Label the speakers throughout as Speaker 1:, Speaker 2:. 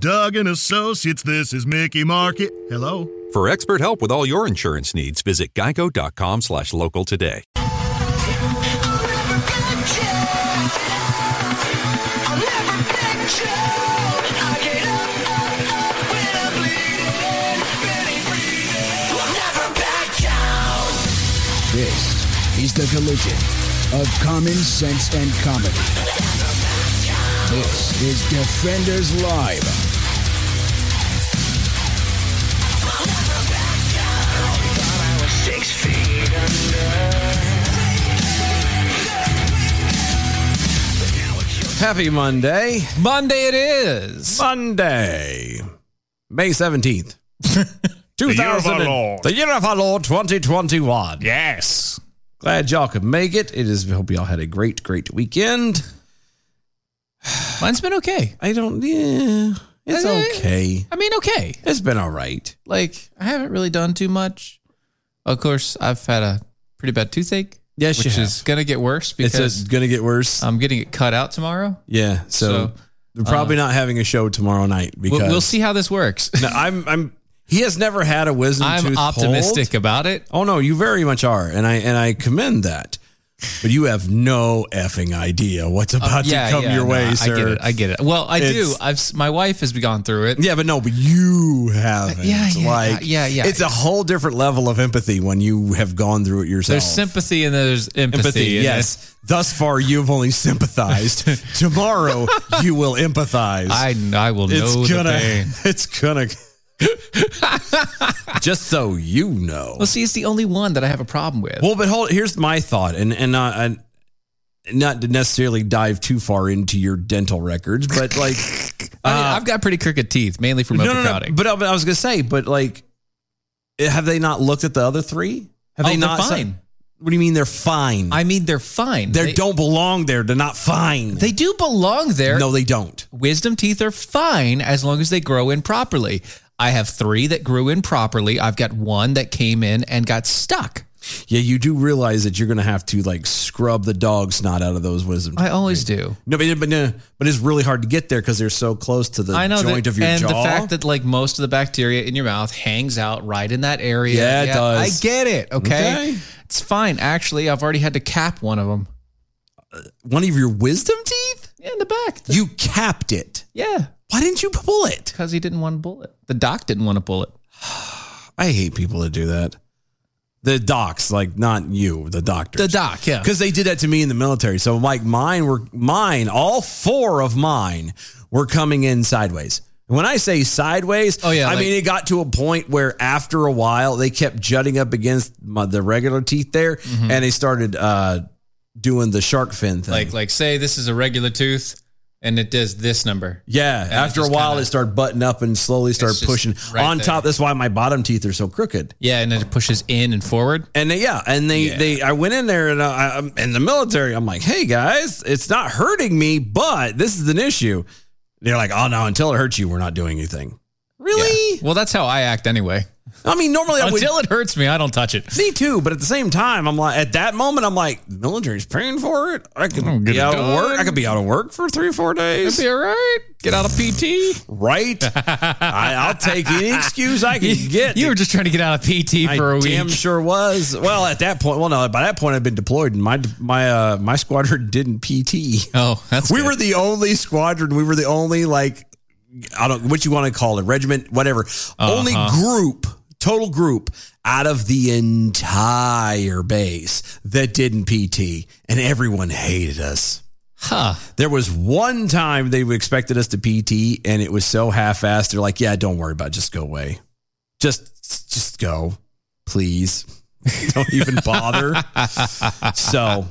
Speaker 1: Doug and Associates, this is Mickey Marquis. Hello?
Speaker 2: For expert help with all your insurance needs, visit geico.com slash local today.
Speaker 3: I'll never get you. I'll never get you. I get up, up, up when I'm bleeding, barely breathing. I'll never back down.
Speaker 4: This is the collision of common sense and comedy. This is Defenders Live.
Speaker 3: Six feet
Speaker 5: Happy Monday.
Speaker 6: Monday it is.
Speaker 5: Monday, May 17th.
Speaker 6: year of
Speaker 5: 2000
Speaker 6: our
Speaker 5: and-
Speaker 6: Lord.
Speaker 5: The year of our Lord 2021.
Speaker 6: Yes.
Speaker 5: Glad y'all could make it. It is, hope y'all had a great, great weekend.
Speaker 6: Mine's been okay.
Speaker 5: I don't, yeah, it's
Speaker 6: Eh.
Speaker 5: okay.
Speaker 6: I mean, okay.
Speaker 5: It's been all right.
Speaker 6: Like, I haven't really done too much. Of course, I've had a pretty bad toothache.
Speaker 5: Yes, you
Speaker 6: Which
Speaker 5: have.
Speaker 6: is going to get worse
Speaker 5: It's
Speaker 6: because
Speaker 5: going to get worse.
Speaker 6: I'm getting it cut out tomorrow.
Speaker 5: yeah. So,
Speaker 6: so,
Speaker 5: we're probably not having a show tomorrow night because
Speaker 6: uh, We'll, we'll see how this works.
Speaker 5: No, I'm, I'm, he has never had a wisdom
Speaker 6: I'm
Speaker 5: tooth
Speaker 6: optimistic
Speaker 5: pulled.
Speaker 6: about it.
Speaker 5: Oh no, you very much are, and I and I commend that. But you have no effing idea what's about to come your
Speaker 6: Uh, no,
Speaker 5: way,
Speaker 6: I,
Speaker 5: sir.
Speaker 6: I get it. I get it. Well, I do.
Speaker 5: It's-
Speaker 6: I've s- my wife has gone through it.
Speaker 5: Yeah, but no, but you haven't.
Speaker 6: Yeah, yeah,
Speaker 5: like,
Speaker 6: yeah, yeah, yeah.
Speaker 5: It's a whole different level of empathy when you have gone through it yourself.
Speaker 6: There's sympathy and there's empathy.
Speaker 5: Empathy,
Speaker 6: and
Speaker 5: yes. Thus far, you've only sympathized. Tomorrow, you will empathize.
Speaker 6: I I will
Speaker 5: it's
Speaker 6: know
Speaker 5: gonna.
Speaker 6: the pain.
Speaker 5: It's gonna. just so you know.
Speaker 6: Well, see, it's the only one that I have a problem with.
Speaker 5: Well, but hold. Here's my thought, and and not and not to necessarily dive too far into your dental records, but like,
Speaker 6: I mean,
Speaker 5: uh,
Speaker 6: I've got pretty crooked teeth, mainly from
Speaker 5: no, no, no.
Speaker 6: overcrowding.
Speaker 5: But, I- but I was gonna say, but like, eh, have they not looked at the other three? Have
Speaker 6: Oh,
Speaker 5: they
Speaker 6: they're
Speaker 5: not?
Speaker 6: fine.
Speaker 5: What do you mean they're fine?
Speaker 6: I mean, they're fine.
Speaker 5: they don't belong there. They're not fine.
Speaker 6: They do belong there.
Speaker 5: no, they don't.
Speaker 6: wisdom teeth are fine as long as they grow in properly. I have three that grew in properly. I've got one that came in and got stuck.
Speaker 5: Yeah, you do realize that you're gonna have to like scrub the dog snot out of those wisdom.
Speaker 6: I always do.
Speaker 5: no, but, but no, but it's really hard to get there because they're so close to the
Speaker 6: I know
Speaker 5: joint
Speaker 6: that,
Speaker 5: of your
Speaker 6: and
Speaker 5: jaw.
Speaker 6: the fact that like most of the bacteria in your mouth hangs out right in that area.
Speaker 5: Yeah, it
Speaker 6: I
Speaker 5: does.
Speaker 6: get it. Okay?
Speaker 5: Okay.
Speaker 6: it's fine. Actually, I've already had to cap one of them.
Speaker 5: one of your wisdom teeth?
Speaker 6: Yeah, in the back.
Speaker 5: You capped it.
Speaker 6: yeah,
Speaker 5: Why didn't you pull it?
Speaker 6: because he didn't want to bullet. The doc didn't want to bullet.
Speaker 5: I hate people that do that. The docs, like not you, the doctors.
Speaker 6: The doc, yeah.
Speaker 5: Because they did that to me in the military. So like mine were mine, all four of mine were coming in sideways. When I say sideways,
Speaker 6: Oh, yeah,
Speaker 5: I
Speaker 6: like-
Speaker 5: mean it got to a point where after a while they kept jutting up against my, the regular teeth there, and they started uh, doing the shark fin thing.
Speaker 6: Mm-hmm. like like say this is a regular tooth and it does this number
Speaker 5: Yeah,
Speaker 6: it
Speaker 5: after a
Speaker 6: just
Speaker 5: while,
Speaker 6: kinda-
Speaker 5: it started butting up and slowly started
Speaker 6: just
Speaker 5: pushing
Speaker 6: right
Speaker 5: on
Speaker 6: there.
Speaker 5: top. That's why my bottom teeth are so crooked.
Speaker 6: yeah and then it pushes in and forward
Speaker 5: And they, yeah, and they, they, I went in there and I, I'm um, in the military. I'm like, hey guys, it's not hurting me, but this is an issue. They're like, oh no, until it hurts you, we're not doing anything. Really?
Speaker 6: well that's how i act anyway
Speaker 5: I mean, normally I would.
Speaker 6: until it hurts me i don't touch it
Speaker 5: Me too, but at the same time, I'm like, at that moment, I'm like, the military's paying for it. I
Speaker 6: I'll
Speaker 5: could
Speaker 6: get
Speaker 5: be
Speaker 6: it
Speaker 5: out
Speaker 6: done.
Speaker 5: of work. I could be out of work for three or four days.
Speaker 6: all right get out of pt
Speaker 5: right? I, I'll take any excuse I can get.
Speaker 6: you
Speaker 5: to
Speaker 6: were just trying to get out of pt for
Speaker 5: I
Speaker 6: a week
Speaker 5: damn sure was. Well, at that point, well, no, by that point I'd been deployed, and my my uh, my squadron didn't PT.
Speaker 6: oh that's
Speaker 5: We
Speaker 6: good.
Speaker 5: were the only squadron. We were the only like I don't what you want to call it regiment, whatever. Only group total group out of the entire base that didn't PT, and everyone hated us.
Speaker 6: Huh.
Speaker 5: There was one time they expected us to PT, and it was so half-assed. They're like, "Yeah, don't worry about it. Just go away. Just, just go, please. Don't even bother." so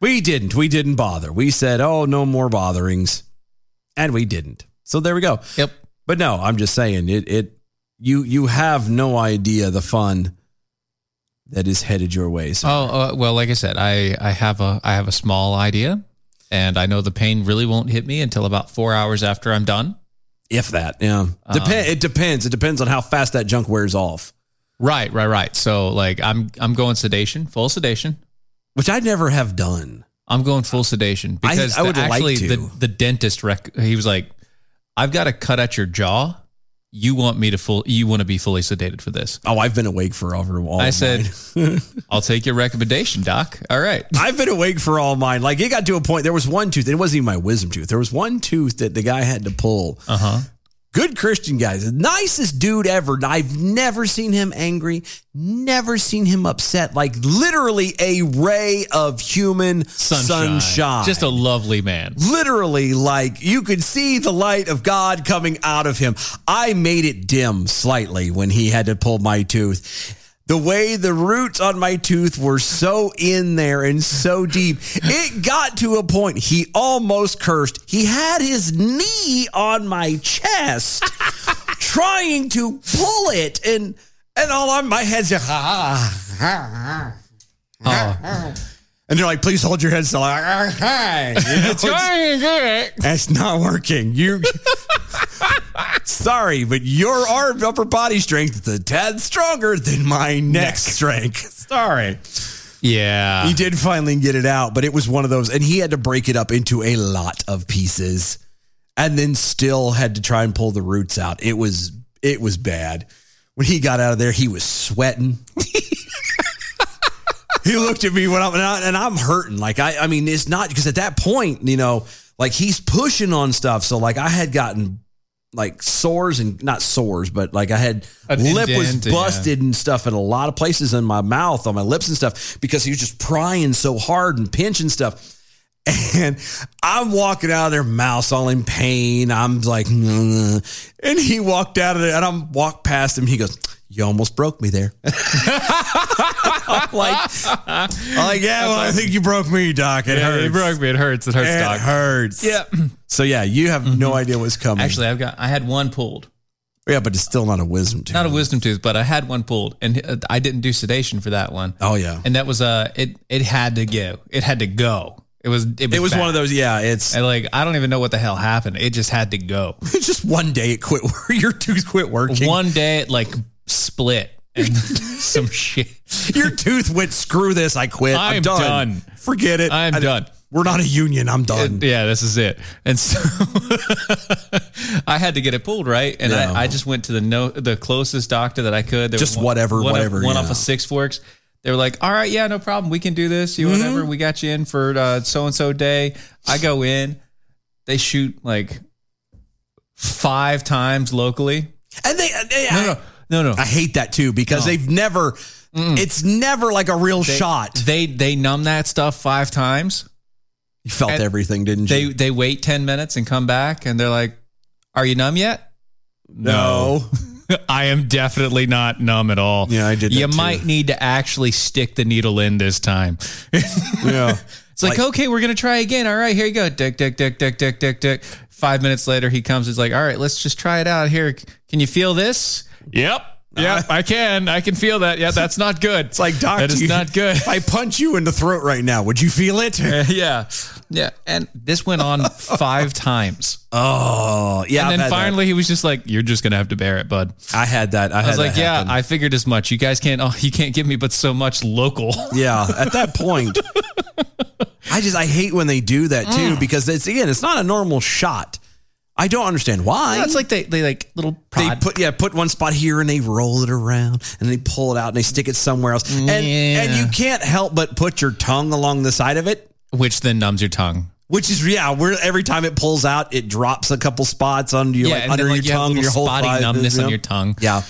Speaker 5: we didn't. We didn't bother. We said, "Oh, no more botherings," and we didn't. So there we go.
Speaker 6: Yep.
Speaker 5: But no, I'm just saying it. It you you have no idea the fun that is headed your way. So
Speaker 6: Oh, uh, well, like I said, I, I have a I have a small idea, and I know the pain really won't hit me until about four hours after I'm done. Um,
Speaker 5: if that, yeah, Dep- it depends. It depends on how fast that junk wears off.
Speaker 6: Right, right, right. So like I'm I'm going sedation, full sedation.
Speaker 5: which I never have done.
Speaker 6: I'm going full sedation
Speaker 5: I-
Speaker 6: because
Speaker 5: I would
Speaker 6: the-
Speaker 5: like
Speaker 6: actually
Speaker 5: to.
Speaker 6: the the dentist rec- he was like, I've got a cut at your jaw. You want me to full you want to be fully sedated for this?
Speaker 5: Oh, I've been awake for over all.
Speaker 6: I
Speaker 5: mine.
Speaker 6: said, I'll take your recommendation, doc. All right.
Speaker 5: I've been awake for all mine. Like it got to a point. There was one tooth. It wasn't even my wisdom tooth. There was one tooth that the guy had to pull.
Speaker 6: Uh huh.
Speaker 5: Good Christian guys, nicest dude ever. I've never seen him angry. Never seen him upset. Like literally a ray of human sunshine.
Speaker 6: Just a lovely man.
Speaker 5: literally like you could see the light of God coming out of him. I made it dim slightly when he had to pull my tooth. The way the roots on my tooth were so in there and so deep, it got to a point he almost cursed. He had his knee on my chest trying to pull it and and all on my head's just, ah, ah, ah, ah." and they're like, please hold your head still. Ah, ah, ah. It's- that's not working. You sorry, but your arm upper body strength is a tad stronger than my neck, strength. Sorry.
Speaker 6: Yeah.
Speaker 5: He did finally get it out, but it was one of those and he had to break it up into a lot of pieces and then still had to try and pull the roots out. It was it was bad. When he got out of there, he was sweating. he looked at me when I'm and, I, and I'm hurting. Like I, I mean, it's not because at that point, you know, like he's pushing on stuff. So like I had gotten like sores and not sores, but like I had
Speaker 6: An
Speaker 5: lip
Speaker 6: indent,
Speaker 5: was
Speaker 6: yeah.
Speaker 5: busted and stuff in a lot of places in my mouth, on my lips and stuff because he was just prying so hard and pinching stuff. And I'm walking out of there, mouse all in pain. I'm like, "Nah." and he walked out of there, and I'm walked past him. He goes, "You almost broke me there." I'm like, I'm like, yeah, well, I think you broke me, Doc. It hurts.
Speaker 6: me. It hurts. It hurts,
Speaker 5: It hurts.
Speaker 6: Yeah. Mm-hmm.
Speaker 5: So yeah, you have no idea what's coming.
Speaker 6: Actually, I've got I had one pulled.
Speaker 5: yeah, but it's still not a wisdom tooth.
Speaker 6: Not a wisdom tooth, but I had one pulled, and uh, I didn't do sedation for that one.
Speaker 5: Oh yeah,
Speaker 6: And that was uh, it. It had to go. It had to go. It was. It was,
Speaker 5: it was
Speaker 6: bad.
Speaker 5: one of those. Yeah, it's
Speaker 6: And like I don't even know what the hell happened. It just had to go.
Speaker 5: it's just one day it quit. wor- Your tooth quit working.
Speaker 6: One day, it like split and some shit.
Speaker 5: Your tooth went. Screw this. I quit. I'm,
Speaker 6: I'm
Speaker 5: done.
Speaker 6: done.
Speaker 5: Forget it.
Speaker 6: I'm
Speaker 5: I-
Speaker 6: done.
Speaker 5: We're not a union. I'm done.
Speaker 6: yeah, this is it. And so I had to get it pulled, right? And
Speaker 5: No.
Speaker 6: I, I just went to the no the closest doctor that I could. There was
Speaker 5: Just whatever,
Speaker 6: one off-
Speaker 5: whatever,
Speaker 6: One
Speaker 5: yeah.
Speaker 6: off of Six Forks. They were like, "All right, yeah, no problem. We can do this.
Speaker 5: Mm-hmm.
Speaker 6: You whatever. We got you in for so and so day." I go in. They shoot like five times locally.
Speaker 5: and they. they
Speaker 6: No, no, no, no.
Speaker 5: I, I hate that too because they've never. It's never like a real shot.
Speaker 6: They they numb that stuff five times.
Speaker 5: you felt
Speaker 6: and
Speaker 5: everything, didn't
Speaker 6: They
Speaker 5: you?
Speaker 6: they wait ten minutes and come back and they're like, "Are you numb yet?"
Speaker 5: no.
Speaker 6: I am definitely not numb at all.
Speaker 5: Yeah, I did
Speaker 6: You
Speaker 5: that too.
Speaker 6: might need to actually stick the needle in this time.
Speaker 5: yeah.
Speaker 6: It's like,
Speaker 5: Like-
Speaker 6: okay, we're gonna try again. All right, here you go. Dick, dick, dick, dick, dick, dick, dick. Five minutes later, he comes. It's like, all right, let's just try it out here. Can you feel this? Uh, Yep. Yep, I can. I can feel that. Yeah, that's not good.
Speaker 5: It's like, doctor,
Speaker 6: That is not good.
Speaker 5: If I punch you in the throat right now, would you feel it?
Speaker 6: yeah, yeah. And this went on five times,
Speaker 5: Oh, yeah.
Speaker 6: and
Speaker 5: I've had
Speaker 6: then
Speaker 5: that.
Speaker 6: finally he was just like, "You're just gonna have to bear it, bud."
Speaker 5: I had that. I,
Speaker 6: I
Speaker 5: had
Speaker 6: was like,
Speaker 5: that
Speaker 6: yeah,
Speaker 5: happen.
Speaker 6: I figured as much. You guys can't, oh, you can't give me but so much local.
Speaker 5: Yeah, at that point, I just I hate when they do that
Speaker 6: Mm.
Speaker 5: too because it's again it's not a normal shot. I don't understand why.
Speaker 6: it's like they, they like little
Speaker 5: they
Speaker 6: prod.
Speaker 5: put yeah put one spot here and they roll it around and they pull it out and they stick it somewhere else and and
Speaker 6: Yeah.
Speaker 5: you can't help but put your tongue along the side of it.
Speaker 6: which then numbs your tongue.
Speaker 5: Which is yeah, where every time it pulls out, it drops a couple spots under your like, under your tongue, your whole
Speaker 6: spotty
Speaker 5: body,
Speaker 6: numbness
Speaker 5: yeah.
Speaker 6: on your tongue.
Speaker 5: Yeah,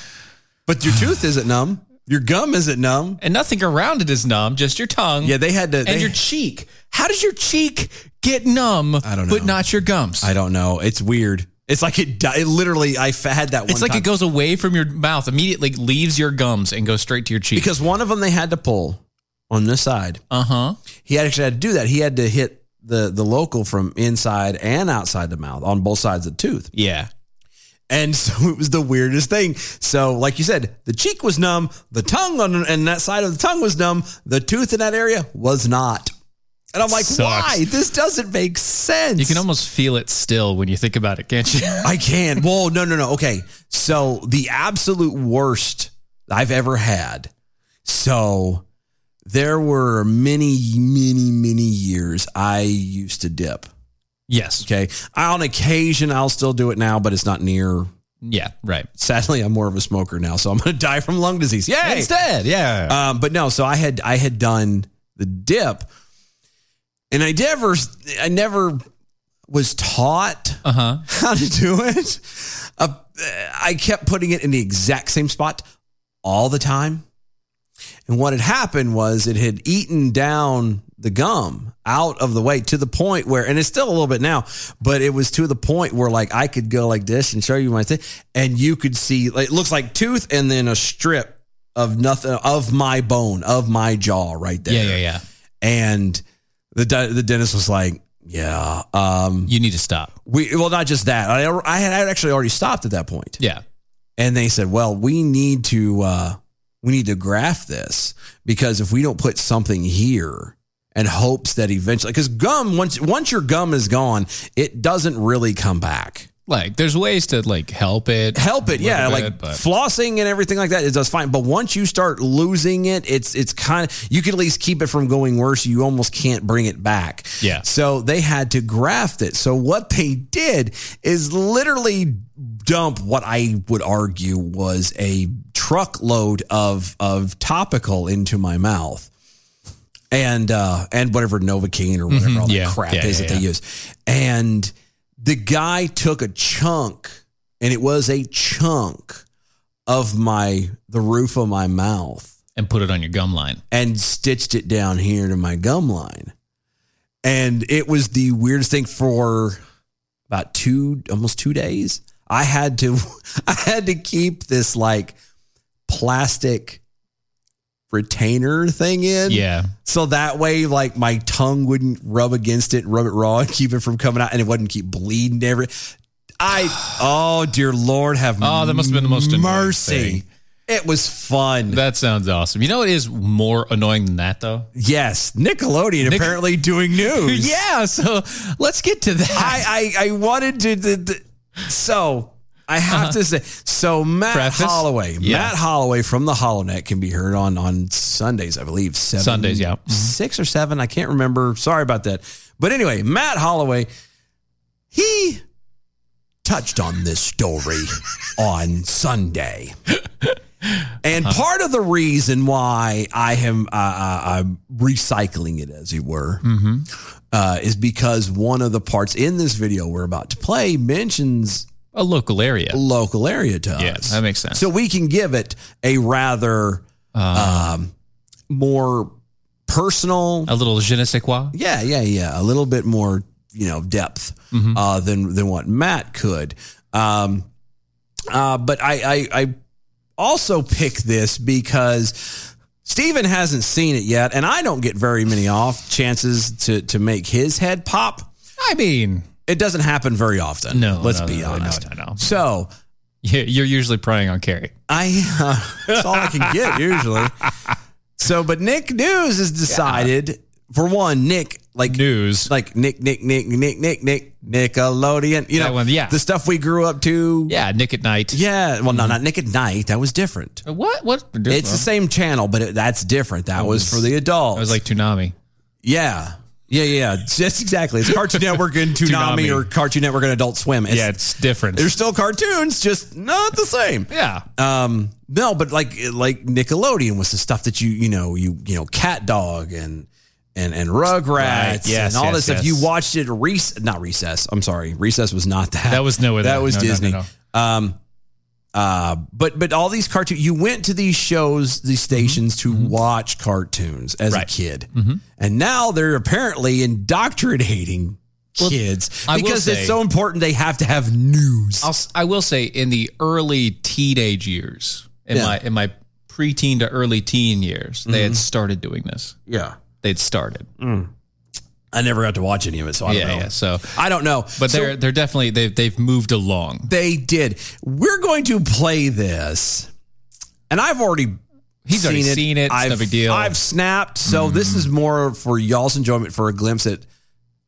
Speaker 5: But your tooth isn't numb. Your gum isn't numb.
Speaker 6: And nothing around it is numb, just your tongue.
Speaker 5: Yeah, they had to.
Speaker 6: and
Speaker 5: they-
Speaker 6: your cheek. How does your cheek get numb?
Speaker 5: I don't
Speaker 6: But
Speaker 5: know.
Speaker 6: not your gums.
Speaker 5: I don't know. It's weird. It's like it. di- It literally. I f- had that. One
Speaker 6: it's like
Speaker 5: time.
Speaker 6: it goes away from your mouth immediately, leaves your gums and goes straight to your cheek.
Speaker 5: because one of them they had to pull on this side.
Speaker 6: uh huh.
Speaker 5: He actually had to do that. He had to hit the the local from inside and outside the mouth on both sides of the tooth.
Speaker 6: Yeah.
Speaker 5: And so it was the weirdest thing. So, like you said, the cheek was numb, the tongue on and that side of the tongue was numb, the tooth in that area was not. And I'm like,
Speaker 6: Sucks.
Speaker 5: why? This doesn't make sense.
Speaker 6: You can almost feel it still when you think about it, can't you?
Speaker 5: I can. Well, no, no, no. Okay. So the absolute worst I've ever had. So there were many, many, many years I used to dip.
Speaker 6: yes.
Speaker 5: Okay. I, on occasion, I'll still do it now, but it's not near.
Speaker 6: Yeah. Right.
Speaker 5: Sadly, I'm more of a smoker now, so I'm going to die from lung disease. Yay!
Speaker 6: Instead. Yeah.
Speaker 5: Um, but no, so I had I had done the dip, and I never I never was taught
Speaker 6: Uh-huh.
Speaker 5: how to do it. Uh, I kept putting it in the exact same spot all the time, and what had happened was it had eaten down the gum out of the way to the point where, and it's still a little bit now, but it was to the point where like I could go like this and show you my thing, and you could see like, it looks like tooth and then a strip of nothing of my bone of my jaw right there.
Speaker 6: yeah. Yeah. Yeah.
Speaker 5: And the di- the dentist was like, yeah, um,
Speaker 6: You need to stop.
Speaker 5: we well not just that. I I had actually already stopped at that point
Speaker 6: Yeah.
Speaker 5: and they said, "Well, we need to uh, we need to graph this because if we don't put something here." And hopes that eventually, because gum once once your gum is gone, it doesn't really come back.
Speaker 6: Like there's ways to like help it.
Speaker 5: Help it,
Speaker 6: a
Speaker 5: yeah,
Speaker 6: little
Speaker 5: like
Speaker 6: bit, but-
Speaker 5: flossing and everything like that, it does fine. But once you start losing it, it's it's kind of you can at least keep it from going worse. You almost can't bring it back.
Speaker 6: Yeah.
Speaker 5: So they had to graft it. So what they did is literally dump what I would argue was a truckload of of topical into my mouth. And uh and whatever Novocaine or whatever all
Speaker 6: Mm-hmm.
Speaker 5: that
Speaker 6: Yeah.
Speaker 5: crap
Speaker 6: Yeah,
Speaker 5: is
Speaker 6: yeah,
Speaker 5: that they use. And the guy took a chunk and it was a chunk of my the roof of my mouth
Speaker 6: and put it on your gum line.
Speaker 5: and stitched it down here to my gum line. And it was the weirdest thing for about two almost two days. I had to I had to keep this like plastic retainer thing in.
Speaker 6: Yeah.
Speaker 5: So that way like my tongue wouldn't rub against it, rub it raw and keep it from coming out and it wouldn't keep bleeding every I oh dear Lord have
Speaker 6: Oh, that must have been the most annoying
Speaker 5: mercy.
Speaker 6: thing.
Speaker 5: It was fun.
Speaker 6: That sounds awesome. You know what is more annoying than that though?
Speaker 5: Yes, Nickelodeon apparently doing news.
Speaker 6: yeah. So let's get to that.
Speaker 5: I, I I wanted to. The, the- so I have
Speaker 6: Uh-huh.
Speaker 5: to say. So Matt
Speaker 6: Preface?
Speaker 5: Holloway,
Speaker 6: Yeah.
Speaker 5: Matt Holloway from the Holonet can be heard on on Sundays, I believe. Seven,
Speaker 6: Sundays, yeah. Mhm.
Speaker 5: six or seven. I can't remember. Sorry about that. But anyway, Matt Holloway, he touched on this story on Sunday. And
Speaker 6: Uh-huh.
Speaker 5: part of the reason why I am uh, I'm recycling it, as it were,
Speaker 6: Mm-hmm.
Speaker 5: uh, is because one of the parts in this video we're about to play mentions
Speaker 6: a local area.
Speaker 5: local area to
Speaker 6: Yeah,
Speaker 5: us.
Speaker 6: that makes sense.
Speaker 5: So we can give it a rather
Speaker 6: Uh,
Speaker 5: um, more personal,
Speaker 6: A little je ne sais quoi.
Speaker 5: yeah, yeah, yeah, a little bit more, you know, depth
Speaker 6: Mm-hmm.
Speaker 5: uh, than than what Matt could. Um, uh, but I, I I also pick this because Steven hasn't seen it yet, and I don't get very many off chances to to make his head pop.
Speaker 6: I mean,
Speaker 5: It doesn't happen very often.
Speaker 6: No,
Speaker 5: let's
Speaker 6: no,
Speaker 5: be
Speaker 6: no, no,
Speaker 5: honest.
Speaker 6: no, no.
Speaker 5: So
Speaker 6: you- you're usually preying on Carrie.
Speaker 5: I uh, that's all I can get usually. So, but Nick News has decided for one, Nick like
Speaker 6: News.
Speaker 5: like Nick Nick Nick Nick Nick Nick Nickelodeon. You
Speaker 6: That
Speaker 5: know,
Speaker 6: one, yeah.
Speaker 5: the stuff we grew up to.
Speaker 6: Yeah, Nick at night.
Speaker 5: yeah. Well, no, not Nick at Night. That was different.
Speaker 6: What? What?
Speaker 5: It's the same channel, but it, that's different. That was, for the adults.
Speaker 6: I was like Toonami.
Speaker 5: yeah. Yeah, yeah, just exactly. It's Cartoon Network and Toonami,
Speaker 6: Toonami.
Speaker 5: or Cartoon Network and Adult Swim. It's,
Speaker 6: yeah, it's different.
Speaker 5: they're still cartoons, just not the same.
Speaker 6: Yeah.
Speaker 5: Um, no, but like like Nickelodeon was the stuff that you you know you you know Cat Dog and and and Rugrats
Speaker 6: Right. Yes,
Speaker 5: and all
Speaker 6: yes,
Speaker 5: this
Speaker 6: yes.
Speaker 5: stuff. You watched it recess, not recess. I'm sorry, recess was not that.
Speaker 6: That was no other-
Speaker 5: That was
Speaker 6: no, no, no,
Speaker 5: Disney. Um, Uh, but but all these cartoons, you went to these shows, these
Speaker 6: Mm-hmm.
Speaker 5: stations to watch cartoons as a kid, and now they're apparently indoctrinating
Speaker 6: Well,
Speaker 5: kids
Speaker 6: I will
Speaker 5: because it's
Speaker 6: say-
Speaker 5: so important they have to have news.
Speaker 6: I'll, s- I will say in the early teenage years, in
Speaker 5: Yeah.
Speaker 6: my
Speaker 5: Mm-hmm.
Speaker 6: in my preteen to early teen years, they had started doing this.
Speaker 5: yeah,
Speaker 6: They'd started.
Speaker 5: I never got to watch any of it, so I don't
Speaker 6: yeah,
Speaker 5: know.
Speaker 6: yeah. So,
Speaker 5: I don't know,
Speaker 6: but
Speaker 5: So-
Speaker 6: they're they're definitely they've they've moved along.
Speaker 5: They did. We're going to play this, and I've already
Speaker 6: He's already seen it. It's no
Speaker 5: I've,
Speaker 6: big deal. Mm.
Speaker 5: I've snapped. So this is more for y'all's enjoyment for a glimpse at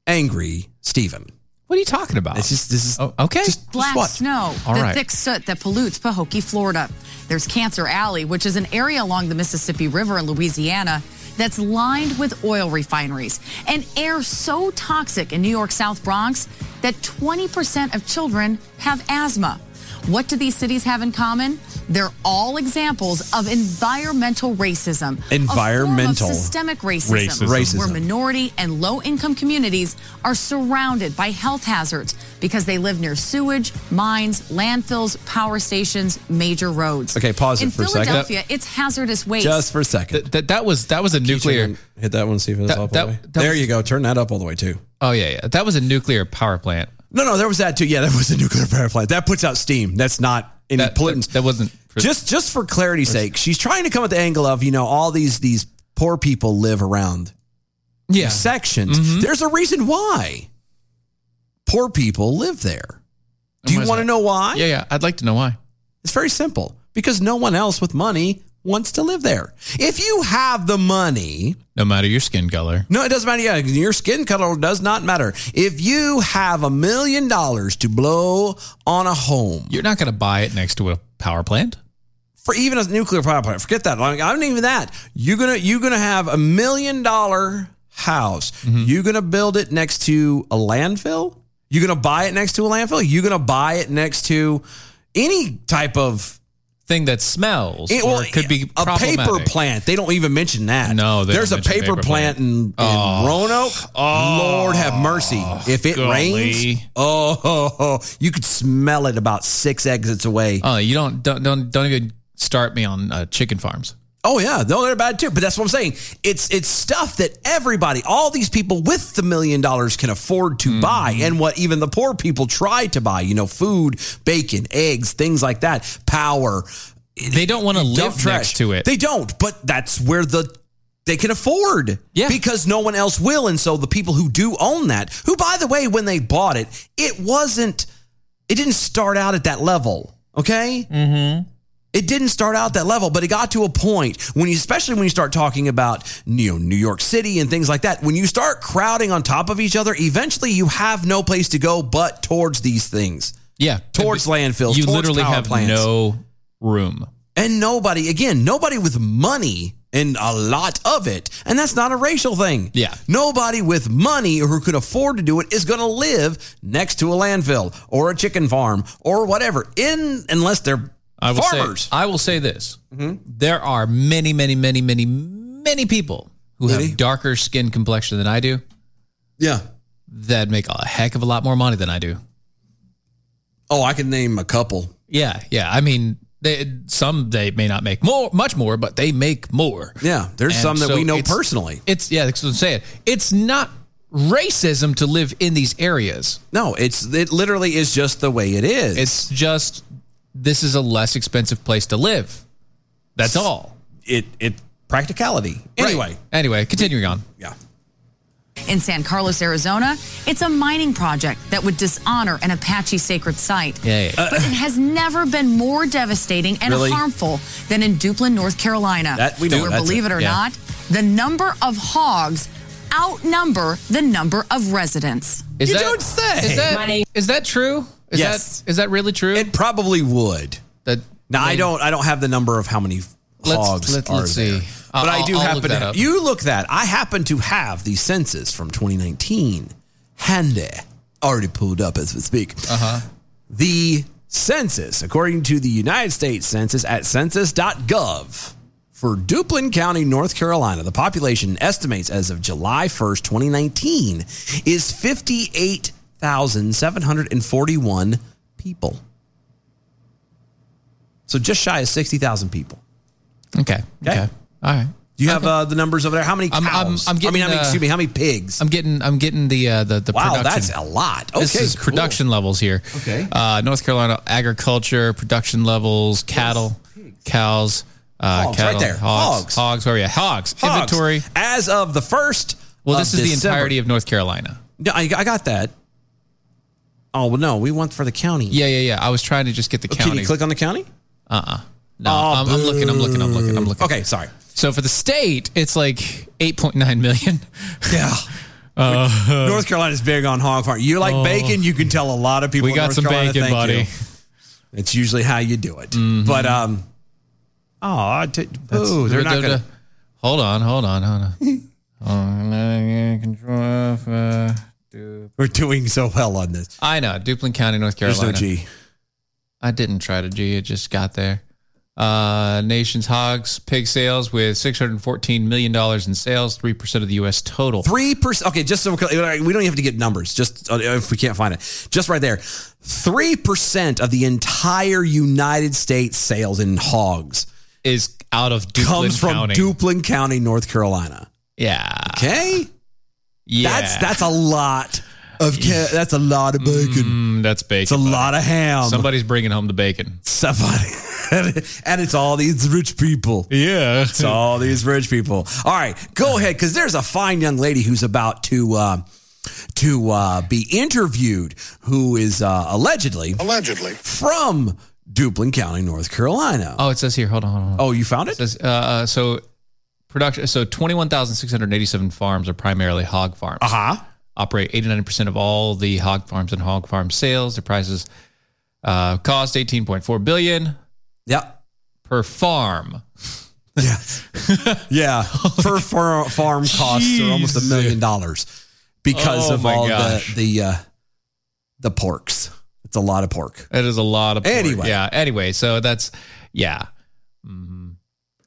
Speaker 5: angry Steven.
Speaker 6: What are you talking about?
Speaker 5: It's just this is
Speaker 6: oh, okay.
Speaker 5: just,
Speaker 7: Black
Speaker 5: just watch.
Speaker 7: snow,
Speaker 6: All
Speaker 7: the
Speaker 6: right.
Speaker 7: thick soot that pollutes Pahokee, Florida. There's Cancer Alley, which is an area along the Mississippi River in Louisiana that's lined with oil refineries. And air so toxic in New York South Bronx that 20% of children have asthma. What do these cities have in common? They're all examples of environmental racism. a form of
Speaker 5: Environmental
Speaker 7: systemic racism,
Speaker 5: racism.
Speaker 7: where
Speaker 5: Racism.
Speaker 7: minority and low income communities are surrounded by health hazards because they live near sewage, mines, landfills, power stations, major roads.
Speaker 5: Okay, pause it
Speaker 7: In
Speaker 5: for a second.
Speaker 7: Philadelphia, it's hazardous waste.
Speaker 5: Just for a second.
Speaker 6: Th- that that was that was a nuclear.
Speaker 5: Hit that one, see if it's
Speaker 6: That-
Speaker 5: up all the
Speaker 6: that-
Speaker 5: way.
Speaker 6: that
Speaker 5: there
Speaker 6: was-
Speaker 5: you go. Turn that up all the way too.
Speaker 6: Oh yeah, yeah. That was a nuclear power plant.
Speaker 5: No, no, there was that too. Yeah, there was a nuclear power plant. That puts out steam. That's not any
Speaker 6: That-
Speaker 5: pollutants.
Speaker 6: that- that wasn't-
Speaker 5: just just for clarity's sake, she's trying to come at the angle of, you know, all these these poor people live around
Speaker 6: Yeah. Mm-hmm.
Speaker 5: sections. There's a reason why poor people live there. Do
Speaker 6: what
Speaker 5: you
Speaker 6: is
Speaker 5: want to
Speaker 6: that?
Speaker 5: know why?
Speaker 6: Yeah, yeah. I'd like to know why.
Speaker 5: It's very simple because no one else with money wants to live there. If you have the money,
Speaker 6: No matter your skin color.
Speaker 5: no, it doesn't matter. Yeah, your skin color does not matter. If you have a million dollars to blow on a home
Speaker 6: You're not going to buy it next to a power plant.
Speaker 5: for even a nuclear power plant, forget that. Like, I'm not even that. You're gonna you're gonna have a million dollar house.
Speaker 6: Mm-hmm.
Speaker 5: You're gonna build it next to a landfill. You're gonna buy it next to a landfill. You're gonna buy it next to any type of
Speaker 6: Thing that smells
Speaker 5: It,
Speaker 6: or
Speaker 5: well,
Speaker 6: could be
Speaker 5: a paper
Speaker 6: problematic.
Speaker 5: plant. They don't even mention that.
Speaker 6: No, Oh, they
Speaker 5: there's
Speaker 6: don't
Speaker 5: a
Speaker 6: mention
Speaker 5: paper,
Speaker 6: paper
Speaker 5: plant,
Speaker 6: plant. Oh.
Speaker 5: in, in Roanoke. Lord have mercy. If it
Speaker 6: golly.
Speaker 5: rains, oh, oh, oh, you could smell it about six exits away.
Speaker 6: Oh, you don't don't don't don't even start me on uh, chicken farms.
Speaker 5: Oh yeah, no, they're bad too. But that's what I'm saying. It's it's stuff that everybody, all these people with the million dollars can afford
Speaker 6: Mm-hmm.
Speaker 5: to buy, and what even the poor people try to buy. You know, food, bacon, eggs, things like that. Power,
Speaker 6: They don't want to live
Speaker 5: dump trash
Speaker 6: next to it.
Speaker 5: They don't. But that's where the they can afford.
Speaker 6: Yeah.
Speaker 5: Because no one else will, and so the people who do own that, who by the way, when they bought it, it wasn't. It didn't start out at that level. Okay.
Speaker 6: Mm-hmm.
Speaker 5: It didn't start out that level, but it got to a point when you, especially when you start talking about you know, New York City and things like that, when you start crowding on top of each other, eventually you have no place to go but towards these things,
Speaker 6: yeah,
Speaker 5: towards landfills,
Speaker 6: You
Speaker 5: towards
Speaker 6: literally
Speaker 5: power
Speaker 6: have
Speaker 5: plants.
Speaker 6: no room.
Speaker 5: and nobody, again, nobody with money and a lot of it, and that's not a racial thing.
Speaker 6: Yeah.
Speaker 5: Nobody with money or who could afford to do it is going to live next to a landfill or a chicken farm or whatever, in unless they're
Speaker 6: I will
Speaker 5: farmers. Mm-hmm.
Speaker 6: say I will say this: there are many, many, many, many, many people who
Speaker 5: Many?
Speaker 6: have darker skin complexion than I do
Speaker 5: yeah.
Speaker 6: that make a heck of a lot more money than I do.
Speaker 5: Oh, I can name a couple.
Speaker 6: Yeah, yeah. I mean, they, some they may not make more, much more, but they make more.
Speaker 5: Yeah, there's
Speaker 6: And
Speaker 5: some that
Speaker 6: so
Speaker 5: we know
Speaker 6: it's-
Speaker 5: personally.
Speaker 6: It's yeah, that's what I'm saying. It's not racism to live in these areas.
Speaker 5: No, it's it literally is just the way it is.
Speaker 6: It's just this is a less expensive place to live. That's all.
Speaker 5: it it practicality.
Speaker 6: Right.
Speaker 5: Anyway,
Speaker 6: Anyway, continuing on.
Speaker 5: yeah.
Speaker 7: In San Carlos, Arizona, it's a mining project that would dishonor an Apache sacred site.
Speaker 6: Yeah, yeah.
Speaker 7: But it has never been more devastating and
Speaker 5: Really?
Speaker 7: harmful than in Duplin, North Carolina.
Speaker 5: That- we know
Speaker 7: where,
Speaker 5: that's
Speaker 7: believe
Speaker 5: it.
Speaker 7: it or
Speaker 6: Yeah.
Speaker 7: not, the number of hogs outnumber the number of residents.
Speaker 6: Is
Speaker 5: You
Speaker 6: that,
Speaker 5: don't say.
Speaker 6: Is that, is that true? Is
Speaker 5: Yes.
Speaker 6: That, is that really true?
Speaker 5: It probably would.
Speaker 6: that
Speaker 5: Now I don't I don't have the number of how many
Speaker 6: Let's-
Speaker 5: hogs
Speaker 6: let-
Speaker 5: are
Speaker 6: let's
Speaker 5: there.
Speaker 6: see.
Speaker 5: But
Speaker 6: I'll-
Speaker 5: I do
Speaker 6: I'll
Speaker 5: happen
Speaker 6: look
Speaker 5: to
Speaker 6: that
Speaker 5: ha-
Speaker 6: up.
Speaker 5: you look that. I happen to have the census from 2019 handy already pulled up as we speak. Uh-huh. The census, according to the United States Census at census.gov for Duplin County, North Carolina, the population estimates as of July 1st, 2019 is 58,741 people. So just shy of 60,000 people.
Speaker 6: Okay.
Speaker 5: Okay.
Speaker 6: Okay. All right.
Speaker 5: Do you have uh, the numbers over there? How many cows?
Speaker 6: I'm- I'm- I'm
Speaker 5: I mean,
Speaker 6: getting,
Speaker 5: how many,
Speaker 6: uh,
Speaker 5: excuse me, how many pigs?
Speaker 6: I'm getting I'm getting the uh, the the
Speaker 5: wow,
Speaker 6: production.
Speaker 5: that's a lot. Okay,
Speaker 6: This is
Speaker 5: cool.
Speaker 6: production levels here.
Speaker 5: Okay.
Speaker 6: Uh, North Carolina agriculture production levels, cattle, cows, uh,
Speaker 5: Hogs, right
Speaker 6: cattle,
Speaker 5: there. Hogs.
Speaker 6: hogs, hogs. Where are you? Hogs.
Speaker 5: Hogs.
Speaker 6: Inventory.
Speaker 5: as of the first.
Speaker 6: Well,
Speaker 5: of
Speaker 6: this is the
Speaker 5: December.
Speaker 6: entirety of North Carolina.
Speaker 5: No, I, I got that. Oh well, no, we want for the county. Oh,
Speaker 6: Yeah, yeah, yeah. I was trying to just get the
Speaker 5: Can
Speaker 6: county.
Speaker 5: you click on the county?
Speaker 6: Uh-uh. No,
Speaker 5: Oh,
Speaker 6: I'm, I'm looking. I'm looking. I'm looking. I'm looking.
Speaker 5: Okay, sorry.
Speaker 6: So for the state, it's like 8.9 million. Uh,
Speaker 5: Yeah. North Carolina's big on hog farm. You
Speaker 6: Oh,
Speaker 5: like bacon? You can tell a lot of people.
Speaker 6: We
Speaker 5: in
Speaker 6: got
Speaker 5: North
Speaker 6: some
Speaker 5: Carolina
Speaker 6: bacon,
Speaker 5: thank
Speaker 6: buddy. Mm-hmm.
Speaker 5: you. It's usually how you do it. But um, oh, I t- boo, they're not gonna.
Speaker 6: Hold on. Hold on. Hold on. Oh, control F, uh, Du-
Speaker 5: We're doing so well on this.
Speaker 6: I know Duplin County, North
Speaker 5: There's
Speaker 6: Carolina.
Speaker 5: no G.
Speaker 6: I didn't try to G. It just got there. Uh, nation's hogs pig sales with 614 million dollars in sales, three percent of the U.S. total.
Speaker 5: Three percent. Okay, just so we're clear, all right, we don't have to get numbers. Just uh, if we can't find it, just right there. Three percent of the entire United States sales in hogs
Speaker 6: is out of Duplin
Speaker 5: comes from
Speaker 6: County.
Speaker 5: Duplin County, North Carolina.
Speaker 6: yeah,
Speaker 5: Okay,
Speaker 6: yeah.
Speaker 5: that's that's a lot of ca- that's a lot of bacon.
Speaker 6: Mm, that's bacon.
Speaker 5: It's a lot of ham.
Speaker 6: Somebody's bringing home the bacon.
Speaker 5: Somebody. and it's all these rich people.
Speaker 6: Yeah.
Speaker 5: It's all these rich people. All right, go ahead, because there's a fine young lady who's about to uh, to uh, be interviewed, who is uh, allegedly
Speaker 3: Allegedly.
Speaker 5: from Duplin County, North Carolina.
Speaker 6: Oh, it says here. Hold on. Hold on.
Speaker 5: oh, you found it?
Speaker 6: It says, uh, uh, so production. So twenty one thousand six hundred eighty seven farms are primarily hog farms.
Speaker 5: Uh huh.
Speaker 6: operate 89% of all the hog farms and hog farm sales. Their prices uh, cost 18.4 billion
Speaker 5: Yep.
Speaker 6: per farm. Oh
Speaker 5: Yeah. yeah. Per far, farm costs are almost a million dollars because
Speaker 6: Oh
Speaker 5: of
Speaker 6: my
Speaker 5: all
Speaker 6: gosh.
Speaker 5: the the uh, the porks. It's a lot of pork.
Speaker 6: That is a lot of pork.
Speaker 5: Anyway.
Speaker 6: Yeah. Anyway, so that's yeah. Mhm.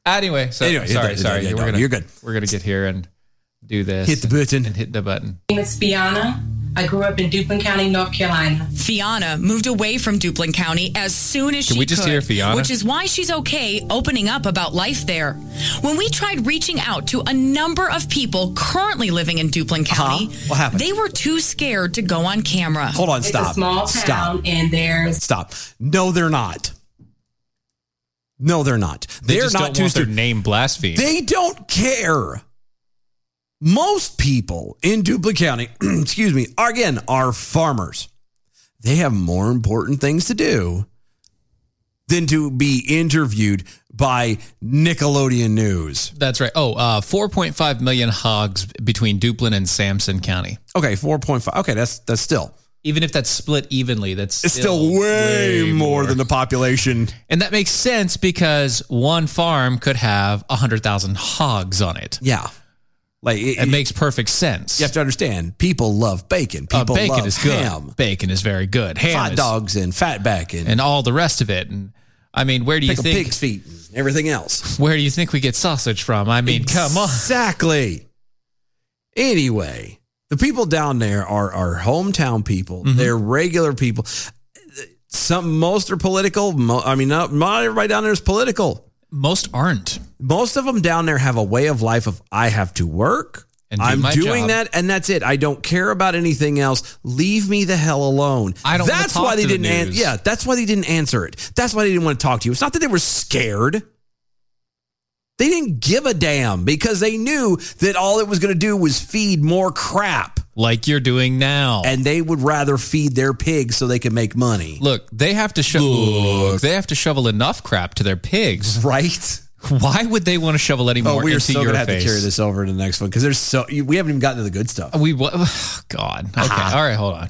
Speaker 6: Anyway, so
Speaker 5: Anyway,
Speaker 6: sorry,
Speaker 5: yeah,
Speaker 6: sorry.
Speaker 5: yeah,
Speaker 6: we're
Speaker 5: no,
Speaker 6: gonna,
Speaker 5: you're good.
Speaker 6: We're gonna get here and do this.
Speaker 5: Hit the button.
Speaker 6: And hit the button.
Speaker 8: name is Biana. I grew up in Duplin County, North Carolina.
Speaker 7: Fiona moved away from Duplin County as soon as
Speaker 6: Can
Speaker 7: she
Speaker 6: we just
Speaker 7: could,
Speaker 6: hear Fiona?
Speaker 7: which is why she's okay opening up about life there. When we tried reaching out to a number of people currently living in Duplin County,
Speaker 5: Uh-huh. What happened?
Speaker 7: they were too scared to go on camera.
Speaker 5: Hold on,
Speaker 8: It's
Speaker 5: stop.
Speaker 8: a small town,
Speaker 5: Stop.
Speaker 8: and there's
Speaker 5: Stop. No, they're not. No, they're not.
Speaker 6: They
Speaker 5: They're
Speaker 6: just
Speaker 5: not
Speaker 6: don't
Speaker 5: too
Speaker 6: want their
Speaker 5: stupid.
Speaker 6: name blasphemed.
Speaker 5: They don't care. Most people in Duplin County, excuse me, are again are farmers. They have more important things to do than to be interviewed by Nickelodeon News.
Speaker 6: That's right. Oh, uh, 4.5 million hogs between Duplin and Sampson County.
Speaker 5: Okay, four point five. Okay, that's that's still
Speaker 6: Even if that's split evenly, that's
Speaker 5: it's still, way, more than the population.
Speaker 6: And that makes sense because one farm could have 100,000 hogs on it.
Speaker 5: Yeah, like it,
Speaker 6: It makes perfect sense.
Speaker 5: You have to understand, people love bacon.
Speaker 6: Uh,
Speaker 5: People
Speaker 6: bacon
Speaker 5: love
Speaker 6: is good.
Speaker 5: ham,
Speaker 6: Bacon is very good. Ham
Speaker 5: hot
Speaker 6: is-
Speaker 5: dogs, and fatback, and,
Speaker 6: and all the rest of it. And I mean, where do you
Speaker 5: pickle
Speaker 6: think
Speaker 5: pig's feet, and everything else.
Speaker 6: where do you think we get sausage from? I mean, come on.
Speaker 5: Exactly. Anyway, the people down there are our hometown people.
Speaker 6: Mm-hmm.
Speaker 5: They're regular people. Some most are political. Mo, I mean, not, not everybody down there is political.
Speaker 6: Most aren't.
Speaker 5: Most of them down there have a way of life of I have to work.
Speaker 6: And do
Speaker 5: I'm
Speaker 6: my
Speaker 5: doing
Speaker 6: job."
Speaker 5: that, and that's it. I don't care about anything else. Leave me the hell alone.
Speaker 6: I don't wanna
Speaker 5: That's
Speaker 6: talk
Speaker 5: why they
Speaker 6: to the
Speaker 5: didn't. An-
Speaker 6: news.
Speaker 5: yeah, that's why they didn't answer it. That's why they didn't want to talk to you. It's not that they were scared. They didn't give a damn because they knew that all it was going to do was feed more crap,
Speaker 6: Like you're doing now.
Speaker 5: and they would rather feed their pigs so they could make money.
Speaker 6: look, they have to shovel they have to shovel enough crap to their pigs.
Speaker 5: Right?
Speaker 6: Why would they want to shovel any more
Speaker 5: Oh, we are
Speaker 6: into
Speaker 5: so going
Speaker 6: your
Speaker 5: to have
Speaker 6: face?
Speaker 5: to carry this over to the next one because there's so we haven't even gotten to the good stuff.
Speaker 6: We what? Oh, God. Okay. All right, hold on.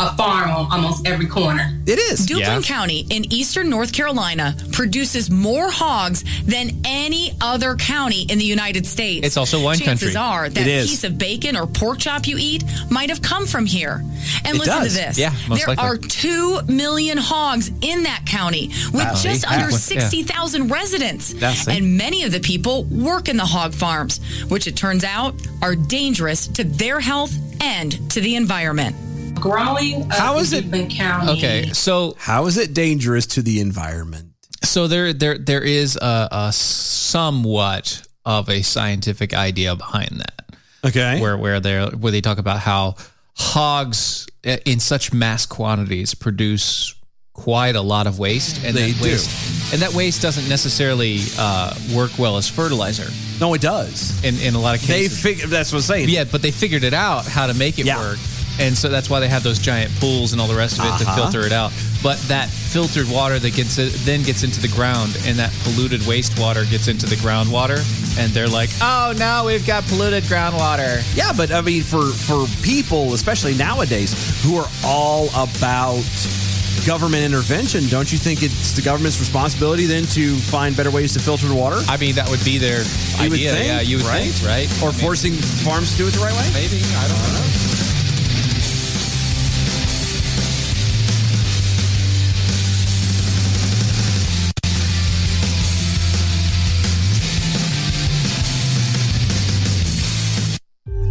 Speaker 8: a farm on almost every corner.
Speaker 5: It is.
Speaker 7: Duplin
Speaker 6: Yeah.
Speaker 7: County in eastern North Carolina produces more hogs than any other county in the United States.
Speaker 6: It's also wine
Speaker 7: Chances
Speaker 6: country.
Speaker 7: are that
Speaker 5: It is.
Speaker 7: piece of bacon or pork chop you eat might have come from here. And
Speaker 5: It
Speaker 7: listen
Speaker 5: does.
Speaker 7: to this.
Speaker 6: Yeah, most
Speaker 7: there
Speaker 6: likely.
Speaker 7: are 2 million hogs in that county with just
Speaker 6: exactly.
Speaker 7: under
Speaker 6: Yeah.
Speaker 7: 60,000 residents.
Speaker 6: That's it.
Speaker 7: and many of the people work in the hog farms, which it turns out are dangerous to their health and to the environment.
Speaker 8: Growing up
Speaker 5: How
Speaker 8: in
Speaker 5: is it-
Speaker 8: Duplin County.
Speaker 6: Okay. So
Speaker 5: How is it dangerous to the environment?
Speaker 6: So there, there, there is a, a somewhat of a scientific idea behind that.
Speaker 5: Okay,
Speaker 6: where where they where they talk about how hogs uh, in such mass quantities produce quite a lot of waste, and
Speaker 5: They
Speaker 6: that
Speaker 5: do.
Speaker 6: waste, and that waste doesn't necessarily uh, work well as fertilizer.
Speaker 5: No, it does.
Speaker 6: In in a lot of
Speaker 5: They
Speaker 6: cases,
Speaker 5: figured that's what I'm saying.
Speaker 6: Yeah, but they figured it out how to make it work. And so that's why they have those giant pools and all the rest of it to
Speaker 5: Uh-huh.
Speaker 6: filter it out. But that filtered water that gets then gets into the ground, and that polluted wastewater gets into the groundwater, and they're like, oh, now we've got polluted groundwater.
Speaker 5: Yeah, but I mean, for for people, especially nowadays, who are all about government intervention, don't you think it's the government's responsibility then to find better ways to filter water?
Speaker 6: I mean, that would be their
Speaker 5: you would
Speaker 6: idea,
Speaker 5: think,
Speaker 6: yeah, you would
Speaker 5: right?
Speaker 6: think, right?
Speaker 5: Or forcing farms to do it the right way?
Speaker 6: Maybe I don't know.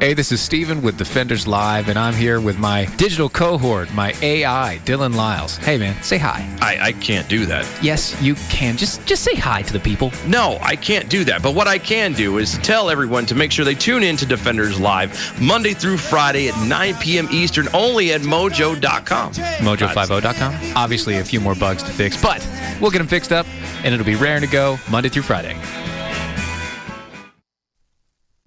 Speaker 6: Hey, this is Steven with Defenders Live, and I'm here with my digital cohort, my AI, Dylan Lyles. Hey, man, say hi.
Speaker 9: I, I can't do that.
Speaker 6: Yes, you can. Just just say hi to the people.
Speaker 9: No, I can't do that. But what I can do is tell everyone to make sure they tune in to Defenders Live Monday through Friday at 9 p.m. Eastern only at mojo.com.
Speaker 6: Mojo50.com. Obviously, a few more bugs to fix, but we'll get them fixed up, and it'll be raring to go Monday through Friday.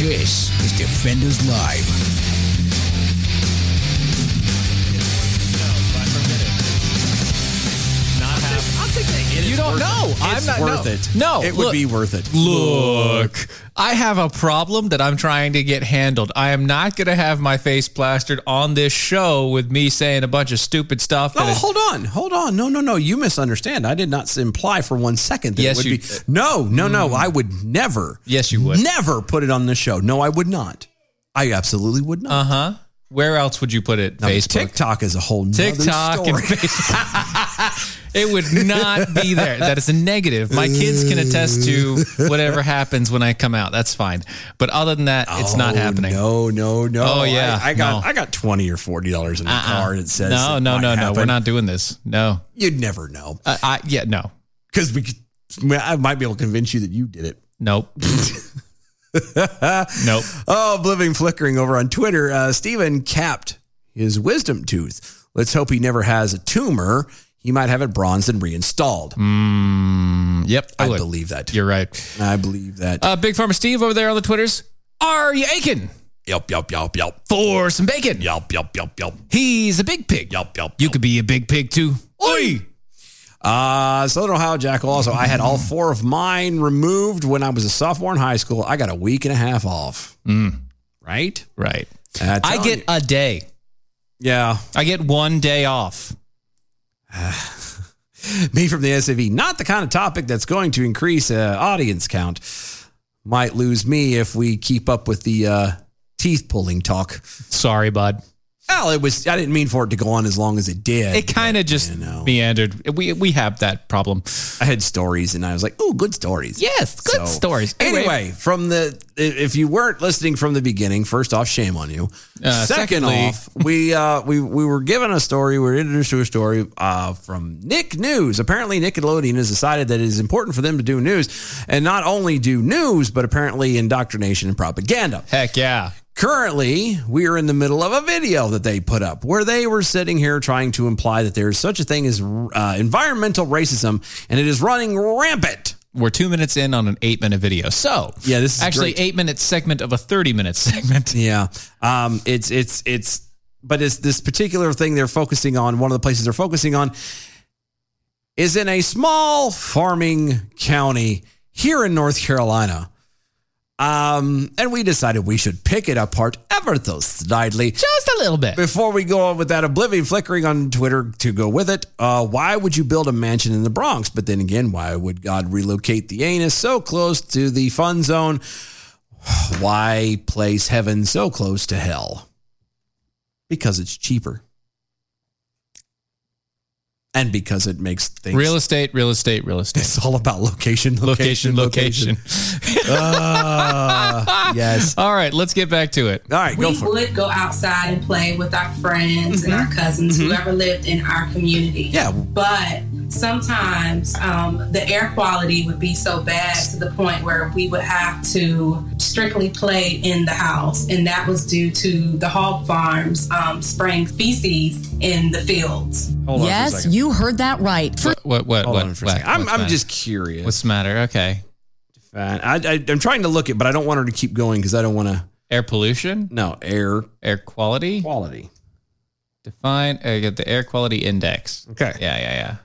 Speaker 4: This is Defenders Live.
Speaker 5: Not have. I'll take that.
Speaker 6: You don't know. I'm not
Speaker 5: worth
Speaker 6: no.
Speaker 5: it.
Speaker 6: No,
Speaker 5: it would
Speaker 6: look.
Speaker 5: be worth it.
Speaker 6: Look, I have a problem that I'm trying to get handled. I am not going to have my face plastered on this show with me saying a bunch of stupid stuff.
Speaker 5: No,
Speaker 6: that is-
Speaker 5: hold on, hold on. No, no, no. You misunderstand. I did not s- imply for one second that
Speaker 6: Yes,
Speaker 5: it would
Speaker 6: you- uh, Mm.
Speaker 5: be. No, no, no. I would never.
Speaker 6: Yes, you would.
Speaker 5: Never put it on the show. No, I would not. I absolutely would not.
Speaker 6: Uh huh. Where else would you put it?
Speaker 5: Now,
Speaker 6: Facebook,
Speaker 5: TikTok is a whole nother
Speaker 6: TikTok, and
Speaker 5: story.
Speaker 6: Facebook. it would not be there. That is a negative. My kids can attest to whatever happens when I come out. That's fine. But other than that, it's not
Speaker 5: Oh,
Speaker 6: happening.
Speaker 5: No, no, no.
Speaker 6: Oh yeah,
Speaker 5: I, I got
Speaker 6: no.
Speaker 5: I got twenty or forty dollars in the
Speaker 6: Uh-uh.
Speaker 5: car that says
Speaker 6: no,
Speaker 5: it
Speaker 6: no,
Speaker 5: might
Speaker 6: no, no. We're
Speaker 5: happen.
Speaker 6: not doing this. No,
Speaker 5: You'd never know
Speaker 6: uh, I yeah, no,
Speaker 5: because we. could- I might be able to convince you that you did it.
Speaker 6: nope, nope.
Speaker 5: Oh, Living Flickering over on Twitter. Uh, Steven capped his wisdom tooth. Let's hope he never has a tumor. He might have it bronzed and reinstalled.
Speaker 6: Mm, yep.
Speaker 5: I, believe that.
Speaker 6: You're right.
Speaker 5: I believe that.
Speaker 6: Uh, Big Farmer Steve over there on the Twitters. Are you aching
Speaker 5: Yelp, yelp, yelp, yelp.
Speaker 6: for some bacon?
Speaker 5: Yelp, yelp, yelp, yelp.
Speaker 6: He's a big pig.
Speaker 5: Yelp, yelp.
Speaker 6: You could be a big pig too. Oi!
Speaker 5: Uh, Southern Ohio Jackal. Also, I had all four of mine removed when I was a sophomore in high school. I got a week and a half off. Right?
Speaker 6: Right. I
Speaker 5: Uh, Mm. tell
Speaker 6: get
Speaker 5: you-
Speaker 6: a day.
Speaker 5: Yeah.
Speaker 6: I get one day off.
Speaker 5: me from the SAV. Not the kind of topic that's going to increase uh, audience count. Might lose me if we keep up with the uh, teeth pulling talk.
Speaker 6: Sorry, bud.
Speaker 5: Well, it was. I didn't mean for it to go on as long as it did.
Speaker 6: It kind of just meandered. We we have that problem.
Speaker 5: I had stories, and I was like, "Ooh, good stories."
Speaker 6: Yes, good
Speaker 5: So,
Speaker 6: stories.
Speaker 5: Anyway, from the if you weren't listening from the beginning, first off, shame on you.
Speaker 6: Uh,
Speaker 5: Second
Speaker 6: secondly-
Speaker 5: off, we uh, we we were given a story. We were introduced to a story uh, from Nick News. Apparently, Nickelodeon has decided that it is important for them to do news, and not only do news, but apparently indoctrination and propaganda.
Speaker 6: Heck yeah.
Speaker 5: Currently, we are in the middle of a video that they put up where they were sitting here trying to imply that there is such a thing as uh, environmental racism, and it is running rampant.
Speaker 6: We're two minutes in on an eight minute video. So
Speaker 5: yeah, this is
Speaker 6: actually
Speaker 5: great.
Speaker 6: eight minute segment of a thirty minute segment.
Speaker 5: Yeah. Um, it's it's it's but it's this particular thing they're focusing on, one of the places they're focusing on is in a small farming county here in North Carolina. Um, and we decided we should pick it apart ever so slightly.
Speaker 6: Just a little bit.
Speaker 5: Before we go on with that oblivion flickering on Twitter to go with it, uh, why would you build a mansion in the Bronx? But then again, why would God relocate the anus so close to the fun zone? Why place heaven so close to hell? Because it's cheaper. And because it makes things
Speaker 6: Real estate, real estate, real estate. It's
Speaker 5: all about location, Uh,
Speaker 6: location, location.
Speaker 5: yes.
Speaker 6: All right, let's get back to it. Mm-hmm.
Speaker 5: All right,
Speaker 8: we would go outside and play with our friends and our cousins, whoever lived in our community.
Speaker 5: Yeah.
Speaker 8: But sometimes um, the air quality would be so bad to the point where we would have to strictly play in the house. And that was due to the hog farms um, spraying feces in the fields.
Speaker 6: Hold on for a
Speaker 7: yes,
Speaker 6: second.
Speaker 7: you heard that right. For-
Speaker 6: What what what?
Speaker 5: Hold
Speaker 6: what,
Speaker 5: on for a
Speaker 6: what-
Speaker 5: second. I'm,
Speaker 6: what's
Speaker 5: I'm
Speaker 6: that?
Speaker 5: just curious.
Speaker 6: What's the matter? Okay.
Speaker 5: Fine. I, I, I'm trying to look it, but I don't want her to keep going because I don't want to.
Speaker 6: Air pollution?
Speaker 5: No, air.
Speaker 6: Air quality?
Speaker 5: Quality.
Speaker 6: Define uh, get the air quality index.
Speaker 5: Okay.
Speaker 6: Yeah, yeah,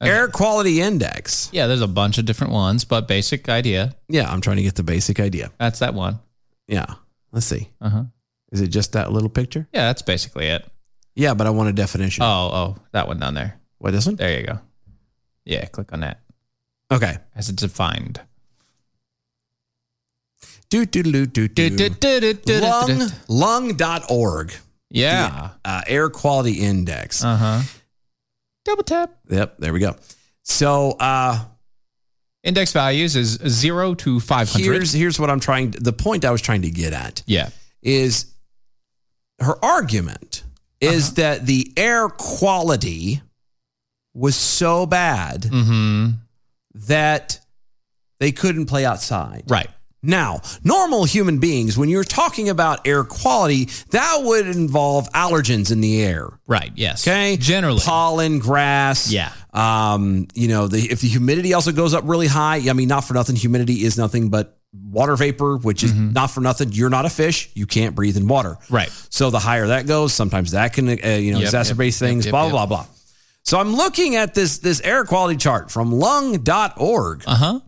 Speaker 6: yeah.
Speaker 5: Air quality index.
Speaker 6: Yeah, there's a bunch of different ones, but basic idea.
Speaker 5: Yeah, I'm trying to get the basic idea.
Speaker 6: That's that one.
Speaker 5: Yeah. Let's see.
Speaker 6: Uh huh.
Speaker 5: Is it just that little picture?
Speaker 6: Yeah, that's basically it.
Speaker 5: Yeah, but I want a definition.
Speaker 6: Oh, oh, that one down there.
Speaker 5: What this one?
Speaker 6: There you go. Yeah, click on that
Speaker 5: Okay.
Speaker 6: as it's defined.
Speaker 5: Do do do do do. Lung lung.org.
Speaker 6: Yeah.
Speaker 5: The, uh, air quality index.
Speaker 6: Uh huh. Double tap.
Speaker 5: Yep. There we go. So uh,
Speaker 6: index values is zero to five hundred.
Speaker 5: Here's here's what I'm trying. The point I was trying to get at.
Speaker 6: Yeah.
Speaker 5: Is her argument is that the air quality was so bad
Speaker 6: Mm-hmm.
Speaker 5: that they couldn't play outside.
Speaker 6: Right.
Speaker 5: Now, normal human beings, when you're talking about air quality, that would involve allergens in the air.
Speaker 6: Right. Yes.
Speaker 5: Okay. Generally, pollen, grass.
Speaker 6: Yeah.
Speaker 5: Um, you know, the, if the humidity also goes up really high, I mean, not for nothing, humidity is nothing but water vapor, which is not for nothing. You're not a fish. You can't breathe in water.
Speaker 6: Mm-hmm. Right.
Speaker 5: So the higher that goes, sometimes that can, uh, you know,
Speaker 6: Yep,
Speaker 5: exacerbate
Speaker 6: yep,
Speaker 5: things,
Speaker 6: yep,
Speaker 5: blah,
Speaker 6: yep,
Speaker 5: blah,
Speaker 6: yep.
Speaker 5: blah, blah. So I'm looking at this, this air quality chart from lung.org.
Speaker 6: Uh-huh.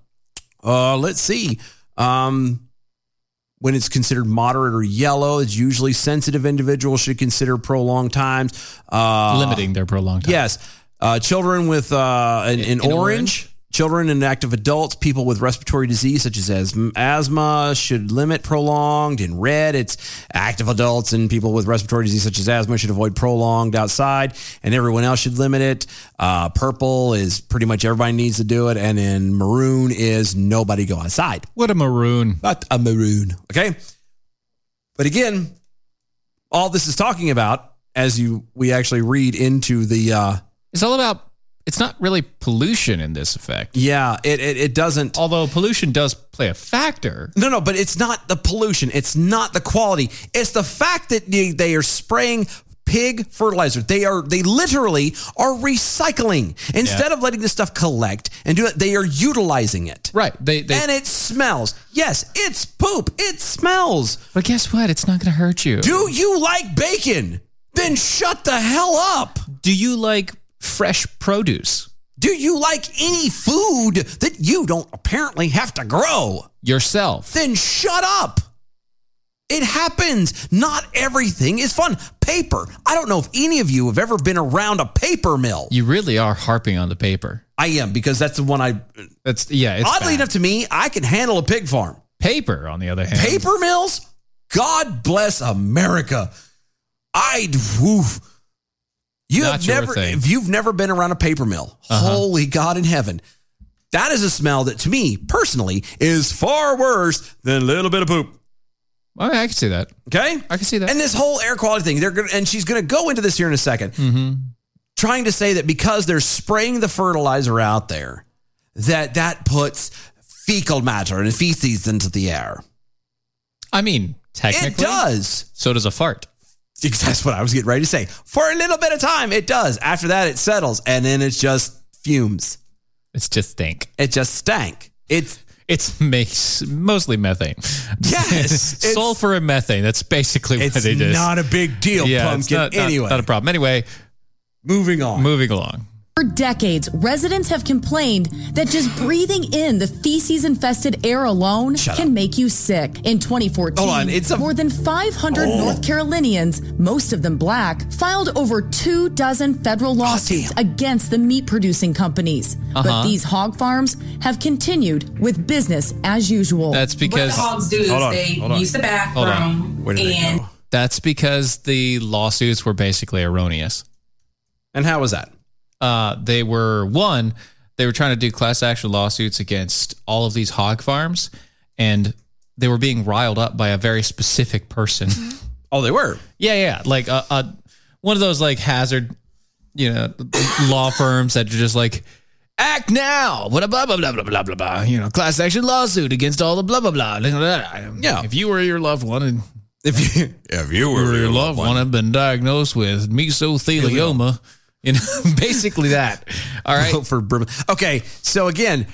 Speaker 5: Uh, let's see. Um, when it's considered moderate or yellow, it's usually sensitive individuals should consider prolonged times. Uh,
Speaker 6: Limiting their prolonged time.
Speaker 5: Yes. Uh, children with uh, an, an orange, children and active adults, people with respiratory disease such as asm- asthma should limit prolonged. In red, it's active adults and people with respiratory disease such as asthma should avoid prolonged outside, and everyone else should limit it. Uh, purple is pretty much everybody needs to do it, and in maroon is nobody go outside.
Speaker 6: What a maroon.
Speaker 5: Not a maroon. Okay. But again, all this is talking about as you we actually read into the uh,
Speaker 6: It's all about. It's not really pollution in this effect.
Speaker 5: Yeah, it, it, it doesn't.
Speaker 6: Although pollution does play a factor.
Speaker 5: No, no, but it's not the pollution. It's not the quality. It's the fact that they, they are spraying pig fertilizer. They are they literally are recycling instead of letting this stuff collect and do it. They are utilizing it.
Speaker 6: Right. They, they
Speaker 5: and it smells. Yes, it's poop. It smells.
Speaker 6: But guess what? It's not going to hurt you.
Speaker 5: Do you like bacon? Then shut the hell up.
Speaker 6: Do you like fresh produce?
Speaker 5: Do you like any food that you don't apparently have to grow?
Speaker 6: Yourself.
Speaker 5: Then shut up. It happens. Not everything is fun. Paper. I don't know if any of you have ever been around a paper mill.
Speaker 6: You really are harping on the paper.
Speaker 5: I am because that's the one I.
Speaker 6: That's yeah. It's bad.
Speaker 5: Oddly enough to me, I can handle a pig farm.
Speaker 6: paper on the other hand.
Speaker 5: Paper mills? God bless America. I'd woof. You
Speaker 6: Not
Speaker 5: have
Speaker 6: your
Speaker 5: never
Speaker 6: thing. Uh-huh.
Speaker 5: if you've never been around a paper mill, holy God in heaven. That is a smell that to me personally is far worse than a little bit of poop.
Speaker 6: Well, I can see that.
Speaker 5: Okay?
Speaker 6: I can see that.
Speaker 5: And this whole air quality thing, they're gonna and she's gonna go into this here in a 2nd Mm-hmm. Trying to say that because they're spraying the fertilizer out there, that that puts fecal matter and feces into the air.
Speaker 6: I mean, technically,
Speaker 5: it does.
Speaker 6: So does a fart.
Speaker 5: That's what I was getting ready to say. For a little bit of time, it does. After that, it settles, and then it's just fumes.
Speaker 6: It's just stink.
Speaker 5: It just stank. It's
Speaker 6: it's makes mostly methane.
Speaker 5: Yes, it's-
Speaker 6: sulfur and methane. That's basically what
Speaker 5: It's
Speaker 6: it is.
Speaker 5: not a big deal,
Speaker 6: it's
Speaker 5: pumpkin.
Speaker 6: not- not-
Speaker 5: Anyway.
Speaker 6: not a problem. Anyway,
Speaker 5: moving on.
Speaker 6: Moving along.
Speaker 10: For decades, residents have complained that just breathing in the feces infested air alone can make you sick. In 2014,
Speaker 5: Hold on, it's a-
Speaker 10: more than 500
Speaker 6: Oh.
Speaker 10: North Carolinians, most of them black, filed over two dozen federal lawsuits against the meat producing companies.
Speaker 6: Uh-huh.
Speaker 10: But these hog farms have continued with business as usual.
Speaker 6: That's because
Speaker 8: hogs do is Hold on, they hold on. use the
Speaker 6: Hold on.
Speaker 8: bathroom Where do they and- go?
Speaker 6: that's because the lawsuits were basically erroneous.
Speaker 5: And how was that?
Speaker 6: Uh, they were one. They were trying to do class action lawsuits against all of these hog farms, and they were being riled up by a very specific person.
Speaker 8: Mm-hmm.
Speaker 5: Oh, they were.
Speaker 6: Yeah, yeah. Like uh, uh, one of those like hazard, you know, law firms that are just like, act now. What a blah blah blah blah blah blah blah. You know, class action lawsuit against all the blah blah blah. blah, blah, blah. Yeah. If you were your loved one, and
Speaker 5: if you
Speaker 6: if you were, your loved one, had been diagnosed with mesothelioma. You know, basically that. All right.
Speaker 5: for Brim- okay. So again,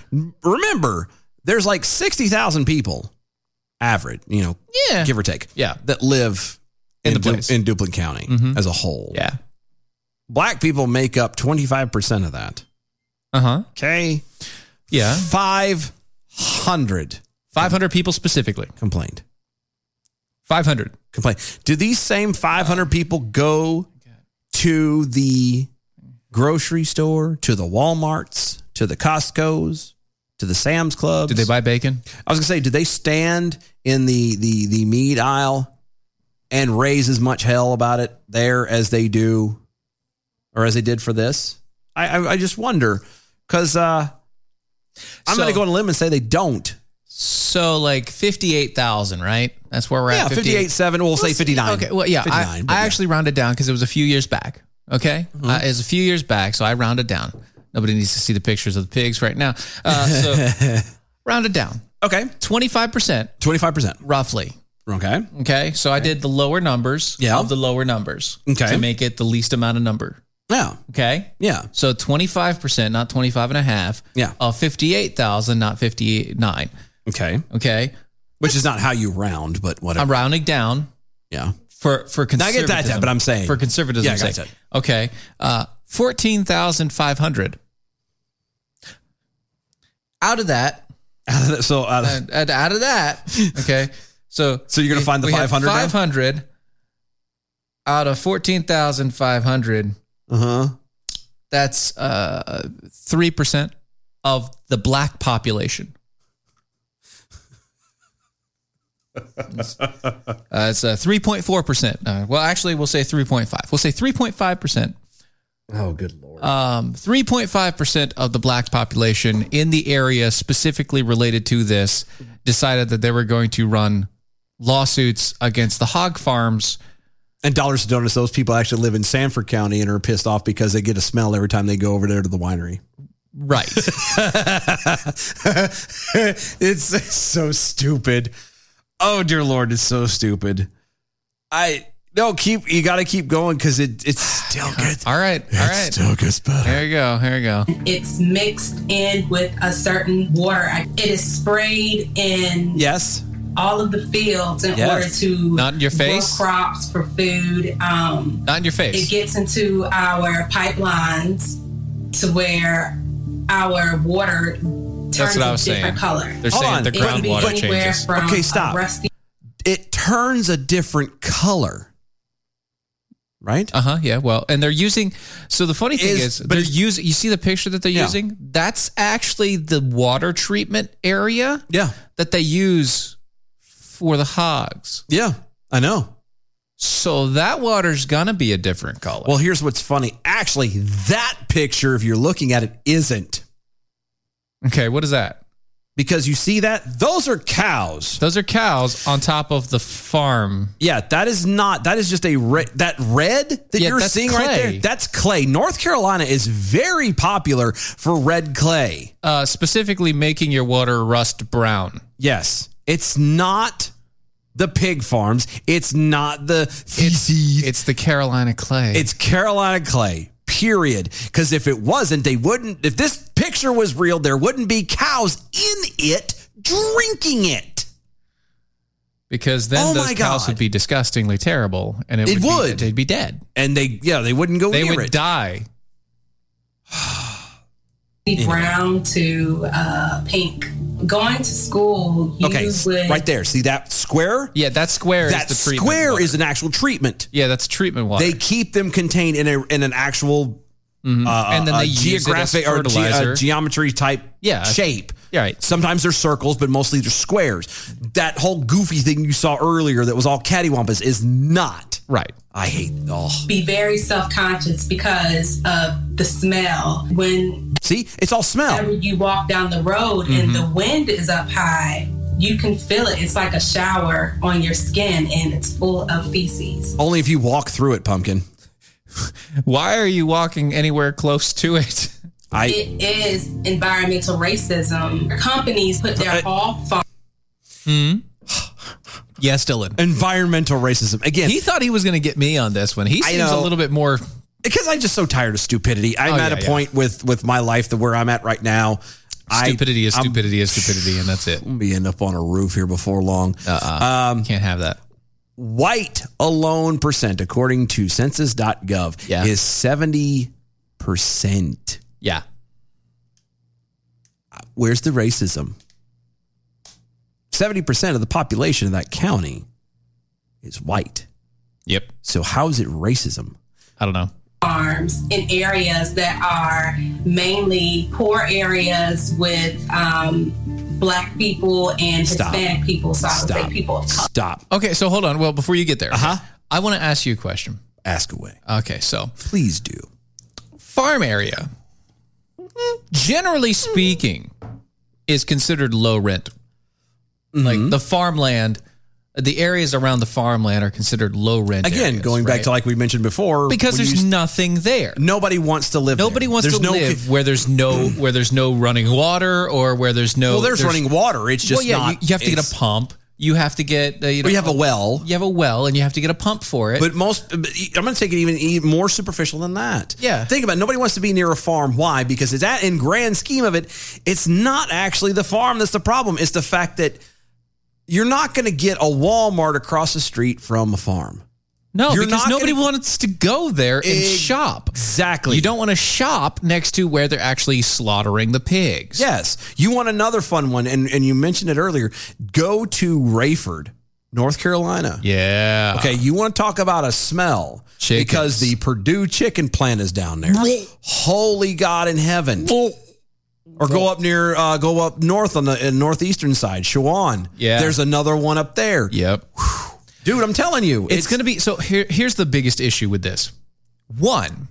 Speaker 5: remember, there's like sixty thousand people, average, you know,
Speaker 6: Yeah.
Speaker 5: give or take,
Speaker 6: yeah,
Speaker 5: that live in,
Speaker 6: In the
Speaker 5: Du-
Speaker 6: place. Mm-hmm.
Speaker 5: in Duplin County as a whole.
Speaker 6: Yeah,
Speaker 5: black people make up twenty five percent of that.
Speaker 6: Uh huh.
Speaker 5: Okay.
Speaker 6: Yeah.
Speaker 5: 500.
Speaker 6: 500 people specifically
Speaker 5: complained.
Speaker 6: 500.
Speaker 5: Complained. Do these same 500 people go to the grocery store, to the Walmarts, to the Costco's, to the Sam's Club? Did they
Speaker 6: buy bacon?
Speaker 5: I was going to say, do they stand in the, the, the meat aisle and raise as much hell about it there as they do or as they did for this? I, I, I just wonder because uh, I'm going to go on a limb and say they don't.
Speaker 6: So like fifty eight thousand, right? That's where we're
Speaker 5: Yeah,
Speaker 6: at.
Speaker 5: 58,700. We'll say 59.
Speaker 6: Okay. Well, yeah.
Speaker 5: 59,
Speaker 6: I,
Speaker 5: but
Speaker 6: I
Speaker 5: yeah. Mm-hmm.
Speaker 6: actually rounded down because it was a few years back. Okay, uh, it was a few years back, so I rounded down. Nobody needs to see the pictures of the pigs right now. Uh, so rounded down.
Speaker 5: Okay,
Speaker 6: twenty five percent.
Speaker 5: Twenty five percent,
Speaker 6: roughly.
Speaker 5: Okay.
Speaker 6: Okay. So I did the lower numbers. Yeah. Of the lower numbers.
Speaker 5: Okay.
Speaker 6: To make it the least amount of number.
Speaker 5: Yeah.
Speaker 6: Okay.
Speaker 5: Yeah.
Speaker 6: So 25%, not 25 and a half.
Speaker 5: Yeah.
Speaker 6: Of 58,000, not 59.
Speaker 5: Okay.
Speaker 6: Okay.
Speaker 5: Which is not how you round, but whatever.
Speaker 6: I'm rounding down.
Speaker 5: Yeah.
Speaker 6: For for
Speaker 5: No, I get
Speaker 6: conservatism.
Speaker 5: that, but I'm saying-
Speaker 6: for conservatism.
Speaker 5: Yeah, I got
Speaker 6: sake. Okay. Uh 14,500. Out of that,
Speaker 5: so out
Speaker 6: of, and out of that, okay. So
Speaker 5: So you're gonna
Speaker 6: we-
Speaker 5: find the
Speaker 6: we had
Speaker 5: 500 now?
Speaker 6: 500 out of 14,500.
Speaker 5: Uh-huh.
Speaker 6: That's uh 3% of the black population. Uh, it's uh, 3.4%. Uh, well, actually, we'll say 3.5. We'll say 3.5%.
Speaker 5: Oh, good lord.
Speaker 6: Um, 3.5% of the black population in the area specifically related to this decided that they were going to run lawsuits against the hog farms.
Speaker 5: And Dollars to Donuts, those people actually live in Sanford County and are pissed off because they get a smell every time they go over there to the winery.
Speaker 6: Right.
Speaker 5: it's so stupid. Oh dear lord, it's so stupid. I no keep you got to keep going because it it still gets
Speaker 6: all right all
Speaker 5: right still gets better.
Speaker 6: There you go. Here you go.
Speaker 8: It's mixed in with a certain water. It is sprayed in
Speaker 5: yes
Speaker 8: all of the fields in
Speaker 6: Yes.
Speaker 8: order to
Speaker 6: Not in your face?
Speaker 8: grow crops for food. Um,
Speaker 6: Not in your face.
Speaker 8: It gets into our pipelines to where our water turns
Speaker 6: That's what I
Speaker 8: a
Speaker 6: was saying.
Speaker 8: different color.
Speaker 6: They're saying the
Speaker 8: It can be
Speaker 6: groundwater
Speaker 8: anywhere
Speaker 6: changes.
Speaker 8: From
Speaker 6: Okay,
Speaker 8: a
Speaker 6: stop.
Speaker 8: rusty
Speaker 5: turns a different color. Right?
Speaker 6: Uh huh. Yeah. Well, and they're using. So the funny thing is,
Speaker 5: Is- but
Speaker 6: they're
Speaker 5: it's-
Speaker 6: using. You see the picture that they're
Speaker 5: Yeah.
Speaker 6: using? That's actually the water treatment area.
Speaker 5: Yeah.
Speaker 6: That they use for the hogs.
Speaker 5: Yeah, I know.
Speaker 6: So that water's gonna be a different color.
Speaker 5: Well, here's what's funny. Actually, that picture, if you're looking at it, isn't.
Speaker 6: Okay, what is that?
Speaker 5: Because you see that? Those are cows.
Speaker 6: Those are cows on top of the farm.
Speaker 5: Yeah, that is not. That is just a re- that red that
Speaker 6: Yeah,
Speaker 5: you're
Speaker 6: that's
Speaker 5: seeing right there.
Speaker 6: clay.
Speaker 5: That's clay. North Carolina is very popular for red clay.
Speaker 6: Uh, specifically, making your water rust brown.
Speaker 5: Yes, it's not the pig farms. It's not the feces. It's,
Speaker 6: the Carolina clay.
Speaker 5: It's Carolina clay. Period. Because if it wasn't, they wouldn't. If this picture was real, there wouldn't be cows in it drinking it.
Speaker 6: Because then
Speaker 5: Oh
Speaker 6: those
Speaker 5: my
Speaker 6: cows
Speaker 5: God.
Speaker 6: would be disgustingly terrible, and it,
Speaker 5: It
Speaker 6: would,
Speaker 5: would.
Speaker 6: Be, they'd be dead.
Speaker 5: And they, yeah, they wouldn't go.
Speaker 6: They
Speaker 5: near
Speaker 6: would
Speaker 5: it.
Speaker 6: die.
Speaker 8: brown to uh, pink. Going to school, you
Speaker 5: Okay, s-
Speaker 8: would
Speaker 5: right there. See that square?
Speaker 6: Yeah, that square.
Speaker 5: That
Speaker 6: is the treatment
Speaker 5: square
Speaker 6: water.
Speaker 5: is an actual treatment.
Speaker 6: Yeah, that's treatment water.
Speaker 5: They keep them contained in a in an actual uh,
Speaker 6: Mm-hmm. And then
Speaker 5: uh,
Speaker 6: they use it as
Speaker 5: geographic or ge- uh,
Speaker 6: fertilizer.
Speaker 5: geometry type
Speaker 6: Yeah.
Speaker 5: shape.
Speaker 6: Right.
Speaker 5: Sometimes they're circles, but mostly they're squares. That whole goofy thing you saw earlier that was all cattywampus is not
Speaker 6: right.
Speaker 5: I hate. Oh,
Speaker 8: be very self conscious because of the smell. When
Speaker 5: see, it's all smell. Mm-hmm.
Speaker 8: You walk down the road and the wind is up high. You can feel it. It's like a shower on your skin, and it's full of feces.
Speaker 5: only if you walk through it, pumpkin.
Speaker 6: Why are you walking anywhere close to it?
Speaker 5: I
Speaker 8: It is environmental racism. Companies put their whole farm.
Speaker 6: Hmm? yes, Dylan.
Speaker 5: Environmental racism again.
Speaker 6: He thought he was going to get me on this one. He
Speaker 5: I
Speaker 6: seems a
Speaker 5: know.
Speaker 6: little bit more.
Speaker 5: because I'm just so tired of stupidity. I'm
Speaker 6: Oh,
Speaker 5: at
Speaker 6: yeah,
Speaker 5: a
Speaker 6: yeah.
Speaker 5: point with with my life that where I'm at right now.
Speaker 6: Stupidity is
Speaker 5: I'm-
Speaker 6: stupidity is stupidity, and that's it.
Speaker 5: We'll be end up on a roof here before long. Uh-uh. Um,
Speaker 6: Can't have that.
Speaker 5: White alone percent, according to census.gov,
Speaker 6: Yeah.
Speaker 5: is 70%.
Speaker 6: Yeah.
Speaker 5: Uh, Where's the racism? 70% of the population of that county is white.
Speaker 6: Yep.
Speaker 5: So how is it racism?
Speaker 6: I don't know.
Speaker 8: farms in areas that are mainly poor areas with um, black people and
Speaker 6: Stop.
Speaker 8: Hispanic people. So I would say
Speaker 6: Stop.
Speaker 8: people of color.
Speaker 5: Stop.
Speaker 6: Okay, so hold on. Well, before you get there, uh-huh. I want to ask you a question.
Speaker 5: Ask away.
Speaker 6: Okay, so
Speaker 5: please do.
Speaker 6: Farm area, generally speaking, is considered low rent.
Speaker 5: Mm-hmm.
Speaker 6: Like the farmland, the areas around the farmland are considered low rent.
Speaker 5: Again,
Speaker 6: areas,
Speaker 5: going back
Speaker 6: right?
Speaker 5: to like we mentioned before,
Speaker 6: because
Speaker 5: when
Speaker 6: there's
Speaker 5: you s-
Speaker 6: nothing there.
Speaker 5: nobody wants to live.
Speaker 6: Nobody
Speaker 5: there.
Speaker 6: wants
Speaker 5: There's
Speaker 6: to live where there's no where there's no running water or where there's no
Speaker 5: well, there's, running water. It's just
Speaker 6: well, yeah,
Speaker 5: not.
Speaker 6: you, you have to get
Speaker 5: it's-
Speaker 6: a pump. You have to get uh, you, know,
Speaker 5: Or you have a well.
Speaker 6: You have a well, and you have to get a pump for it.
Speaker 5: But most, but I'm going to take it even, even more superficial than that.
Speaker 6: Yeah.
Speaker 5: Think about it. nobody wants to be near a farm. Why? Because it's that in grand scheme of it, it's not actually the farm that's the problem. It's the fact that you're not going to get a Walmart across the street from a farm.
Speaker 6: no,
Speaker 5: you're
Speaker 6: because
Speaker 5: not
Speaker 6: nobody
Speaker 5: gonna-
Speaker 6: wants to go there and
Speaker 5: Ex-
Speaker 6: shop.
Speaker 5: Exactly.
Speaker 6: You don't want to shop next to where they're actually slaughtering the pigs.
Speaker 5: Yes. You want another fun one, and and you mentioned it earlier. Go to Rayford, North Carolina.
Speaker 6: Yeah.
Speaker 5: Okay, you want to talk about a smell
Speaker 6: Chickens.
Speaker 5: because the Purdue chicken plant is down there. Holy God in heaven! Or go up near, uh, go up north on the uh, northeastern side, Shawan.
Speaker 6: Yeah.
Speaker 5: there's another one up there.
Speaker 6: Yep.
Speaker 5: Dude, I'm telling you,
Speaker 6: It's, going to be so. Here, here's the biggest issue with this. One,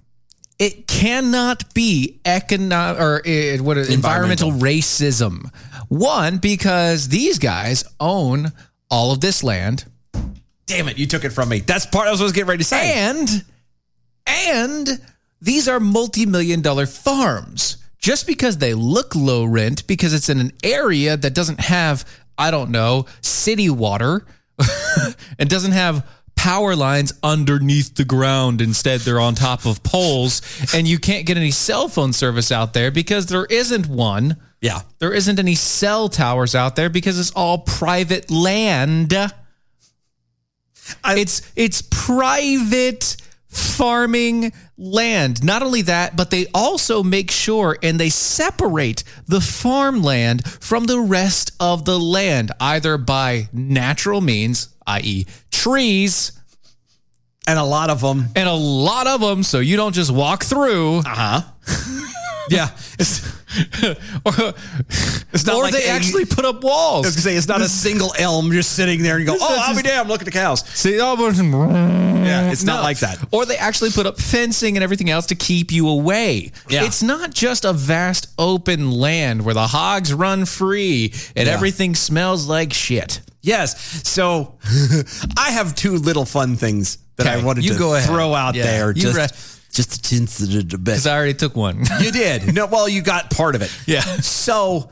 Speaker 6: it cannot be economic or eh, what is- environmental. racism. One, because these guys own all of this land,
Speaker 5: Damn it, you took it from me. That's part I was supposed to get ready to say.
Speaker 6: and and these are multi-million dollar farms. Just because they look low rent, because it's in an area that doesn't have, I don't know, city water, and doesn't have power lines underneath the ground. Instead, they're on top of poles, and you can't get any cell phone service out there because there isn't one.
Speaker 5: yeah,
Speaker 6: There isn't any cell towers out there because it's all private land. it's it's private farming land. Not only that, but they also make sure and they separate the farmland from the rest of the land either by natural means i.e., trees. And a lot of them. And a lot of them. So you don't just walk through. Uh huh. yeah. It's, or
Speaker 5: It's not
Speaker 6: or
Speaker 5: like
Speaker 6: they
Speaker 5: a-
Speaker 6: actually put up walls.
Speaker 5: I was gonna say it's not a single elm. You're sitting there and you go,
Speaker 6: This-
Speaker 5: "Oh,
Speaker 6: this
Speaker 5: I'll
Speaker 6: is-
Speaker 5: be damned! Look at the cows."
Speaker 6: See, yeah, it's
Speaker 5: not like that.
Speaker 6: Or they actually put up fencing and everything else to keep you away.
Speaker 5: Yeah.
Speaker 6: It's not just a vast open land where the hogs run free and
Speaker 5: Yeah.
Speaker 6: everything smells like shit.
Speaker 5: Yes. So I have two little fun things that I
Speaker 6: Okay,
Speaker 5: wanted
Speaker 6: you
Speaker 5: to
Speaker 6: go ahead.
Speaker 5: throw out
Speaker 6: Yeah,
Speaker 5: there.
Speaker 6: you
Speaker 5: Just,
Speaker 6: re-
Speaker 5: just to tint the debate. Because
Speaker 6: I already took one.
Speaker 5: you did. No, well, you got part of it.
Speaker 6: Yeah.
Speaker 5: So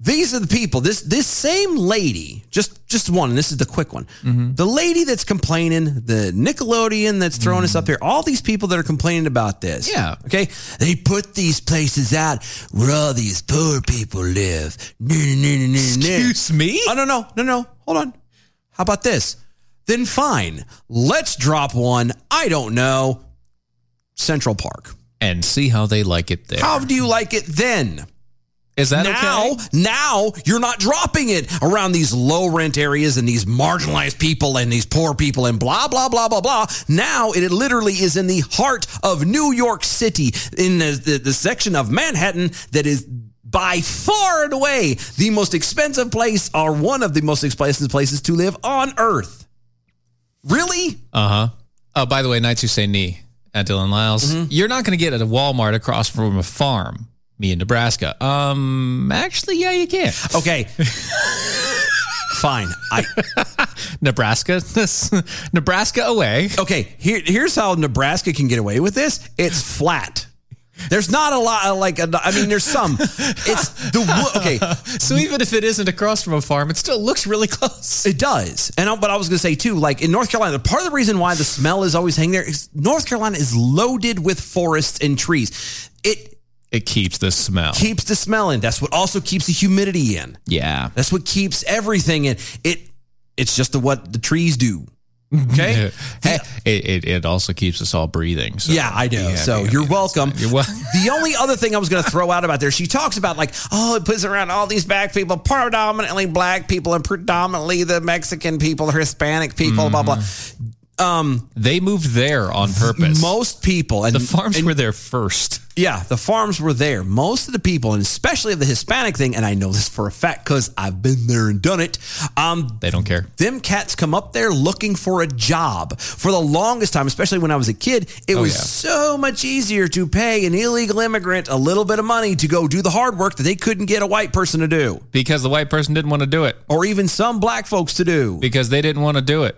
Speaker 5: these are the people. This this same lady, just just one, and this is the quick one.
Speaker 6: Mm-hmm.
Speaker 5: The lady that's complaining, the Nickelodeon that's throwing us up here, all these people that are complaining about this.
Speaker 6: Mm-hmm. Yeah.
Speaker 5: Okay. They put these places out where all these poor people live. Excuse
Speaker 6: me?
Speaker 5: Oh no, no, no, no. Hold on. How about this? Then fine. Let's drop one. I don't know. Central Park.
Speaker 6: And see how they like it there.
Speaker 5: How do you like it then?
Speaker 6: Is that
Speaker 5: now? Now you're not dropping it around these low rent areas and these marginalized people and these poor people and blah blah blah blah blah. Now it literally is in the heart of New York City in the, the, the section of Manhattan that is by far and away the most expensive place or one of the most expensive places to live on Earth. Really?
Speaker 6: Uh huh. Oh, by the way, Knights Who Say Knee at Dylan Lyles.
Speaker 5: Mm-hmm.
Speaker 6: You're not going to get at a Walmart across from a farm, me in Nebraska. Um, actually, yeah, you can.
Speaker 5: Okay. Fine. I
Speaker 6: Nebraska, Nebraska away.
Speaker 5: Okay, here, here's how Nebraska can get away with this. It's flat. There's not a lot of like. I mean, there's some. It's the wo- okay.
Speaker 6: So even if it isn't across from a farm, it still looks really close.
Speaker 5: It does. And I, but I was going to say too, like in North Carolina, part of the reason why the smell is always hanging there is North Carolina is loaded with forests and trees. It
Speaker 6: It keeps the smell.
Speaker 5: keeps the smell in. That's what also keeps the humidity in.
Speaker 6: Yeah.
Speaker 5: That's what keeps everything in. It. It's just the, what the trees do. Okay.
Speaker 6: Hey, it, it, it also keeps us all breathing. So
Speaker 5: yeah, I know.
Speaker 6: Yeah,
Speaker 5: so
Speaker 6: yeah,
Speaker 5: you're welcome.
Speaker 6: You're wel-
Speaker 5: the only other thing I was going to throw out about there, she talks about like, oh, it puts around all these black people, predominantly black people, and predominantly the Mexican people, Hispanic people, blah blah.
Speaker 6: Mm-hmm.
Speaker 5: Um,
Speaker 6: they moved there on purpose.
Speaker 5: Most people and
Speaker 6: the farms
Speaker 5: and-
Speaker 6: were there first.
Speaker 5: yeah, the farms were there. Most of the people, and especially the Hispanic thing, and I know this for a fact because I've been there and done it. Um,
Speaker 6: they don't care.
Speaker 5: Them cats come up there looking for a job for the longest time, especially when I was a kid. It
Speaker 6: Oh,
Speaker 5: was
Speaker 6: yeah.
Speaker 5: so much easier to pay an illegal immigrant a little bit of money to go do the hard work that they couldn't get a white person to do,
Speaker 6: Because the white person didn't want to do it.
Speaker 5: or even some black folks to do.
Speaker 6: Because they didn't want to do it.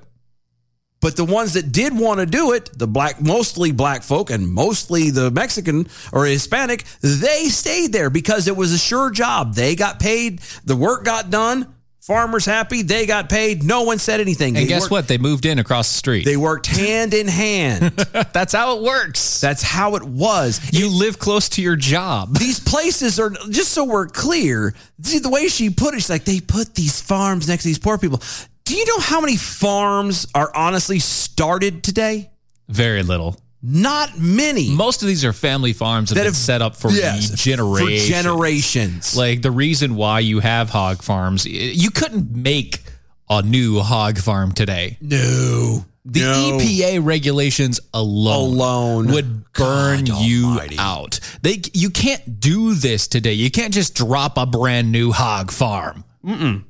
Speaker 5: But the ones that did want to do it, the black, mostly black folk and mostly the Mexican or Hispanic, they stayed there because it was a sure job. They got paid, the work got done, farmers happy, they got paid, no one said anything.
Speaker 6: And
Speaker 5: They
Speaker 6: guess
Speaker 5: worked-
Speaker 6: what? They moved in across the street.
Speaker 5: They worked hand in hand.
Speaker 6: That's how it works.
Speaker 5: That's how it was.
Speaker 6: You live close to your job.
Speaker 5: These places are just so we're clear. See, the way she put it, she's like, they put these farms next to these poor people. Do you know how many farms are honestly started today?
Speaker 6: Very little.
Speaker 5: Not many.
Speaker 6: Most of these are family farms that, have been set up for
Speaker 5: Yes,
Speaker 6: generations.
Speaker 5: For generations.
Speaker 6: Like the reason why you have hog farms, i- you couldn't make a new hog farm today.
Speaker 5: No.
Speaker 6: The EPA regulations alone,
Speaker 5: Alone.
Speaker 6: would burn you out. They you can't do this today. You can't just drop a brand new hog farm.
Speaker 5: Mm-mm.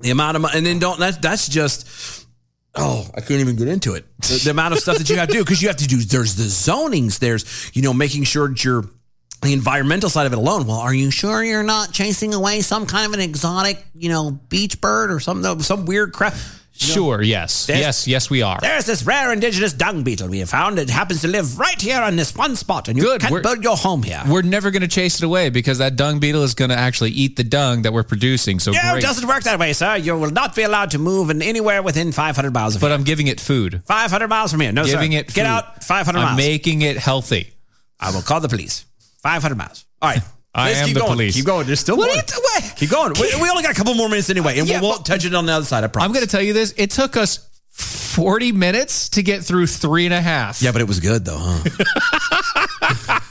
Speaker 5: The amount of money, and then don't, that, that's just, oh, I couldn't even get into it. The, the amount of stuff that you have to do, because you have to do, there's the zonings, there's, you know, making sure that you're, the environmental side of it alone. Well, are you sure you're not chasing away some kind of an exotic, you know, beach bird or something, some weird crap?
Speaker 6: Sure, yes.
Speaker 5: There's-
Speaker 6: yes, yes we are.
Speaker 5: There's this rare indigenous dung beetle we have found. It happens to live right here on this one spot, and you
Speaker 6: Good,
Speaker 5: can't
Speaker 6: we're-
Speaker 5: build your home here.
Speaker 6: We're never going to chase it away because that dung beetle is going to actually eat the dung that we're producing. So
Speaker 5: No,
Speaker 6: great.
Speaker 5: it doesn't work that way, sir. You will not be allowed to move in anywhere within 500 miles of
Speaker 6: but
Speaker 5: here.
Speaker 6: I'm giving it food.
Speaker 5: 500 miles from here. No,
Speaker 6: giving
Speaker 5: sir.
Speaker 6: it food.
Speaker 5: Get out 500
Speaker 6: I'm
Speaker 5: miles.
Speaker 6: making it healthy.
Speaker 5: I will call the police. 500 miles. All right.
Speaker 6: I
Speaker 5: Let's
Speaker 6: am
Speaker 5: keep
Speaker 6: the
Speaker 5: going.
Speaker 6: police.
Speaker 5: Keep going. There's still
Speaker 6: What
Speaker 5: more.
Speaker 6: are you
Speaker 5: Keep going. We, we only got a couple more minutes anyway, and
Speaker 6: Yeah,
Speaker 5: we won't touch it on the other side. I promise.
Speaker 6: I'm going to tell you this. It took us 40 minutes to get through three and a half.
Speaker 5: Yeah, but it was good though, huh?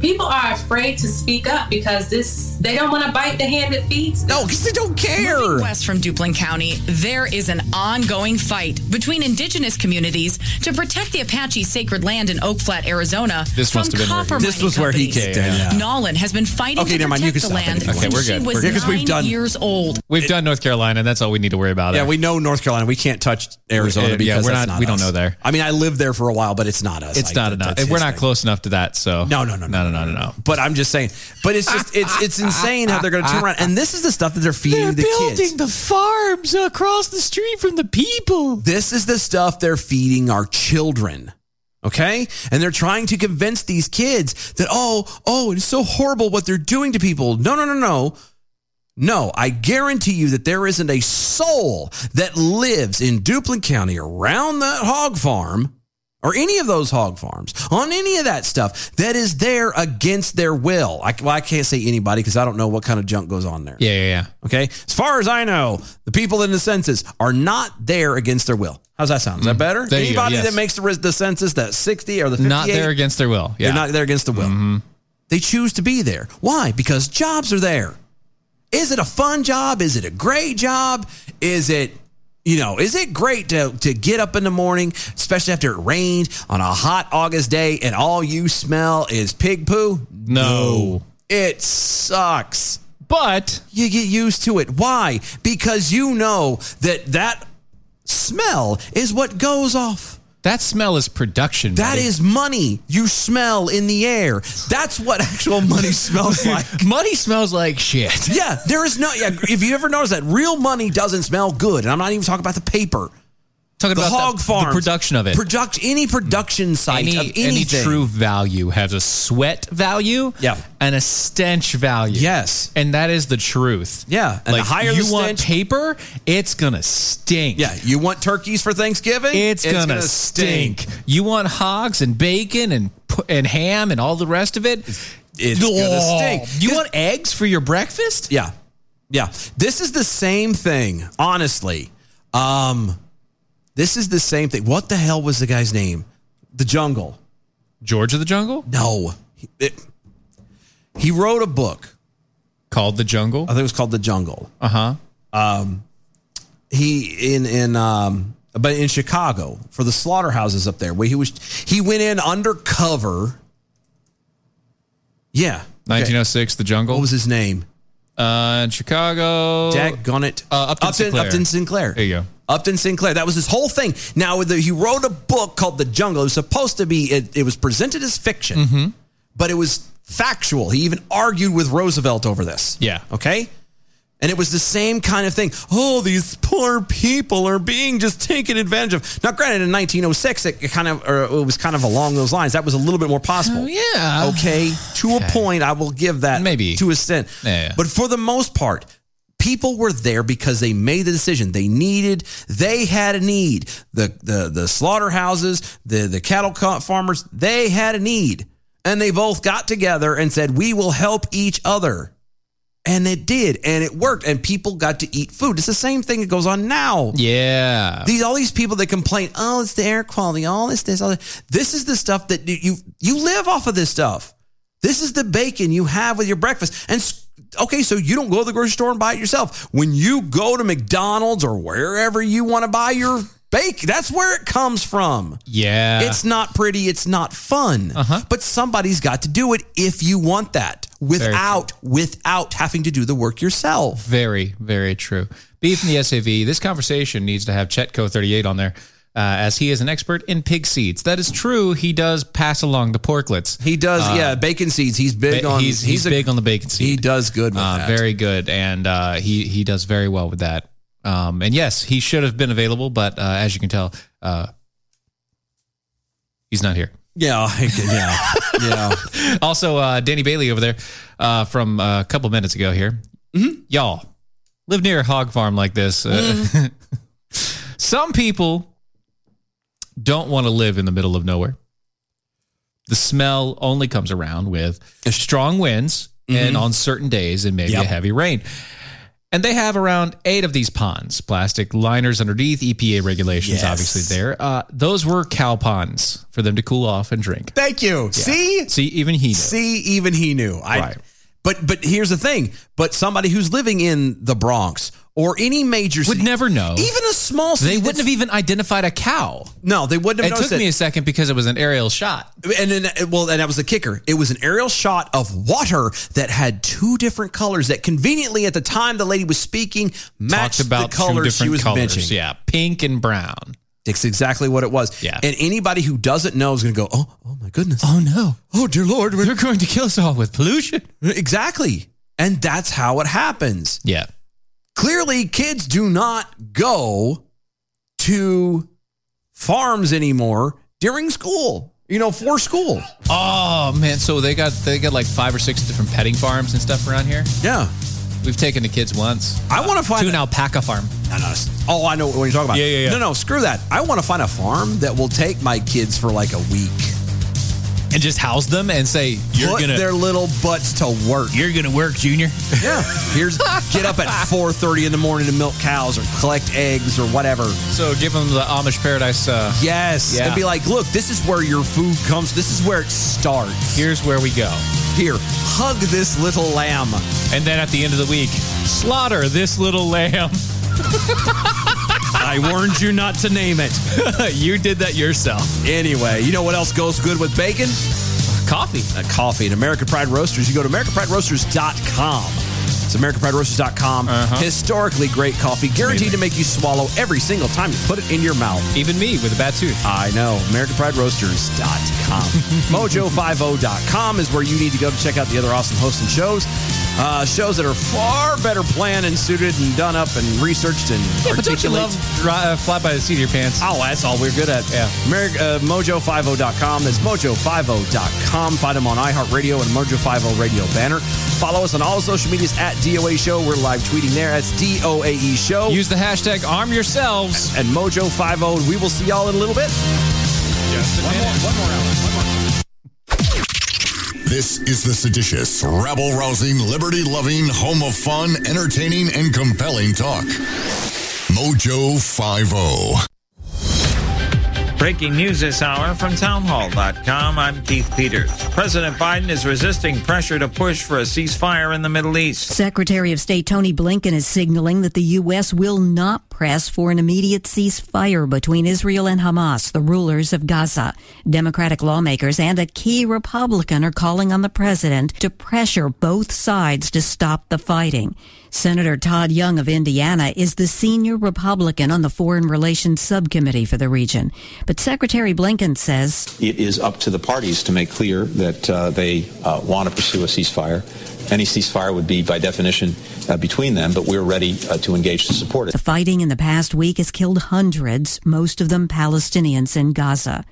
Speaker 8: people are afraid to speak up because this they don't want to bite the hand that feeds.
Speaker 7: No, because they don't care. Moving west from Duplin County, there is an ongoing fight between indigenous communities to protect the Apache sacred land in Oak Flat, Arizona.
Speaker 11: This
Speaker 7: from
Speaker 11: must have been where he-
Speaker 7: copper
Speaker 11: This
Speaker 7: mining
Speaker 11: was where he
Speaker 7: companies.
Speaker 11: kicked in, yeah.
Speaker 7: Nolan has been fighting
Speaker 11: Okay,
Speaker 7: to
Speaker 11: never mind,
Speaker 7: protect
Speaker 11: you
Speaker 7: the
Speaker 11: can stop it.
Speaker 7: land
Speaker 11: Okay,
Speaker 7: since
Speaker 11: we're
Speaker 7: she
Speaker 11: good.
Speaker 7: was
Speaker 11: We're good, 'cause we've
Speaker 7: nine
Speaker 11: done-
Speaker 7: years old.
Speaker 6: We've done North Carolina. That's all we need to worry about.
Speaker 5: Yeah,
Speaker 6: there.
Speaker 5: we know North Carolina. We can't touch Arizona
Speaker 6: Yeah,
Speaker 5: because
Speaker 6: we're
Speaker 5: that's
Speaker 6: not- we don't
Speaker 5: us.
Speaker 6: know there.
Speaker 5: I mean, I lived there for a while, but it's not us.
Speaker 6: It's not enough. We're not
Speaker 5: close enough to that. So no, no, no, no, no, no, no, no. But I'm just saying. But it's just it's it's insane how they're going to turn around. And this is the stuff that they're feeding
Speaker 11: They're
Speaker 5: the
Speaker 11: building
Speaker 5: kids.
Speaker 11: the farms across the street from the people.
Speaker 5: This is the stuff they're feeding our children. Okay? And they're trying to convince these kids that, oh, oh, it's so horrible what they're doing to people. No, no, no, no. No, I guarantee you that there isn't a soul that lives in Duplin County around that hog farm or any of those hog farms on any of that stuff that is there against their will. I, well, I can't say anybody because I don't know what kind of junk goes on there. Yeah, yeah, yeah. Okay. As far as I know, the people in the census are not there against their will. How's that sound? Is that better?
Speaker 6: There you go,
Speaker 5: anybody
Speaker 6: yes.
Speaker 5: that makes the, res- the census, that 60 or the 58,
Speaker 6: Not there against their will. Yeah.
Speaker 5: They're not there against the will. They choose to be there. Why? Because jobs are there. Is it a fun job? Is it a great job? Is it, you know, is it great to, to get up in the morning, especially after it rained on a hot August day and all you smell is pig poo? No. It sucks. But you get used to it. Why? Because you know that that smell is what goes off. That smell is production. That
Speaker 6: buddy.
Speaker 5: is money you smell in the air. That's what actual money smells like. money smells like shit. Yeah, there is no. Yeah, if you ever notice that, real money doesn't smell good. And I'm not even talking about the paper.
Speaker 6: Talking
Speaker 5: the
Speaker 6: about the-
Speaker 5: hog
Speaker 6: the
Speaker 5: farm,
Speaker 6: production of it.
Speaker 5: Product any production site
Speaker 6: Any,
Speaker 5: of anything.
Speaker 6: any true value has a sweat value yeah. and a stench value.
Speaker 5: Yes.
Speaker 6: And that is the truth.
Speaker 5: Yeah. And the
Speaker 6: like
Speaker 5: higher
Speaker 6: you
Speaker 5: the
Speaker 6: want paper, it's gonna stink.
Speaker 5: Yeah. You want turkeys for Thanksgiving?
Speaker 6: It's,
Speaker 5: It's
Speaker 6: gonna,
Speaker 5: gonna
Speaker 6: stink. You want hogs and bacon and pu- and ham and all the rest of it. Oh.
Speaker 5: It's gonna stink.
Speaker 6: You want eggs for your breakfast?
Speaker 5: Yeah. Yeah. This is the same thing, honestly. Um this is the same thing. What the hell was the guy's name? The Jungle.
Speaker 6: George of the Jungle?
Speaker 5: No. He- it- he wrote a book
Speaker 6: called The Jungle. I
Speaker 5: think it was called The Jungle.
Speaker 6: Uh-huh.
Speaker 5: Um he in in um but in Chicago for the slaughterhouses up there where he was he went in undercover. Yeah.
Speaker 6: 1906, The Jungle. What was
Speaker 5: his name?
Speaker 6: Uh, in Chicago.
Speaker 5: Daggone Uh,
Speaker 6: Upton, Sinclair.
Speaker 5: Upton Sinclair.
Speaker 6: There you go.
Speaker 5: Upton Sinclair. That was his whole thing. Now the, he wrote a book called The Jungle. It was supposed to be. It, it was presented as fiction,
Speaker 6: Mm-hmm.
Speaker 5: but it was factual. He even argued with Roosevelt over this.
Speaker 6: Yeah.
Speaker 5: Okay. And it was the same kind of thing. Oh, these poor people are being just taken advantage of. Now, granted, in 1906, it, it kind of or it was kind of along those lines. That was a little bit more
Speaker 6: Oh,
Speaker 5: possible.
Speaker 6: yeah.
Speaker 5: Okay. To a point, I will give that maybe to a extent.
Speaker 6: Yeah.
Speaker 5: But for the most part, people were there because they made the decision. They needed, they had a need. The the the slaughterhouses, the the cattle co- farmers, they had a need. And they both got together and said, "We will help each other." And it did, and it worked, and people got to eat food. It's the same thing that goes on now.
Speaker 6: Yeah.
Speaker 5: These all these people that complain, oh, it's the air quality, all this, this, all that. This is the stuff that you- you you live off of. This stuff. This is the bacon you have with your breakfast. And s- okay, so you don't go to the grocery store and buy it yourself. When you go to McDonald's or wherever you want to buy your bacon, that's where it comes from.
Speaker 6: Yeah. Uh-huh.
Speaker 5: It's not pretty. It's not fun. But somebody's got to do it if you want that without without having to do the work yourself.
Speaker 6: Very, very true. Beef and the SAV. This conversation needs to have Chetco 38 on there, uh, as he is an expert in pig seeds. That is true. He does pass along the porklets.
Speaker 5: He does, yeah, bacon seeds. He's big on-
Speaker 6: Uh, He's he's,
Speaker 5: he's a-
Speaker 6: big on the bacon seed. He
Speaker 5: does good with
Speaker 6: uh,
Speaker 5: that.
Speaker 6: Very good, and uh, he he does very well with that. Um, and yes, he should have been available, but uh, as you can tell, uh, he's not here.
Speaker 5: Yeah, yeah, yeah.
Speaker 6: also, uh, Danny Bailey over there uh, from uh, a couple minutes ago here.
Speaker 5: Mm-hmm.
Speaker 6: Y'all live near a hog farm like this.
Speaker 5: Mm.
Speaker 6: Uh, some people don't want to live in the middle of nowhere. The smell only comes
Speaker 5: Mm-hmm.
Speaker 6: around with strong winds and on certain days and maybe a heavy rain. And they have around eight of these ponds, plastic liners underneath EPA regulations,
Speaker 5: Yes.
Speaker 6: obviously, there. Uh, those were cow ponds for them to cool off and drink.
Speaker 5: Thank you. See?
Speaker 6: See, even he knew.
Speaker 5: See, even he knew. I,
Speaker 6: Right.
Speaker 5: But but here's the thing. But somebody who's living in the Bronx or any major would
Speaker 6: never know.
Speaker 5: Even a small city.
Speaker 6: They wouldn't have even identified a cow.
Speaker 5: No, they wouldn't have
Speaker 6: It
Speaker 5: noticed
Speaker 6: took me a second because it was an aerial shot.
Speaker 5: And then, well, and that was the kicker. It was an aerial shot of water that had two different colors that conveniently at the time the lady was speaking matched
Speaker 6: Talked about
Speaker 5: the
Speaker 6: two
Speaker 5: colors she
Speaker 6: different
Speaker 5: was
Speaker 6: colors,
Speaker 5: mentioning.
Speaker 6: yeah. pink and brown.
Speaker 5: It's exactly what it was. Yeah. And anybody who doesn't know is going to go, oh, oh my goodness. Oh no. Oh dear Lord. We're, They're going to kill us all with pollution. Exactly. And that's how it happens.
Speaker 6: Yeah.
Speaker 5: Clearly, kids do not go to farms anymore during school. You know, for school.
Speaker 6: Oh man, so they got they got like five or six different petting farms and stuff around here.
Speaker 5: Yeah,
Speaker 6: we've taken the kids once. Uh,
Speaker 5: I want to find
Speaker 6: to an alpaca farm.
Speaker 5: No, no. Oh, I know what you're talking about.
Speaker 6: Yeah, yeah, yeah.
Speaker 5: No, no, screw that. I want to find a farm that will take my kids for like a week.
Speaker 6: And just house them and say,
Speaker 11: "You're
Speaker 5: Put
Speaker 11: gonna-
Speaker 5: their little butts to work.
Speaker 11: You're gonna work, Junior.
Speaker 5: Yeah. Here's get up at 4:30 in the morning to milk cows or collect eggs or whatever.
Speaker 6: So give them the Amish paradise. Uh,
Speaker 5: yes,
Speaker 6: yeah.
Speaker 5: and be like, look, this is where your food comes. This is where it starts.
Speaker 6: Here's where we go.
Speaker 5: Here, hug this little lamb.
Speaker 6: And then at the end of the week, slaughter this little lamb.
Speaker 5: I warned you not to name it.
Speaker 6: you did that yourself.
Speaker 5: Anyway, you know what else goes good with bacon?
Speaker 6: Coffee.
Speaker 5: Uh, coffee. And American Pride Roasters, you go to AmericanPrideRoasters.com. It's AmericanPrideRoasters.com.
Speaker 6: Uh-huh.
Speaker 5: Historically great coffee, guaranteed to make you swallow every single time you put it in your mouth.
Speaker 6: Even me with a bad tooth.
Speaker 5: I know. AmericanPrideRoasters.com. Mojo50.com is where you need to go to check out the other awesome hosts and shows. Uh, shows that are far better planned and suited and done up and researched and
Speaker 6: Yeah, but don't you
Speaker 5: articulate.
Speaker 6: love dri uh, fly by the seat of your pants?
Speaker 5: Oh, that's all we're good at. Yeah. Ameri- uh, Mojo50.com. That's Mojo50.com. Find them on iHeartRadio and Mojo50 Radio banner. Follow us on all social medias at DOA Show. We're live tweeting there. That's DOAE E Show. Use
Speaker 6: the hashtag arm yourselves.
Speaker 5: And Mojo50. We will see y'all in a little bit.
Speaker 12: This is the seditious, rabble rousing, liberty loving, home of fun, entertaining, and compelling talk. Mojo oh. 50.
Speaker 13: Breaking news this hour from townhall.com. I'm Keith Peters. President Biden is resisting pressure to push for a ceasefire in the Middle East.
Speaker 14: Secretary of State Tony Blinken is signaling that the U.S. will not press for an immediate ceasefire between Israel and Hamas, the rulers of Gaza. Democratic lawmakers and a key Republican are calling on the president to pressure both sides to stop the fighting. Senator Todd Young of Indiana is the senior Republican on the Foreign Relations Subcommittee for the region. But Secretary Blinken says
Speaker 15: It is up to the parties to make clear that uh, they uh, want to pursue a ceasefire. Any ceasefire would be, by definition, uh, between them, but we're ready uh, to engage to support it.
Speaker 14: The fighting in the past week has killed hundreds, most of them Palestinians in Gaza.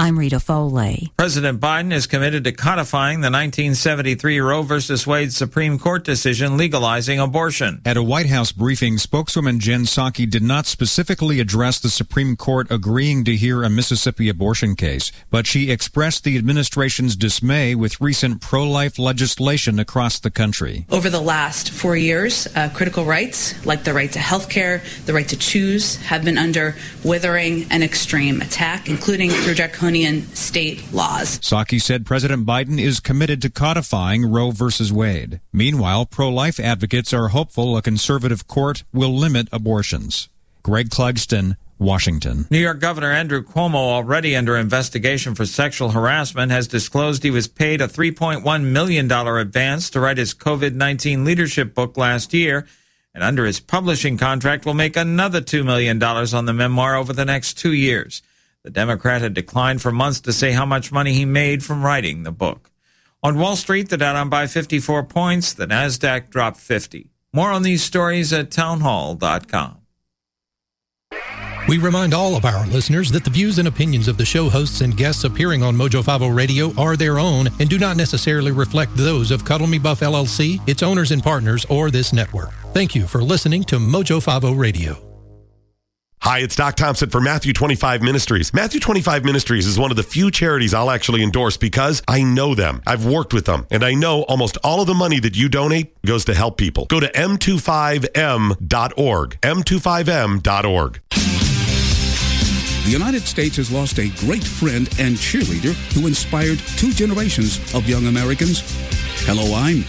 Speaker 14: I'm Rita Foley.
Speaker 13: President Biden is committed to codifying the 1973 Roe v. Wade Supreme Court decision legalizing abortion.
Speaker 16: At a White House briefing, spokeswoman Jen Psaki did not specifically address the Supreme Court agreeing to hear a Mississippi abortion case, but she expressed the administration's dismay with recent pro-life legislation across the country.
Speaker 17: Over the last four years, uh, critical rights like the right to health care, the right to choose, have been under withering and extreme attack, including through draconian state laws.
Speaker 16: Psaki said President Biden is committed to codifying Roe v. Wade. Meanwhile, pro-life advocates are hopeful a conservative court will limit abortions. Greg Clugston, Washington.
Speaker 13: New York Governor Andrew Cuomo, already under investigation for sexual harassment, has disclosed he was paid a $3.1 million advance to write his COVID 19 leadership book last year, and under his publishing contract will make another $2 million on the memoir over the next two years. The Democrat had declined for months to say how much money he made from writing the book. On Wall Street, the Dow down by 54 points, the NASDAQ dropped 50. More on these stories at townhall.com.
Speaker 18: We remind all of our listeners that the views and opinions of the show hosts and guests appearing on Mojo 50 Radio are their own and do not necessarily reflect those of Cuddle Me Buff LLC, its owners and partners, or this network. Thank you for listening to Mojo 50 Radio.
Speaker 19: Hi, it's Doc Thompson for Matthew 25 Ministries. Matthew 25 Ministries is one of the few charities I'll actually endorse because I know them. I've worked with them, and I know almost all of the money that you donate goes to help people. Go to m25m.org. m25m.org.
Speaker 3: The United States has lost a great friend and cheerleader who inspired two generations of young Americans. Hello, I'm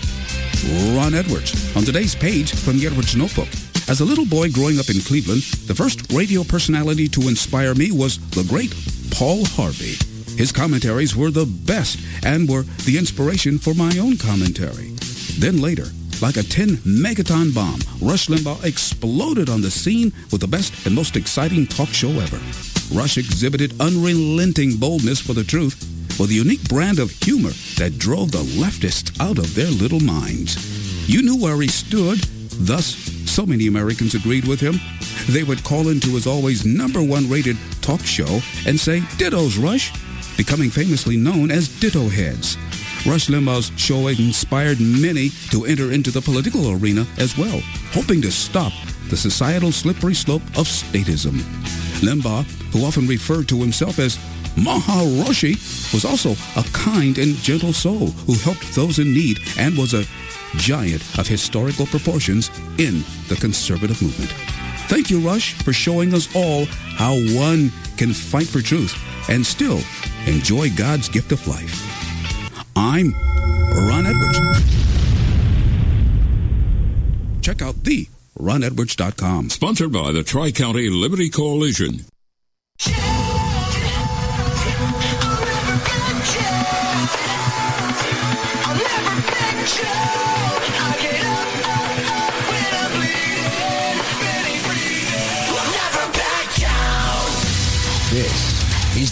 Speaker 3: Ron Edwards. On today's page from the Edwards Notebook. As a little boy growing up in Cleveland, the first radio personality to inspire me was the great Paul Harvey. His commentaries were the best and were the inspiration for my own commentary. Then later, like a 10 megaton bomb, Rush Limbaugh exploded on the scene with the best and most exciting talk show ever. Rush exhibited unrelenting boldness for the truth with a unique brand of humor that drove the leftists out of their little minds. You knew where he stood, thus so many Americans agreed with him. They would call into his always number one rated talk show and say, Ditto's Rush, becoming famously known as Ditto Heads. Rush Limbaugh's show inspired many to enter into the political arena as well, hoping to stop the societal slippery slope of statism. Limbaugh, who often referred to himself as Maharishi, was also a kind and gentle soul who helped those in need and was a giant of historical proportions in the conservative movement. Thank you, Rush, for showing us all how one can fight for truth and still enjoy God's gift of life. I'm Ron Edwards. Check out the RonEdwards.com.
Speaker 20: Sponsored by the Tri County Liberty Coalition.
Speaker 4: This is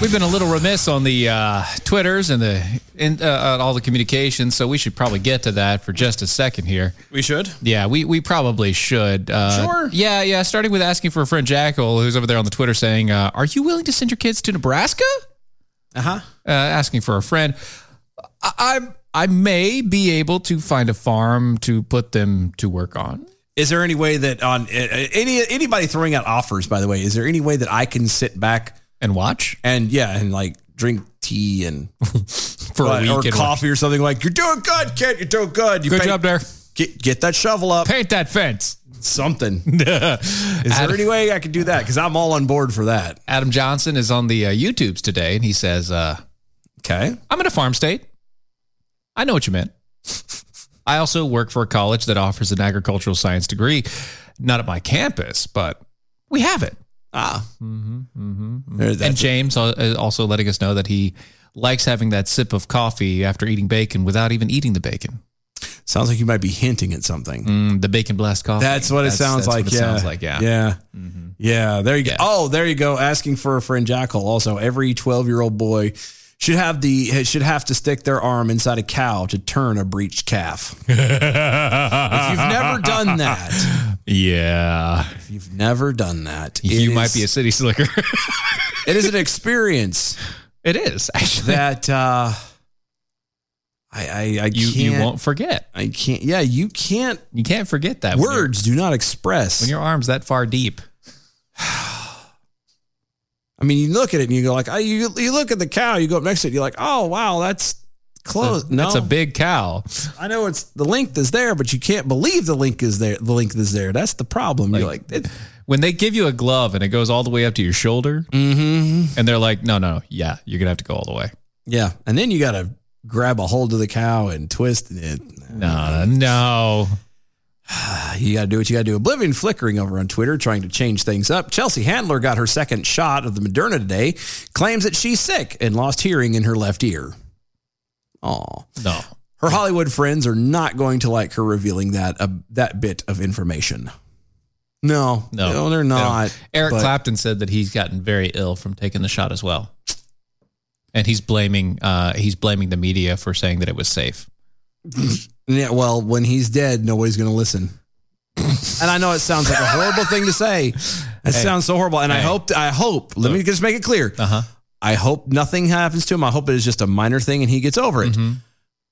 Speaker 6: We've been a little remiss on the uh, Twitters and the and uh, on all the communications, so we should probably get to that for just a second here.
Speaker 5: We should.
Speaker 6: Yeah, we, we probably should. Uh,
Speaker 5: Sure.
Speaker 6: Yeah, yeah. Starting with asking for a friend Jackal, who's over there on the Twitter, saying, uh, "Are you willing to send your kids to Nebraska?"
Speaker 5: Uh-huh.
Speaker 6: Uh, asking for a friend. I, I'm I may be able to find a farm to put them to work on.
Speaker 5: Is there any way that on uh, any anybody throwing out offers? By the way, is there any way that I can sit back
Speaker 6: and watch?
Speaker 5: And yeah, and like drink tea and
Speaker 6: For a week
Speaker 5: or
Speaker 6: and
Speaker 5: coffee or something like you're doing good, kid. You're doing good. You
Speaker 6: Good job there.
Speaker 5: Get get that shovel up.
Speaker 6: Paint that fence.
Speaker 5: Something. is there
Speaker 6: Adam-
Speaker 5: any way I could do that? Because I'm all on board for that.
Speaker 6: Adam Johnson is on the uh, YouTubes today, and he says, uh,
Speaker 5: "Okay,
Speaker 6: I'm in a farm state. I know what you meant. I also work for a college that offers an agricultural science degree, not at my campus, but we have it." Mm-hmm,
Speaker 5: Ah,
Speaker 6: and James al- uh, also letting us know that he likes having that sip of coffee after eating bacon without even eating the bacon. Mm,
Speaker 5: Sounds like you might be hinting at something.
Speaker 6: the bacon blast coffee.
Speaker 5: That's what it sounds
Speaker 6: that's
Speaker 5: like.
Speaker 6: what it
Speaker 5: yeah.
Speaker 6: sounds like. Yeah. Mm-hmm.
Speaker 5: Yeah. Yeah. There you go. Oh, there you go. Asking for a friend jackal. Also, every 12 year old boy should have the should have to stick their arm inside a cow to turn a breached calf. if you've never done that,
Speaker 6: yeah.
Speaker 5: If you've never done that,
Speaker 6: You might be a city slicker.
Speaker 5: it is an experience.
Speaker 6: It is actually
Speaker 5: that uh, I I, I
Speaker 6: You- you
Speaker 5: can't,
Speaker 6: won't forget.
Speaker 5: I can't. Yeah, you can't.
Speaker 6: You can't forget that.
Speaker 5: Words do not express
Speaker 6: when your arm's that far deep.
Speaker 5: I mean, you look at it and you go like, I, you, you look at the cow, you go up next to it, you're like, oh wow, that's close.
Speaker 6: That's a-
Speaker 5: no,
Speaker 6: that's a big cow.
Speaker 5: I know it's the length is there, but you can't believe the link is there. The length is there. That's the problem. you're like, it,
Speaker 6: When they give you a glove and it goes all the way up to your shoulder,
Speaker 5: Mm-hmm.
Speaker 6: and they're like, "No, no, yeah, you're gonna have to go all the way."
Speaker 5: yeah, and then you got to grab a hold of the cow and twist it.
Speaker 6: No, no.
Speaker 5: You got to do what you got to do. Oblivion flickering over on Twitter, trying to change things up. Chelsea Handler got her second shot of the Moderna today. Claims that she's sick and lost hearing in her left ear. Aw.
Speaker 6: No.
Speaker 5: Her Hollywood friends are not going to like her revealing that uh, that bit of information. No,
Speaker 6: No,
Speaker 5: they're
Speaker 6: they don't.
Speaker 5: not.
Speaker 6: Eric
Speaker 5: but-
Speaker 6: Clapton said that he's gotten very ill from taking the shot as well, and he's blaming uh, he's blaming the media for saying that it was safe.
Speaker 5: Yeah, well, when he's dead, nobody's going to listen. And I know it sounds like a horrible thing to say. It
Speaker 11: Hey.
Speaker 5: sounds so horrible. And I
Speaker 11: Hey.
Speaker 5: hope, I hope, let me just make it clear. Uh-huh. I hope nothing happens to him. I hope it is just a minor thing and he gets over it.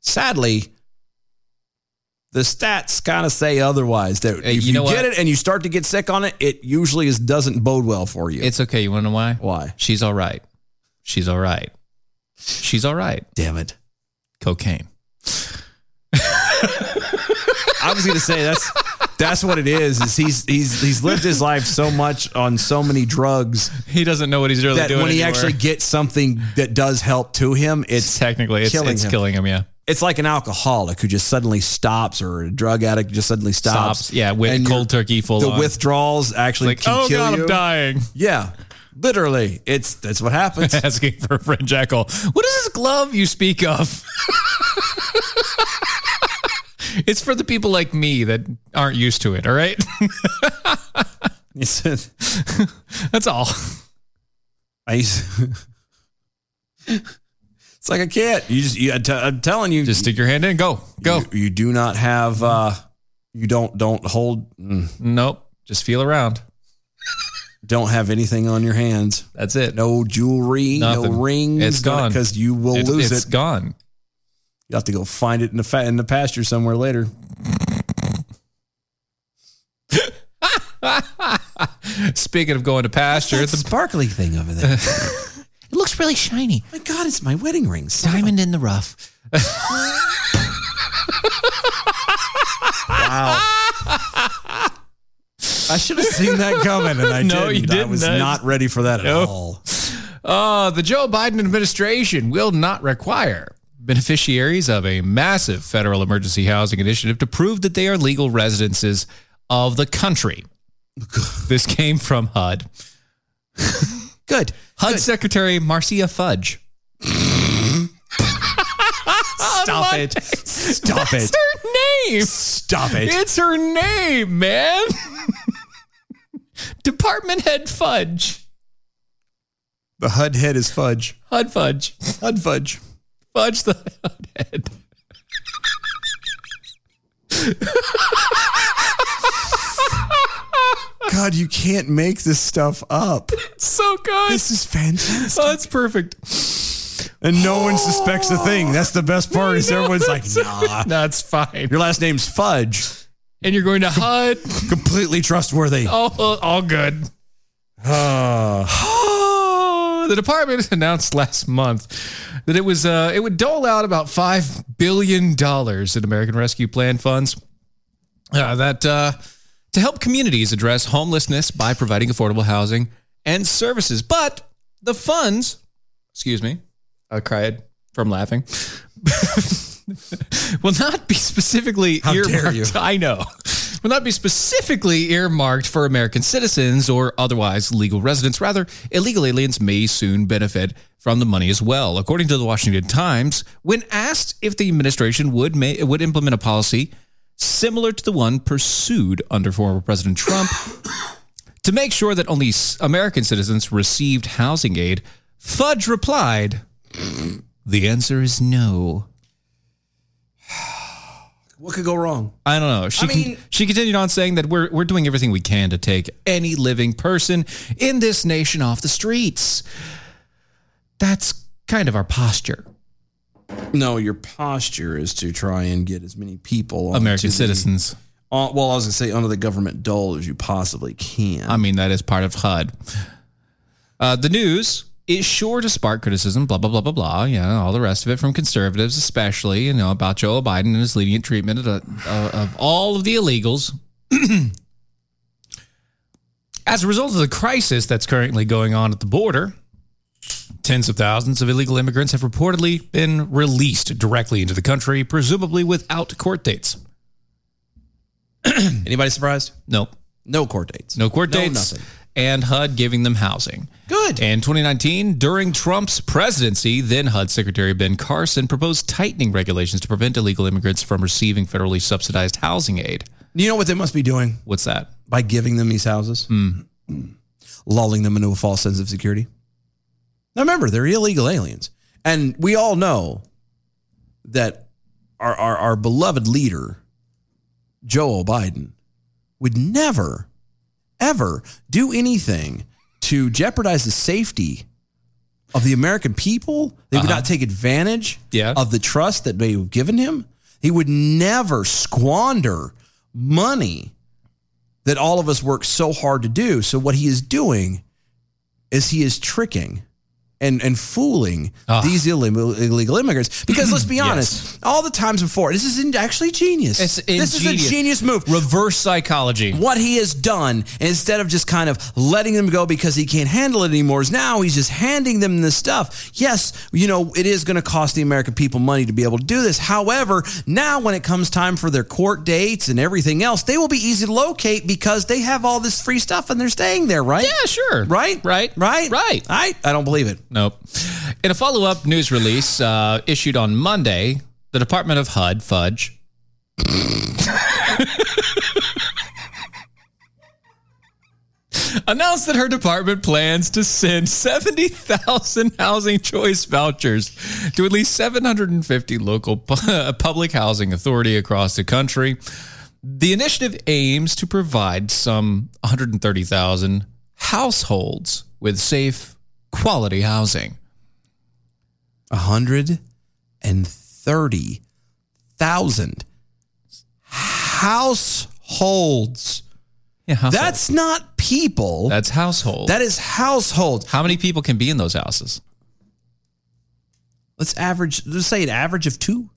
Speaker 5: Sadly, the stats kind of say otherwise. That if you,
Speaker 6: you know
Speaker 5: get
Speaker 6: what?
Speaker 5: it and you start to get sick on it, it usually is doesn't bode well for you.
Speaker 6: It's okay. You want to know why?
Speaker 5: Why?
Speaker 6: She's all right. She's all right. She's all right.
Speaker 5: Damn it.
Speaker 6: Cocaine.
Speaker 5: I was gonna say that's that's what it is. Is he's he's he's lived his life so much on so many drugs.
Speaker 6: He doesn't know what he's really
Speaker 5: that
Speaker 6: doing
Speaker 5: When he
Speaker 6: anymore.
Speaker 5: actually gets something that does help to him, it's
Speaker 6: Technically, it's,
Speaker 5: killing
Speaker 6: it's
Speaker 5: him.
Speaker 6: killing him. Yeah.
Speaker 5: It's like an alcoholic who just suddenly stops, or a drug addict who just suddenly stops.
Speaker 6: Stops, yeah, with
Speaker 5: your-
Speaker 6: cold turkey full
Speaker 5: The
Speaker 6: on.
Speaker 5: withdrawals actually
Speaker 6: Like,
Speaker 5: can
Speaker 6: "Oh,
Speaker 5: kill
Speaker 6: God, I'm
Speaker 5: you."
Speaker 6: dying.
Speaker 5: Yeah, literally, it's that's what happens.
Speaker 6: Asking for a friend jackal. What is this glove you speak of? it's for the people like me that aren't used to it. All right. That's all.
Speaker 5: I used It's like a cat. You just, you, I t- I'm telling you, just
Speaker 6: stick your hand in. Go,
Speaker 5: go. You, you do not have. uh You don't don't hold. mm.
Speaker 6: Nope. Just feel around.
Speaker 5: Don't have anything on your hands.
Speaker 6: That's it.
Speaker 5: No jewelry.
Speaker 6: Nothing.
Speaker 5: No rings.
Speaker 6: It's gone.
Speaker 5: because you will
Speaker 6: It's-
Speaker 5: lose
Speaker 6: it's
Speaker 5: it.
Speaker 6: gone.
Speaker 5: You have to go find it in the fa- in the pasture somewhere later.
Speaker 6: Speaking of going to pasture, it's a
Speaker 5: sparkly thing over there.
Speaker 6: it looks really shiny.
Speaker 5: My God, it's my wedding rings.
Speaker 6: Diamond in the rough.
Speaker 5: Wow. I should have seen that coming, and I
Speaker 6: No, you
Speaker 5: didn't. I
Speaker 6: didn't.
Speaker 5: was
Speaker 6: That's-
Speaker 5: not ready for that at
Speaker 6: No.
Speaker 5: all.
Speaker 6: Uh, the Joe Biden administration will not require beneficiaries of a massive federal emergency housing initiative to prove that they are legal residences of the country. this came from HUD.
Speaker 5: Good.
Speaker 6: HUD Secretary Marcia Fudge. Stop it.
Speaker 5: Stop
Speaker 6: That's
Speaker 5: it.
Speaker 6: her name.
Speaker 5: Stop it.
Speaker 6: It's her name, man. Department head Fudge.
Speaker 5: The HUD head is fudge.
Speaker 6: HUD Fudge.
Speaker 5: HUD Fudge.
Speaker 6: Fudge the HUD head.
Speaker 5: God, you can't make this stuff up.
Speaker 6: so good.
Speaker 5: This is fantastic.
Speaker 6: Oh, it's perfect.
Speaker 5: And no one suspects a thing. That's the best part is everyone's like, nah.
Speaker 6: no, it's fine.
Speaker 5: Your last name's Fudge.
Speaker 6: And you're going to HUD.
Speaker 5: Completely trustworthy.
Speaker 6: All, Oh, uh, all good.
Speaker 5: Ah.
Speaker 6: the department announced last month that it was uh, it would dole out about five billion dollars in American Rescue Plan funds uh, that uh, to help communities address homelessness by providing affordable housing and services. But the funds, excuse me, I cried from laughing. will not be specifically
Speaker 5: How dare
Speaker 6: earmarked.
Speaker 5: you.
Speaker 6: I know. Will not be specifically earmarked for American citizens or otherwise legal residents. Rather, illegal aliens may soon benefit from the money as well. According to the Washington Times, when asked if the administration would ma- would implement a policy similar to the one pursued under former President Trump, to make sure that only s- American citizens received housing aid, Fudge replied, The answer is no.
Speaker 5: What could go wrong?
Speaker 6: I don't know. She
Speaker 5: I
Speaker 6: con-
Speaker 5: mean-
Speaker 6: she continued on saying that we're we're doing everything we can to take any living person in this nation off the streets. That's kind of our posture.
Speaker 5: No, your posture is to try and get as many people, onto
Speaker 6: American
Speaker 5: the-
Speaker 6: citizens.
Speaker 5: on- Uh, well, I was going to say under the government dole as you possibly can.
Speaker 6: I mean, that is part of HUD. Uh, the news is sure to spark criticism, blah, blah, blah, blah, blah. Yeah, all the rest of it from conservatives, especially, you know, about Joe Biden and his lenient treatment of, the- uh, of all of the illegals. As a result of the crisis that's currently going on at the border, tens of thousands of illegal immigrants have reportedly been released directly into the country, presumably without court dates.
Speaker 5: Anybody surprised?
Speaker 6: Nope.
Speaker 5: No court dates.
Speaker 6: No court
Speaker 5: No
Speaker 6: dates.
Speaker 5: nothing.
Speaker 6: And HUD giving them housing. Good. In 2019, during Trump's presidency, then HUD Secretary Ben Carson proposed tightening regulations to prevent illegal immigrants from receiving federally subsidized housing aid.
Speaker 5: You know what they must be doing?
Speaker 6: What's that?
Speaker 5: By giving them these houses, lulling them into a false sense of security. Now, remember, they're illegal aliens. And we all know that our, our, our beloved leader, Joe Biden, would never, ever do anything to jeopardize the safety of the American people. They would
Speaker 6: Uh-huh.
Speaker 5: not take advantage
Speaker 6: Yeah.
Speaker 5: of the trust that they have given him. He would never squander money that all of us work so hard to do. So what he is doing is he is tricking and and fooling these illegal, illegal immigrants. Because let's be
Speaker 6: Ah. Yes.
Speaker 5: honest, all the times before, this is in, actually genius.
Speaker 6: It's
Speaker 5: this is a
Speaker 6: ingenious.
Speaker 5: genius move.
Speaker 6: Reverse psychology.
Speaker 5: What he has done, instead of just kind of letting them go because he can't handle it anymore, is now he's just handing them this stuff. Yes, you know, it is going to cost the American people money to be able to do this. However, now when it comes time for their court dates and everything else, they will be easy to locate because they have all this free stuff and they're staying there, right? Yeah,
Speaker 6: sure.
Speaker 5: Right?
Speaker 6: Right?
Speaker 5: Right?
Speaker 6: Right.
Speaker 5: I, I don't believe it.
Speaker 6: Nope. In a follow up news release uh, issued on Monday, the Department of HUD, Fudge. announced that her department plans to send 70,000 housing choice vouchers to at least 750 local pu- uh, public housing authority across the country. The initiative aims to provide some 130,000 households with safe, quality housing.
Speaker 5: 130,000 households. That's not people.
Speaker 6: That's household.
Speaker 5: That is household.
Speaker 6: How many people can be in those houses?
Speaker 5: Let's average, let's say an average of two.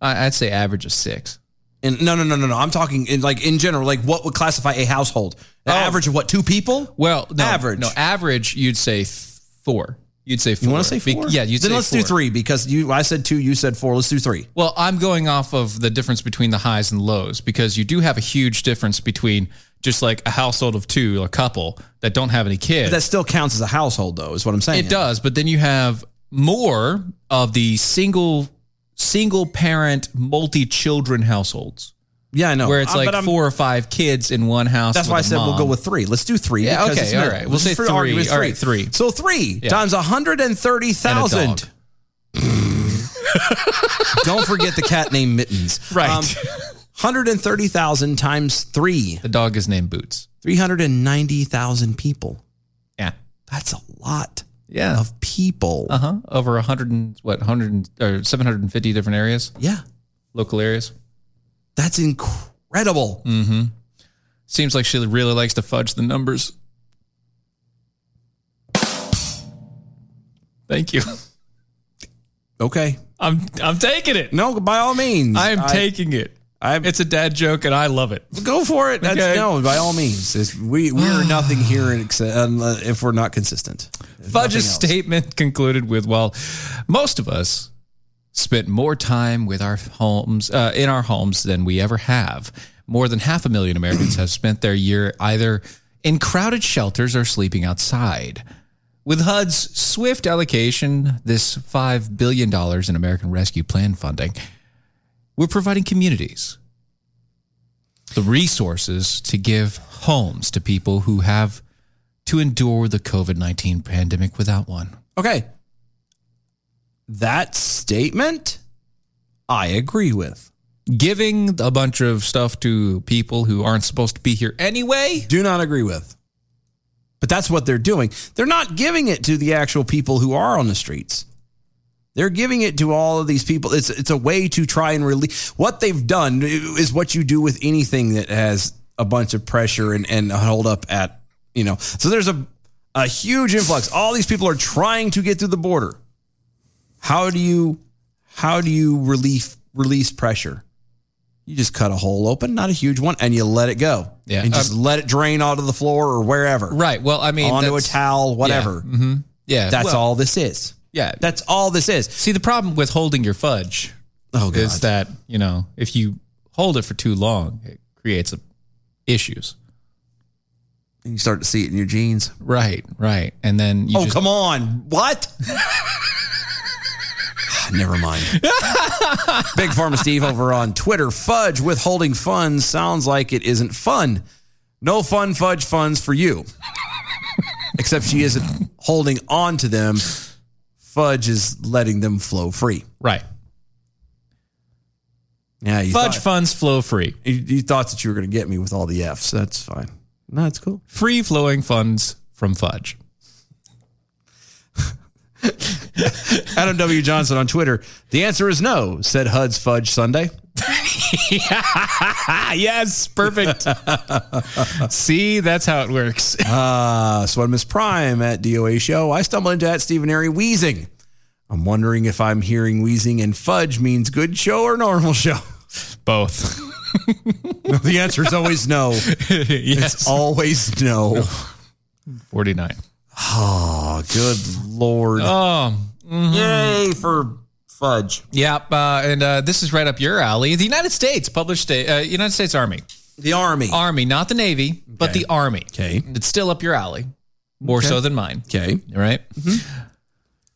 Speaker 6: I- I'd say average of six.
Speaker 5: And no, no, no, no, no. I'm talking in like in general, like what would classify a household? The average of what? Two people?
Speaker 6: Oh. Well, no,
Speaker 5: average.
Speaker 6: No, average. You'd say th- four. You'd say four.
Speaker 5: You want to say four?
Speaker 6: Be- yeah, you'd
Speaker 5: then
Speaker 6: say
Speaker 5: let's do
Speaker 6: four.
Speaker 5: three because you. I said two. You said four. Let's do three.
Speaker 6: Well, I'm going off of the difference between the highs and lows because you do have a huge difference between just like a household of two, a couple that don't have any kids.
Speaker 5: But that still counts as a household, though, is what I'm saying.
Speaker 6: It does, but then you have more of the single single parent multi children households.
Speaker 5: Yeah, I know.
Speaker 6: Where it's
Speaker 5: Uh, but
Speaker 6: like
Speaker 5: I'm-
Speaker 6: four or five kids in one house.
Speaker 5: That's
Speaker 6: with
Speaker 5: why I
Speaker 6: a
Speaker 5: said we'll
Speaker 6: mom.
Speaker 5: go with three. Let's do three.
Speaker 6: Yeah,
Speaker 5: because
Speaker 6: okay,
Speaker 5: it's
Speaker 6: all
Speaker 5: middle.
Speaker 6: right. We'll
Speaker 5: Just
Speaker 6: say
Speaker 5: for
Speaker 6: three.
Speaker 5: argument's
Speaker 6: All right, three.
Speaker 5: So three
Speaker 6: Yeah.
Speaker 5: times hundred and thirty
Speaker 6: And a
Speaker 5: thousand.
Speaker 6: dog.
Speaker 5: Don't forget the cat named Mittens. Right. hundred and thirty thousand times three.
Speaker 6: The dog is named Boots.
Speaker 5: Three hundred and ninety thousand people.
Speaker 6: Yeah.
Speaker 5: That's a lot.
Speaker 6: Yeah.
Speaker 5: Of people.
Speaker 6: Uh huh. Over a hundred and what, hundred and or seven hundred and fifty different areas.
Speaker 5: Yeah.
Speaker 6: Local areas.
Speaker 5: That's incredible.
Speaker 6: Mm-hmm. Seems like she really likes to fudge the numbers. Thank you.
Speaker 5: Okay.
Speaker 6: I'm I'm taking it.
Speaker 5: No, by all means.
Speaker 6: I am
Speaker 5: I-
Speaker 6: taking it. it's a dad joke and I love it.
Speaker 5: Go for it. That's
Speaker 6: Okay.
Speaker 5: no, by all means. It's- we we are nothing here in, exce- unless- if we're not consistent.
Speaker 6: Fudge's statement concluded with, "Well, most of us spent more time with our homes uh, in our homes than we ever have. More than half a million Americans have spent their year either in crowded shelters or sleeping outside." With HUD's swift allocation, this $5 billion in American Rescue Plan funding, we're providing communities the resources to give homes to people who have to endure the COVID 19 pandemic without one.
Speaker 5: Okay. That statement, I agree with.
Speaker 6: Giving a bunch of stuff to people who aren't supposed to be here anyway.
Speaker 5: Do not agree with. But that's what they're doing. They're not giving it to the actual people who are on the streets. They're giving it to all of these people. It's it's a way to try and release what they've done is what you do with anything that has a bunch of pressure and and a hold up at you know. So there's a a huge influx. All these people are trying to get through the border. How do you how do you relief release pressure? You just cut a hole open, not a huge one, and you let it go.
Speaker 6: Yeah.
Speaker 5: And just let it drain onto the floor or wherever.
Speaker 6: Right. Well, I mean,
Speaker 5: onto a
Speaker 6: that's-
Speaker 5: towel, whatever.
Speaker 6: Yeah. Mhm. Yeah.
Speaker 5: That's
Speaker 6: Well-
Speaker 5: all this is.
Speaker 6: Yeah.
Speaker 5: That's all this is. See,
Speaker 6: the problem with holding your fudge
Speaker 5: oh,
Speaker 6: is that, you know, if you hold it for too long, it creates a, issues.
Speaker 5: And you start to see it in your jeans.
Speaker 6: Right, right. And then you
Speaker 5: oh,
Speaker 6: just-
Speaker 5: come on. What?
Speaker 6: Ah,
Speaker 5: Never mind. Big Pharma Steve over on Twitter. Fudge withholding funds sounds like it isn't fun. No fun fudge funds for you. Except she isn't holding on to them. Fudge is letting them flow free.
Speaker 6: Right.
Speaker 5: Yeah, you
Speaker 6: Fudge
Speaker 5: funds flow free. You, you thought that you were going to get me with all the Fs. That's fine. No, it's cool.
Speaker 6: Free flowing funds from fudge.
Speaker 5: Adam W. Johnson on Twitter. The answer is no, said HUD's Fudge Sunday. yes, perfect. See, that's how it works. uh, so on Miss Prime at DOA show, I stumble into at Stephen Airy wheezing. I'm wondering if I'm hearing wheezing and fudge means good show or normal show. Both. the answer is always no. It's always no.
Speaker 6: 49.
Speaker 5: Oh, good lord.
Speaker 6: Oh,
Speaker 5: Yay for fudge.
Speaker 6: Yep, uh, and uh, this is right up your alley. The United States published a uh, United States Army.
Speaker 5: The Army.
Speaker 6: Army, not the Navy, but
Speaker 5: Okay.
Speaker 6: the Army.
Speaker 5: Okay.
Speaker 6: It's still up your alley, more
Speaker 5: Okay.
Speaker 6: so than mine.
Speaker 5: Okay. Mm-hmm.
Speaker 6: All right?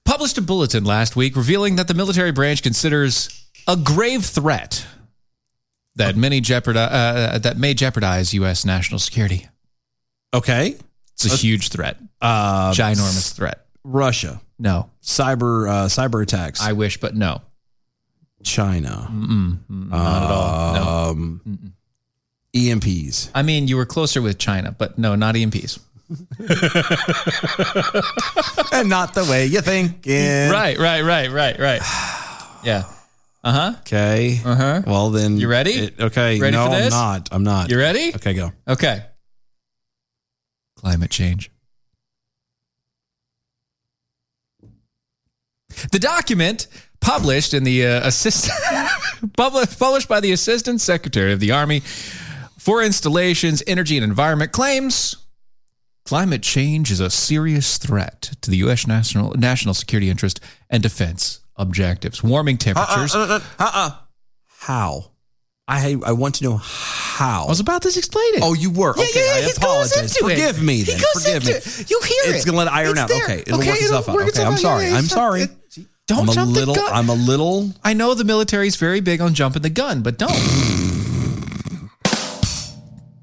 Speaker 6: Published a bulletin last week revealing that the military branch considers a grave threat that
Speaker 5: Oh.
Speaker 6: many jeopardize, uh, that may jeopardize U.S. national security.
Speaker 5: Okay.
Speaker 6: It's a huge threat.
Speaker 5: Uh,
Speaker 6: Ginormous threat.
Speaker 5: Russia.
Speaker 6: No.
Speaker 5: Cyber uh, cyber attacks. I
Speaker 6: wish, but no.
Speaker 5: China. Uh,
Speaker 6: Mm-mm.
Speaker 5: Mm,
Speaker 6: Not at all. No.
Speaker 5: Um, E EMPs.
Speaker 6: I mean, you were closer with China, but no, not E EMPs.
Speaker 5: and not the way you think.
Speaker 6: Right, right, right, right, right. Yeah. Uh huh.
Speaker 5: Okay.
Speaker 6: Uh huh.
Speaker 5: Well then,
Speaker 6: You ready?
Speaker 5: it- okay.
Speaker 6: Ready
Speaker 5: no,
Speaker 6: for
Speaker 5: I'm
Speaker 6: this?
Speaker 5: not. I'm not.
Speaker 6: You ready?
Speaker 5: Okay, go.
Speaker 6: Okay. Climate change. The document published in the uh, assist publi- published by the Assistant Secretary of the Army for Installations, Energy and Environment claims climate change is a serious threat to the U.S. national national security interest and defense objectives. Warming temperatures.
Speaker 5: Uh, uh, uh, uh.
Speaker 6: Uh-uh.
Speaker 5: How? I I want to know how. I
Speaker 6: was about to explain it.
Speaker 5: Oh, you were.
Speaker 6: Yeah,
Speaker 5: okay,
Speaker 6: yeah,
Speaker 5: I
Speaker 6: he goes
Speaker 5: apologize.
Speaker 6: into it.
Speaker 5: Forgive me.
Speaker 6: He
Speaker 5: Then.
Speaker 6: goes
Speaker 5: Forgive
Speaker 6: into
Speaker 5: me.
Speaker 6: it. You hear
Speaker 5: It's
Speaker 6: it.
Speaker 5: gonna let iron
Speaker 6: It's
Speaker 5: out.
Speaker 6: there.
Speaker 5: Okay, it'll
Speaker 6: Okay,
Speaker 5: work itself
Speaker 6: it'll
Speaker 5: out.
Speaker 6: work
Speaker 5: Okay,
Speaker 6: itself
Speaker 5: I'm
Speaker 6: out.
Speaker 5: sorry.
Speaker 6: Yeah,
Speaker 5: I'm
Speaker 6: it's not-
Speaker 5: sorry.
Speaker 6: it- Don't
Speaker 5: I'm a
Speaker 6: jump the
Speaker 5: little.
Speaker 6: gun.
Speaker 5: I'm a little.
Speaker 6: I know the military's very big on jumping the gun, but don't.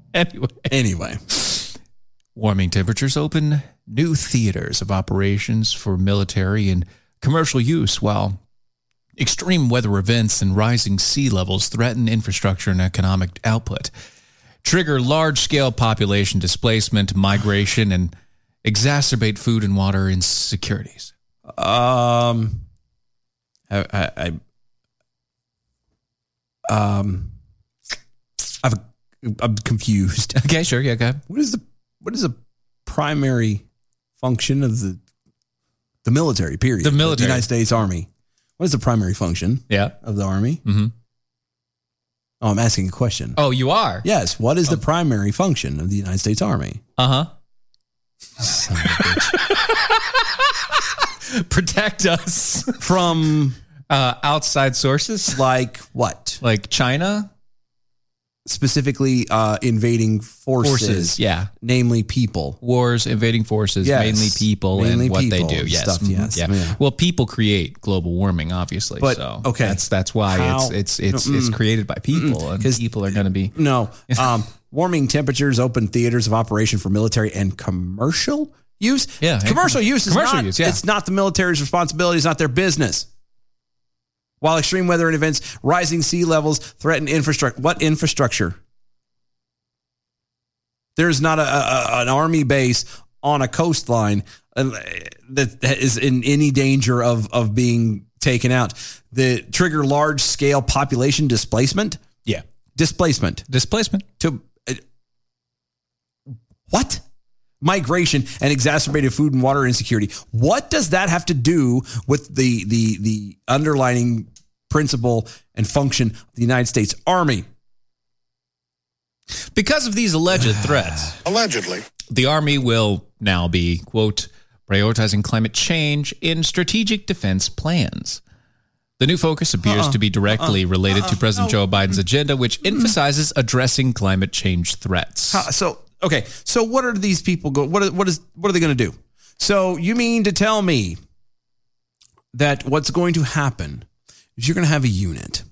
Speaker 6: anyway.
Speaker 5: Anyway.
Speaker 6: Warming temperatures open new theaters of operations for military and commercial use, while extreme weather events and rising sea levels threaten infrastructure and economic output, trigger large scale population displacement, migration, and exacerbate food and water insecurities.
Speaker 5: Um. I, I, I um. I've I'm confused.
Speaker 6: Okay, sure. Yeah, go ahead.
Speaker 5: What is the what is the primary function of the the military? Period.
Speaker 6: The military.
Speaker 5: United States Army. What is the primary function?
Speaker 6: Yeah.
Speaker 5: Of the army.
Speaker 6: Mm-hmm.
Speaker 5: Oh, I'm asking a question.
Speaker 6: Oh, you are?
Speaker 5: Yes. What is the primary function of the United States Army?
Speaker 6: Uh huh. Protect us
Speaker 5: from
Speaker 6: uh, outside sources.
Speaker 5: Like what?
Speaker 6: Like China?
Speaker 5: Specifically, uh, invading forces.
Speaker 6: Forces, yeah.
Speaker 5: Namely, people.
Speaker 6: Wars, invading forces,
Speaker 5: Yes.
Speaker 6: mainly people
Speaker 5: Mainly
Speaker 6: and what
Speaker 5: people
Speaker 6: they do.
Speaker 5: and
Speaker 6: Yes.
Speaker 5: stuff,
Speaker 6: Mhm.
Speaker 5: yes.
Speaker 6: Yeah.
Speaker 5: Yeah.
Speaker 6: Well, people create global warming, obviously.
Speaker 5: But,
Speaker 6: so
Speaker 5: okay.
Speaker 6: That's that's why
Speaker 5: How- mm.
Speaker 6: it's it's it's it's
Speaker 5: Mm-mm.
Speaker 6: created by people and people are gonna be
Speaker 5: No. Um, warming temperatures open theaters of operation for military and commercial use.
Speaker 6: Yeah.
Speaker 5: Commercial use is
Speaker 6: Commercial
Speaker 5: not,
Speaker 6: use, yeah.
Speaker 5: It's not the military's responsibility. It's not their business. While extreme weather and events, rising sea levels threaten infrastructure. What infrastructure? There's not a, a- a- an army base on a coastline uh, that that is in any danger of of being taken out. The trigger large scale population displacement.
Speaker 6: Yeah,
Speaker 5: displacement.
Speaker 6: Displacement
Speaker 5: to uh, what? Migration and exacerbated food and water insecurity. What does that have to do with the the the underlining principle and function of the United States Army?
Speaker 6: Because of these alleged threats, Oh,
Speaker 12: allegedly,
Speaker 6: the Army will now be, quote, prioritizing climate change in strategic defense plans. The new focus appears
Speaker 21: Uh-uh.
Speaker 6: to be directly
Speaker 21: Uh-uh.
Speaker 6: related to
Speaker 21: Uh-uh.
Speaker 6: President
Speaker 21: No.
Speaker 6: Joe Biden's agenda, which emphasizes addressing climate change threats.
Speaker 5: How- so okay, so what are these people go? What are, what is what are they going to do? So you mean to tell me that what's going to happen is you're going to have a unit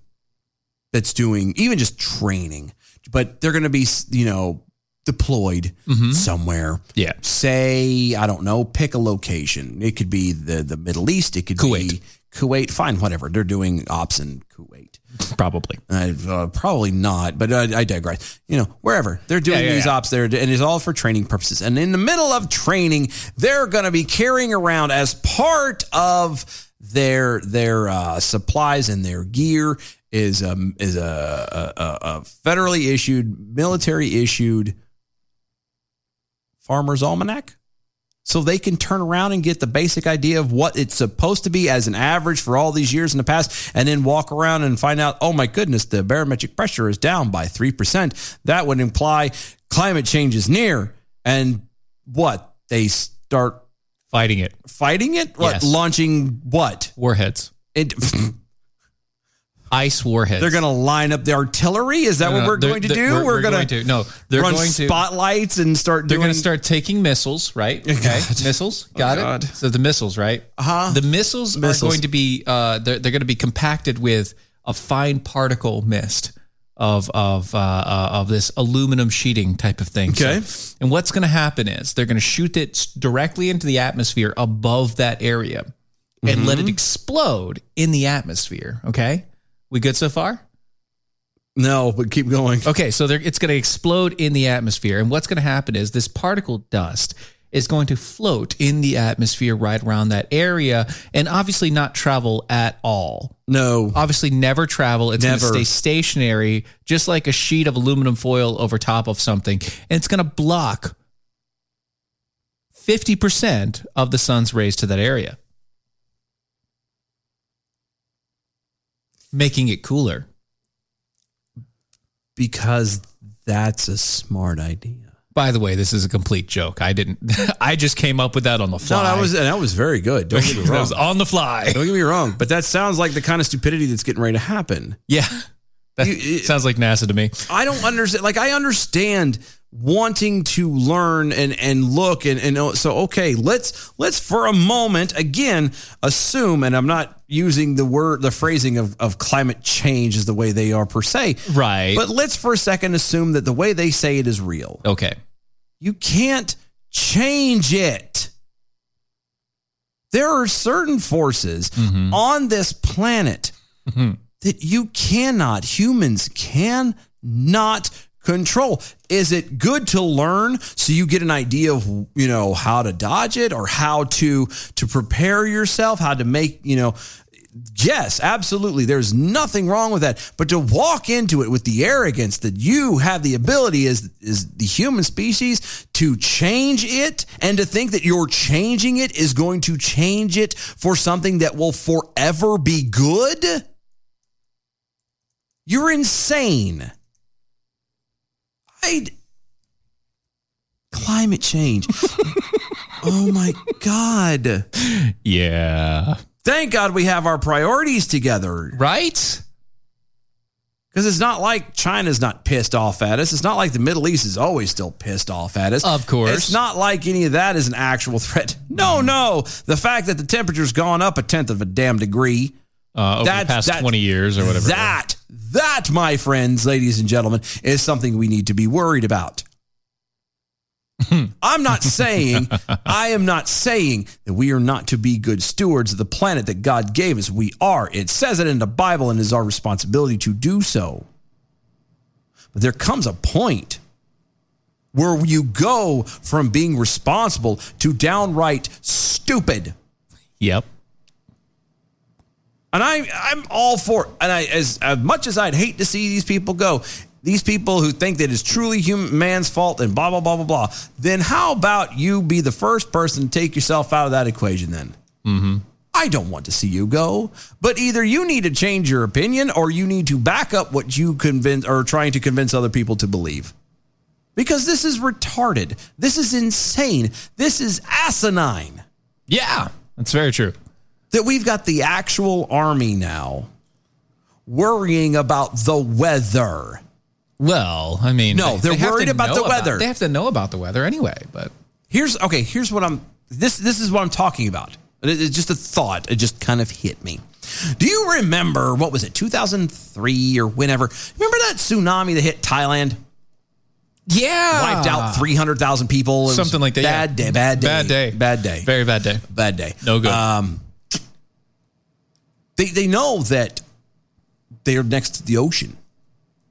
Speaker 5: that's doing even just training, but they're going to be you know deployed somewhere.
Speaker 6: Mm-hmm. Yeah,
Speaker 5: say I don't know, pick a location. It could be the the Middle East. It could be Kuwait. Fine, whatever. They're doing ops in Kuwait.
Speaker 6: Probably.
Speaker 5: I, uh, probably not, but I, I digress. You know, wherever they're doing
Speaker 6: Yeah, yeah,
Speaker 5: these
Speaker 6: yeah.
Speaker 5: ops there, and it's all for training purposes. And in the middle of training, they're going to be carrying around as part of their their uh, supplies and their gear is um, is a, a, a- a federally issued, military issued farmer's almanac. So they can turn around and get the basic idea of what it's supposed to be as an average for all these years in the past, and then walk around and find out, oh my goodness, the barometric pressure is down by 3%. That would imply climate change is near. And what? They start
Speaker 6: fighting it.
Speaker 5: Fighting it? What, Launching what?
Speaker 6: Warheads.
Speaker 5: It,
Speaker 6: Ice warheads.
Speaker 5: they're going to line up the artillery? Is that
Speaker 6: No,
Speaker 5: what
Speaker 6: no,
Speaker 5: we're
Speaker 6: they're-
Speaker 5: going to
Speaker 6: they're-
Speaker 5: do?
Speaker 6: We're, we're
Speaker 5: gonna
Speaker 6: going to no. They're
Speaker 5: run
Speaker 6: going to
Speaker 5: spotlights and start.
Speaker 6: They're
Speaker 5: doing- Oh,
Speaker 6: going to start taking missiles, right? Okay, missiles. Got
Speaker 5: God.
Speaker 6: it. So the missiles, right?
Speaker 5: Uh-huh.
Speaker 6: The missiles, are
Speaker 5: Missiles.
Speaker 6: going to be uh, they're, they're going to be compacted with a fine particle mist of of uh, uh, of this aluminum sheeting type of thing. Okay. and what's going to happen is they're going to shoot it s- directly into the atmosphere above that area, and
Speaker 5: Mm-hmm.
Speaker 6: let it explode in the atmosphere. Okay, we good so far?
Speaker 5: No, but keep going.
Speaker 6: Okay, so there, it's going to explode in the atmosphere, and what's going to happen is this particle dust is going to float in the atmosphere right around that area, and obviously not travel at all.
Speaker 5: No,
Speaker 6: obviously never travel. It's going to
Speaker 5: Never.
Speaker 6: stay stationary, just like a sheet of aluminum foil over top of something, and it's going to block fifty percent of the sun's rays to that area, making it cooler.
Speaker 5: because that's a smart idea.
Speaker 6: By the way, this is a complete joke. I didn't. I just came up with that on the fly.
Speaker 5: No, that was that was very good. Don't get me
Speaker 6: That
Speaker 5: wrong.
Speaker 6: was on the fly.
Speaker 5: Don't get me wrong, but that sounds like the kind of stupidity that's getting ready to happen.
Speaker 6: Yeah, that sounds like NASA to me.
Speaker 5: I don't understand. Like I understand wanting to learn and and look and and oh, so okay. Let's let's for a moment again assume, and I'm not using the word the phrasing of of climate change is the way they are per se,
Speaker 6: right?
Speaker 5: But let's for a second assume that the way they say it is real.
Speaker 6: Okay,
Speaker 5: you can't change it. There are certain forces on this planet that you cannot, humans can not control. Is it good to learn so you get an idea of, you know, how to dodge it or how to to prepare yourself, how to make, you know, Yes, absolutely. There's nothing wrong with that. But to walk into it with the arrogance that you have the ability as is the human species to change it and to think that you're changing it is going to change it for something that will forever be good? You're insane. I climate change. oh my god.
Speaker 6: Yeah.
Speaker 5: Thank God we have our priorities together.
Speaker 6: Right?
Speaker 5: Because it's not like China's not pissed off at us. It's not like the Middle East is always still pissed off at us.
Speaker 6: Of course. Mm.
Speaker 5: It's not like any of that is an actual threat. No, no. The fact that the temperature's gone up a tenth of a damn degree.
Speaker 6: Uh, over the past 20 years or whatever.
Speaker 5: That, that, my friends, ladies and gentlemen, is something we need to be worried about.
Speaker 6: Hmm.
Speaker 5: I'm not saying, I am not saying that we are not to be good stewards of the planet that God gave us. We are. It says it in the Bible and it is our responsibility to do so. But there comes a point where you go from being responsible to downright stupid.
Speaker 6: Yep.
Speaker 5: And I, I'm all for. And I, as, as much as I'd hate to see these people go, these people who think that it's truly human man's fault and blah blah blah blah blah. Then how about you be the first person to take yourself out of that equation? Then
Speaker 6: Mm-hmm.
Speaker 5: I don't want to see you go. But either you need to change your opinion, or you need to back up what you convince or trying to convince other people to believe. Because this is retarded. This is insane. This is asinine.
Speaker 6: Yeah, that's very true.
Speaker 5: That we've got the actual army now worrying about the weather.
Speaker 6: Well, I mean,
Speaker 5: no,
Speaker 6: they-
Speaker 5: they're
Speaker 6: they have
Speaker 5: worried
Speaker 6: to
Speaker 5: about the
Speaker 6: know
Speaker 5: weather.
Speaker 6: they have to know about the weather anyway. But
Speaker 5: here's okay. Here's what I'm. This this is what I'm talking about. It- It's just a thought. It just kind of hit me. Do you remember what was it, 2003 or whenever? Remember that tsunami that hit Thailand?
Speaker 6: Yeah,
Speaker 5: wiped out 300,000 people. It was
Speaker 6: Something like that, yeah.
Speaker 5: Bad day. Bad day.
Speaker 6: Bad day.
Speaker 5: Bad day.
Speaker 6: Very bad day.
Speaker 5: Bad day.
Speaker 6: No good.
Speaker 5: Um, They they know that they're next to the ocean.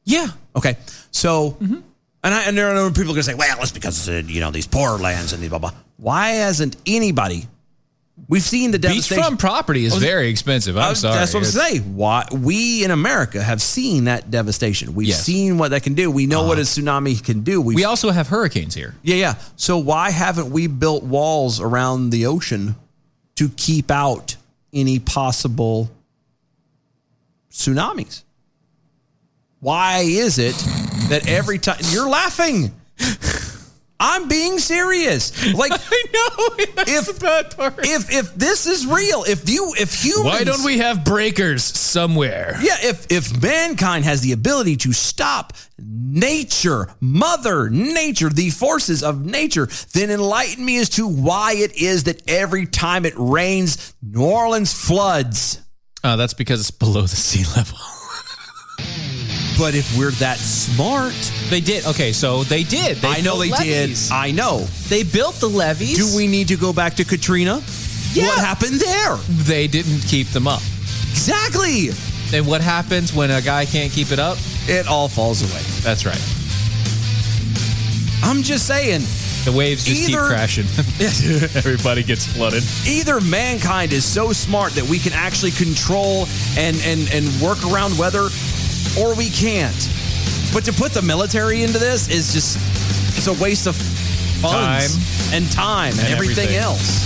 Speaker 6: Yeah. Mm-hmm.
Speaker 5: Okay. So, and I and there are other people going to say, well, it's because uh, you know these poor lands and these blah blah. Why hasn't anybody? We've seen the devastation. Oh,
Speaker 6: Beachfront property is
Speaker 5: I was-
Speaker 6: very expensive. I'm
Speaker 5: I was-
Speaker 6: sorry.
Speaker 5: That's what I'm
Speaker 6: It's-
Speaker 5: saying. Why we in America have seen that devastation. We've
Speaker 6: Yes. Uh-huh.
Speaker 5: seen what that can do. We know what a tsunami can do. We've,
Speaker 6: We also have hurricanes here.
Speaker 5: yeah, yeah. So why haven't we built walls around the ocean to keep out any possible tsunamis? Why is it that every time you're laughing? I'm being serious. Like I know that's if, the bad part. If if this is real, if you if humans
Speaker 6: Why don't we have breakers somewhere?
Speaker 5: yeah, if if mankind has the ability to stop nature, mother nature, the forces of nature, then enlighten me as to why it is that every time it rains, New Orleans floods.
Speaker 6: Uh, that's because it's below the sea level.
Speaker 5: but if we're that smart,
Speaker 6: they did. Okay, so they did. They
Speaker 5: I know they
Speaker 6: built levees.
Speaker 5: did. I know.
Speaker 6: They built the levees.
Speaker 5: Do we need to go back to Katrina? What happened there?
Speaker 6: They didn't keep them up.
Speaker 5: Exactly.
Speaker 6: And what happens when a guy can't keep it up?
Speaker 5: It all falls away.
Speaker 6: That's right.
Speaker 5: I'm just saying.
Speaker 6: The waves just keep
Speaker 5: Either-
Speaker 6: crashing. Everybody gets flooded.
Speaker 5: either mankind is so smart that we can actually control and and and work around weather or we can't but to put the military into this is just it's a waste of funds and time and,
Speaker 6: And
Speaker 5: everything,
Speaker 6: everything.
Speaker 5: else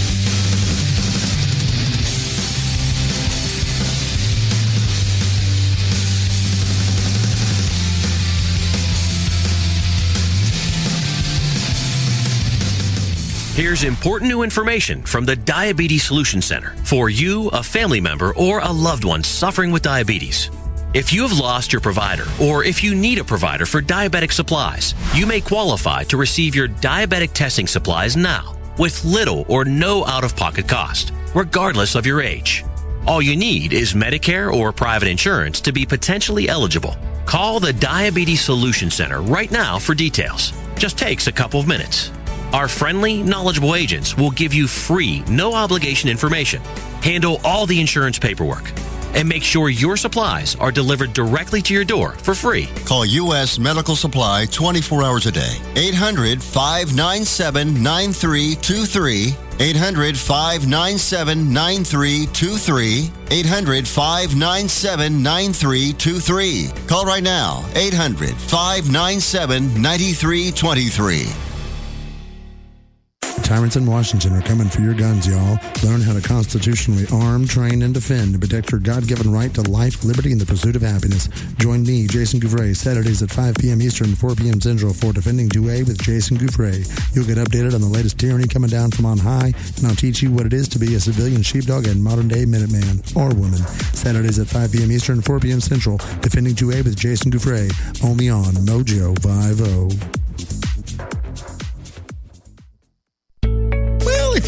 Speaker 1: Here's important new information from the Diabetes Solution Center for you, a family member, or a loved one suffering with diabetes. If you have lost your provider, or if you need a provider for diabetic supplies, you may qualify to receive your diabetic testing supplies now with little or no out of pocket cost, regardless of your age. All you need is Medicare or private insurance to be potentially eligible. Call the Diabetes Solution Center right now for details. Just takes a couple of minutes. Our friendly, knowledgeable agents will give you free, no obligation information, handle all the insurance paperwork, and make sure your supplies are delivered directly to your door for free.
Speaker 22: Call U.S. Medical Supply 24 hours a day. 800 597 9323. 800 597 9323. 800 597 9323. Call right now. 800 597 9323.
Speaker 11: Tyrants in Washington are coming for your guns, y'all. Learn how to constitutionally arm, train, and defend to protect your God-given right to life, liberty, and the pursuit of happiness. Join me, Jason Gouveray, Saturdays at 5 p.m. Eastern, 4 p.m. Central for Defending 2A with Jason Gouveray. You'll get updated on the latest tyranny coming down from on high, and I'll teach you what it is to be a civilian sheepdog and modern-day Minuteman or woman. Saturdays at 5 p.m. Eastern, 4 p.m. Central, Defending 2A with Jason Gouveray, only on Mojo oh. 5.0.
Speaker 23: Well, if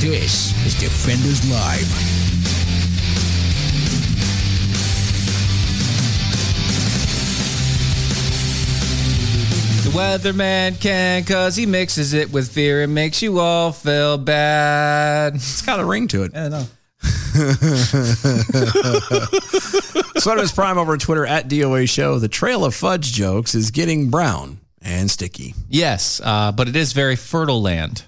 Speaker 4: This is Defenders Live.
Speaker 6: The weatherman can cause he mixes it with fear and makes you all feel bad. It's
Speaker 5: got a ring to it.
Speaker 6: I know.
Speaker 5: Sweaters prime over on twitter at doa show the trail of fudge jokes is getting brown and sticky
Speaker 6: Yes, uh, but it is very fertile land.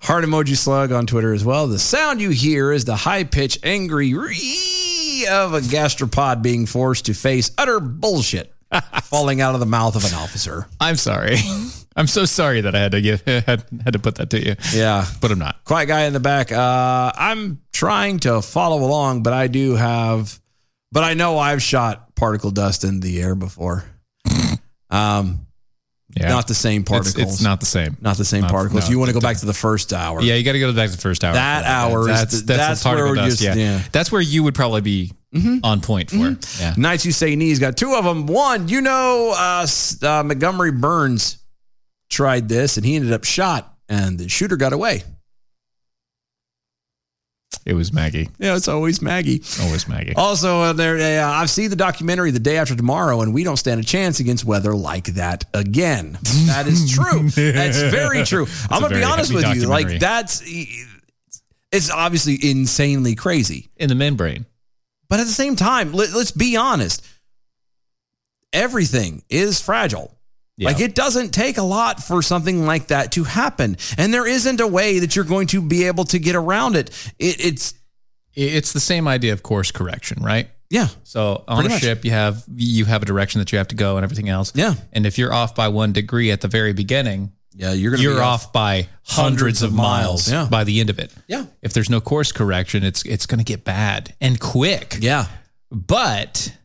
Speaker 5: Heart emoji slug on Twitter as well. The sound you hear is the high pitched, angry ree of a gastropod being forced to face utter bullshit falling out of the mouth of an officer.
Speaker 6: I'm sorry. I'm so sorry that I had to give had, had to put that to you.
Speaker 5: Yeah,
Speaker 6: but I'm not.
Speaker 5: Quiet guy in the back. Uh, I'm trying to follow along, but I do have, but I know I've shot particle dust in the air before. um, not the same
Speaker 6: It's-
Speaker 5: particles.
Speaker 6: It's, not the same.
Speaker 5: Not the same particles. you want to go back to the first hour?
Speaker 6: Yeah, you got to go back to the first hour.
Speaker 5: That
Speaker 6: for
Speaker 5: hour is
Speaker 6: That's,
Speaker 5: the-
Speaker 6: that's,
Speaker 5: that's
Speaker 6: the particle
Speaker 5: where
Speaker 6: dust.
Speaker 5: just-
Speaker 6: yeah.
Speaker 5: yeah.
Speaker 6: that's where you would probably be
Speaker 5: Mm-hmm.
Speaker 6: on point for. it. Yeah.
Speaker 5: Knights Who Mm-hmm. Say Knees got two of them. One, you know, uh, S- uh, Montgomery Burns tried this and he ended up shot, and the shooter got away.
Speaker 6: It was Maggie.
Speaker 5: Yeah, it's always Maggie.
Speaker 6: Always Maggie.
Speaker 5: Also, uh, there, uh, I've seen the documentary The Day After Tomorrow, and we don't stand a chance against weather like that again. That is true. That's very true.
Speaker 6: It's
Speaker 5: I'm
Speaker 6: a
Speaker 5: gonna be
Speaker 6: very
Speaker 5: honest
Speaker 6: heavy
Speaker 5: with you. Like
Speaker 6: documentary.
Speaker 5: that's it's obviously insanely crazy
Speaker 6: in the membrane,
Speaker 5: but at the same time, let, let's be honest. Everything is fragile. Like it doesn't take a lot for something like that to happen, and there isn't a way that you're going to be able to get around it. it it's
Speaker 6: it's the same idea of course correction, right?
Speaker 5: Yeah.
Speaker 6: So on
Speaker 5: Pretty
Speaker 6: a
Speaker 5: much.
Speaker 6: ship, you have you have a direction that you have to go and everything else. Yeah. And if you're off by one degree at the very beginning,
Speaker 5: yeah, you're gonna be
Speaker 6: you're
Speaker 5: off
Speaker 6: off, by hundreds of miles,
Speaker 5: miles. Yeah.
Speaker 6: by the end of it.
Speaker 5: Yeah.
Speaker 6: If there's no course correction, it's it's going to get bad and quick.
Speaker 5: Yeah.
Speaker 6: But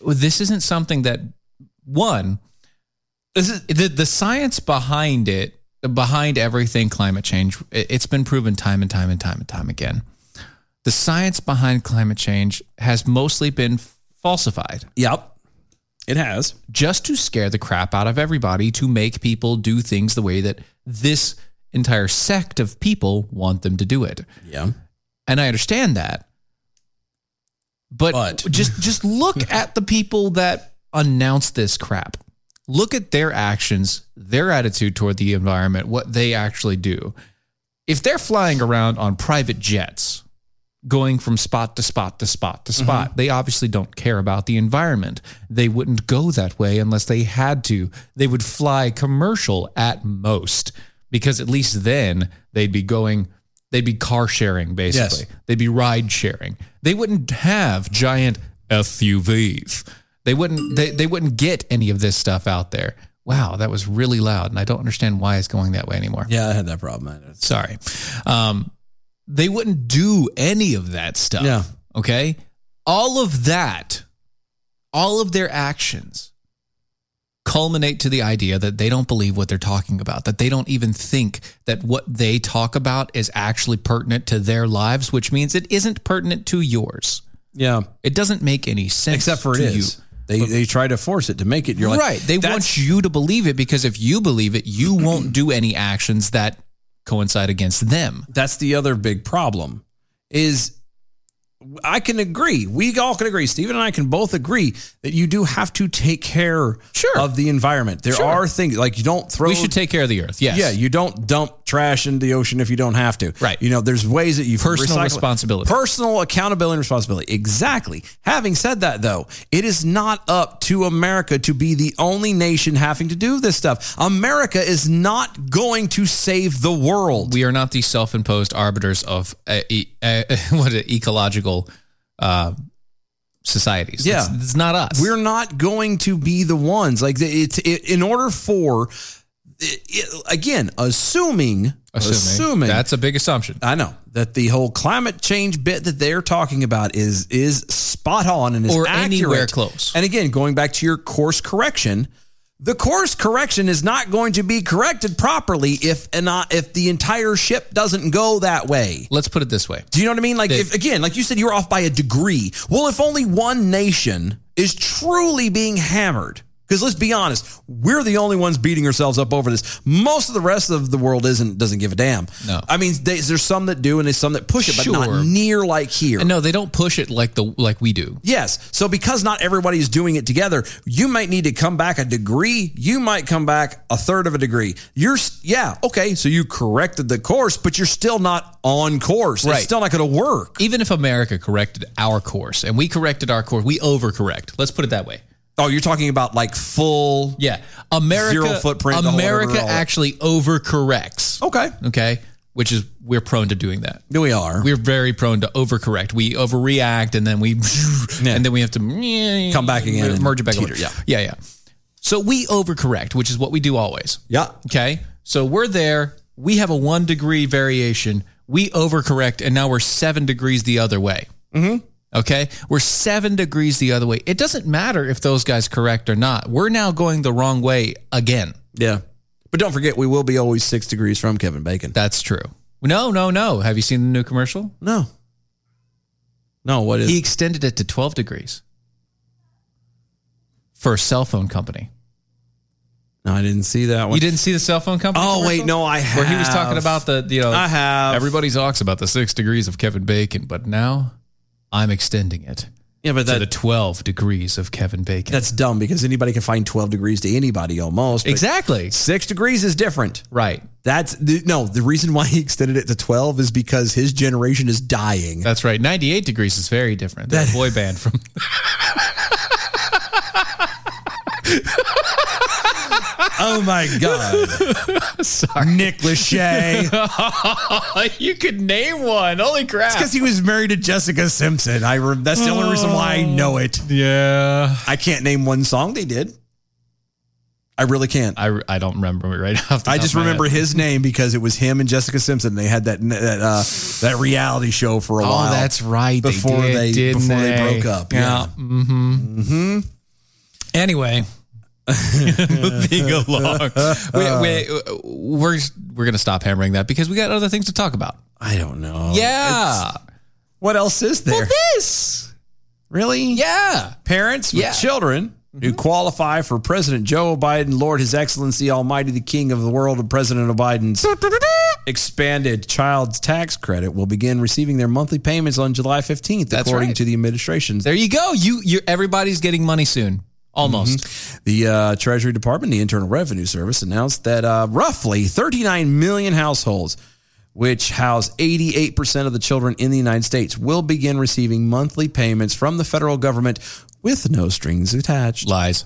Speaker 6: well, this isn't something that one this is the, the science behind it behind everything climate change it- it's been proven time and time and time and time again the science behind climate change has mostly been falsified
Speaker 5: yep it has
Speaker 6: just to scare the crap out of everybody to make people do things the way that this entire sect of people want them to do it
Speaker 5: yeah
Speaker 6: and i understand that but, just just look at the people that announce this crap. Look at their actions, their attitude toward the environment, what they actually do. If they're flying around on private jets, going from spot to spot to spot to spot,
Speaker 5: Mm-hmm.
Speaker 6: they obviously don't care about the environment. They wouldn't go that way unless they had to. They would fly commercial at most because at least then they'd be going they'd be car sharing basically. They'd be ride sharing. They wouldn't have giant SUVs. They wouldn't they, they wouldn't get any of this stuff out there. Wow, that was really loud and I don't understand why it's going that way anymore.
Speaker 5: Yeah, I had that problem.
Speaker 6: Sorry. Um they wouldn't do any of that stuff.
Speaker 5: Yeah.
Speaker 6: Okay? All of that all of their actions culminate to the idea that they don't believe what they're talking about, that they don't even think that what they talk about is actually pertinent to their lives, which means it isn't pertinent to yours.
Speaker 5: Yeah.
Speaker 6: It doesn't make any sense.
Speaker 5: Except for it
Speaker 6: to
Speaker 5: is.
Speaker 6: you.
Speaker 5: They they try to force it to make it. You're like
Speaker 6: right. They want you to believe it because if you believe it, you won't do any actions that coincide against them.
Speaker 5: That's the other big problem. Is I can agree. We all can agree. Stephen and I can both agree that you do have to take care of the environment. There
Speaker 6: Sure.
Speaker 5: are things like you don't throw.
Speaker 6: We should take care of the earth. Yes.
Speaker 5: Yeah. You don't dump trash into the ocean if you don't have to. Right. You know, there's ways that you
Speaker 6: Personal
Speaker 5: recycle-
Speaker 6: responsibility.
Speaker 5: Personal accountability and responsibility. Exactly. Having said that, though, it is not up to America to be the only nation having to do this stuff. America is not going to save the world.
Speaker 6: We are not the self-imposed arbiters of uh, e- uh, what uh, ecological uh, societies.
Speaker 5: Yeah,
Speaker 6: It's- it's not us.
Speaker 5: We're not going to be the ones. Like the- it's it, in order for it, it- again, assuming,
Speaker 6: Assuming. That's a big assumption.
Speaker 5: I know that the whole climate change bit that they're talking about is is spot on and is
Speaker 6: Or
Speaker 5: accurate.
Speaker 6: anywhere close.
Speaker 5: And again, going back to your course correction. The course correction is not going to be corrected properly if and not if the entire ship doesn't go that way.
Speaker 6: Let's put it this way.
Speaker 5: Do you know what I mean? Like, if, again, like you said, you're off by a degree. Well, if only one nation is truly being hammered, because let's be honest, we're the only ones beating ourselves up over this. Most of the rest of the world isn't doesn't give a damn. No, I mean, they, there's some that do, and there's some that push it, but
Speaker 6: Sure.
Speaker 5: not near like here.
Speaker 6: And no, they don't push it like the like we do.
Speaker 5: Yes. So because not everybody is doing it together, you might need to come back a degree. You might come back a third of a degree. You're s- yeah, okay. So you corrected the course, but you're still not on course. It's still not going to work.
Speaker 6: Even if America corrected our course and we corrected our course, we overcorrect. Let's put it that way.
Speaker 5: Oh, you're talking about like full
Speaker 6: yeah, America
Speaker 5: zero footprint, the whole
Speaker 6: America
Speaker 5: overall.
Speaker 6: actually overcorrects.
Speaker 5: Okay.
Speaker 6: Okay. Which is we're prone to doing that.
Speaker 5: We are.
Speaker 6: We're very prone to overcorrect. We overreact and then we and then we have to
Speaker 5: Come back again and
Speaker 6: merge it back.
Speaker 5: teeter,
Speaker 6: over.
Speaker 5: yeah.
Speaker 6: Yeah, yeah. So we overcorrect, which is what we do always.
Speaker 5: Yeah.
Speaker 6: Okay. So we're there. We have a one degree variation. we overcorrect and now we're seven degrees the other way. Mm-hmm. Okay. We're seven degrees the other way. It doesn't matter if those guys correct or not. We're now going the wrong way again.
Speaker 5: Yeah. But don't forget, we will be always six degrees from Kevin Bacon.
Speaker 6: That's true. No, no, no. Have you seen the new commercial?
Speaker 5: No. No, what is
Speaker 6: He extended it to 12 degrees for a cell phone company.
Speaker 5: No, I didn't see that
Speaker 6: You didn't see the cell phone company?
Speaker 5: Oh, wait,
Speaker 6: commercial?
Speaker 5: no, I have.
Speaker 6: Where he was talking about the, you know,
Speaker 5: I have.
Speaker 6: Everybody talks about the six degrees of Kevin Bacon, but now I'm extending it.
Speaker 5: Yeah, but
Speaker 6: to
Speaker 5: that-
Speaker 6: the 12 degrees of Kevin Bacon.
Speaker 5: That's dumb because anybody can find 12 degrees to anybody almost. but
Speaker 6: Exactly.
Speaker 5: Six degrees is different.
Speaker 6: Right.
Speaker 5: That's the, no, the reason why he extended it to 12 is because his generation is dying.
Speaker 6: That's right. 98 degrees is very different. That boy band from
Speaker 5: oh my God.
Speaker 6: Sorry.
Speaker 5: Nick Lachey.
Speaker 6: you could name one. Holy crap.
Speaker 5: It's because he was married to Jessica Simpson. I re- that's the only reason why I know it.
Speaker 6: Yeah,
Speaker 5: I can't name one song they did. I really can't.
Speaker 6: I, I don't remember it right off. the
Speaker 5: I
Speaker 6: top
Speaker 5: just
Speaker 6: of my
Speaker 5: remember
Speaker 6: head.
Speaker 5: his name because it was him and Jessica Simpson. They had that that uh, that reality show for a
Speaker 6: Oh,
Speaker 5: while.
Speaker 6: that's right. They
Speaker 5: Before
Speaker 6: did,
Speaker 5: they,
Speaker 6: didn't
Speaker 5: before they?
Speaker 6: they?
Speaker 5: broke up.
Speaker 6: Yeah.
Speaker 5: Yeah.
Speaker 6: Mm-hmm.
Speaker 5: Mm-hmm.
Speaker 6: Anyway, moving along,
Speaker 5: Uh.
Speaker 6: we, we, we're we're gonna stop hammering that because we got other things to talk about.
Speaker 5: I don't know.
Speaker 6: yeah.
Speaker 5: What else is there?
Speaker 6: Well, this.
Speaker 5: Really?
Speaker 6: Yeah.
Speaker 5: Parents with
Speaker 6: Yeah. Mm-hmm.
Speaker 5: children who qualify for President Joe Biden, Lord His Excellency Almighty, the King of the World, and President Biden's expanded child tax credit will begin receiving their monthly payments on July 15th, according
Speaker 6: right.
Speaker 5: to the administration's.
Speaker 6: There you go. You you everybody's getting money soon. Almost.
Speaker 5: The uh, Treasury Department, the Internal Revenue Service, announced that uh, roughly 39 million households, which house 88% of the children in the United States, will begin receiving monthly payments from the federal government with no strings attached.
Speaker 6: Lies.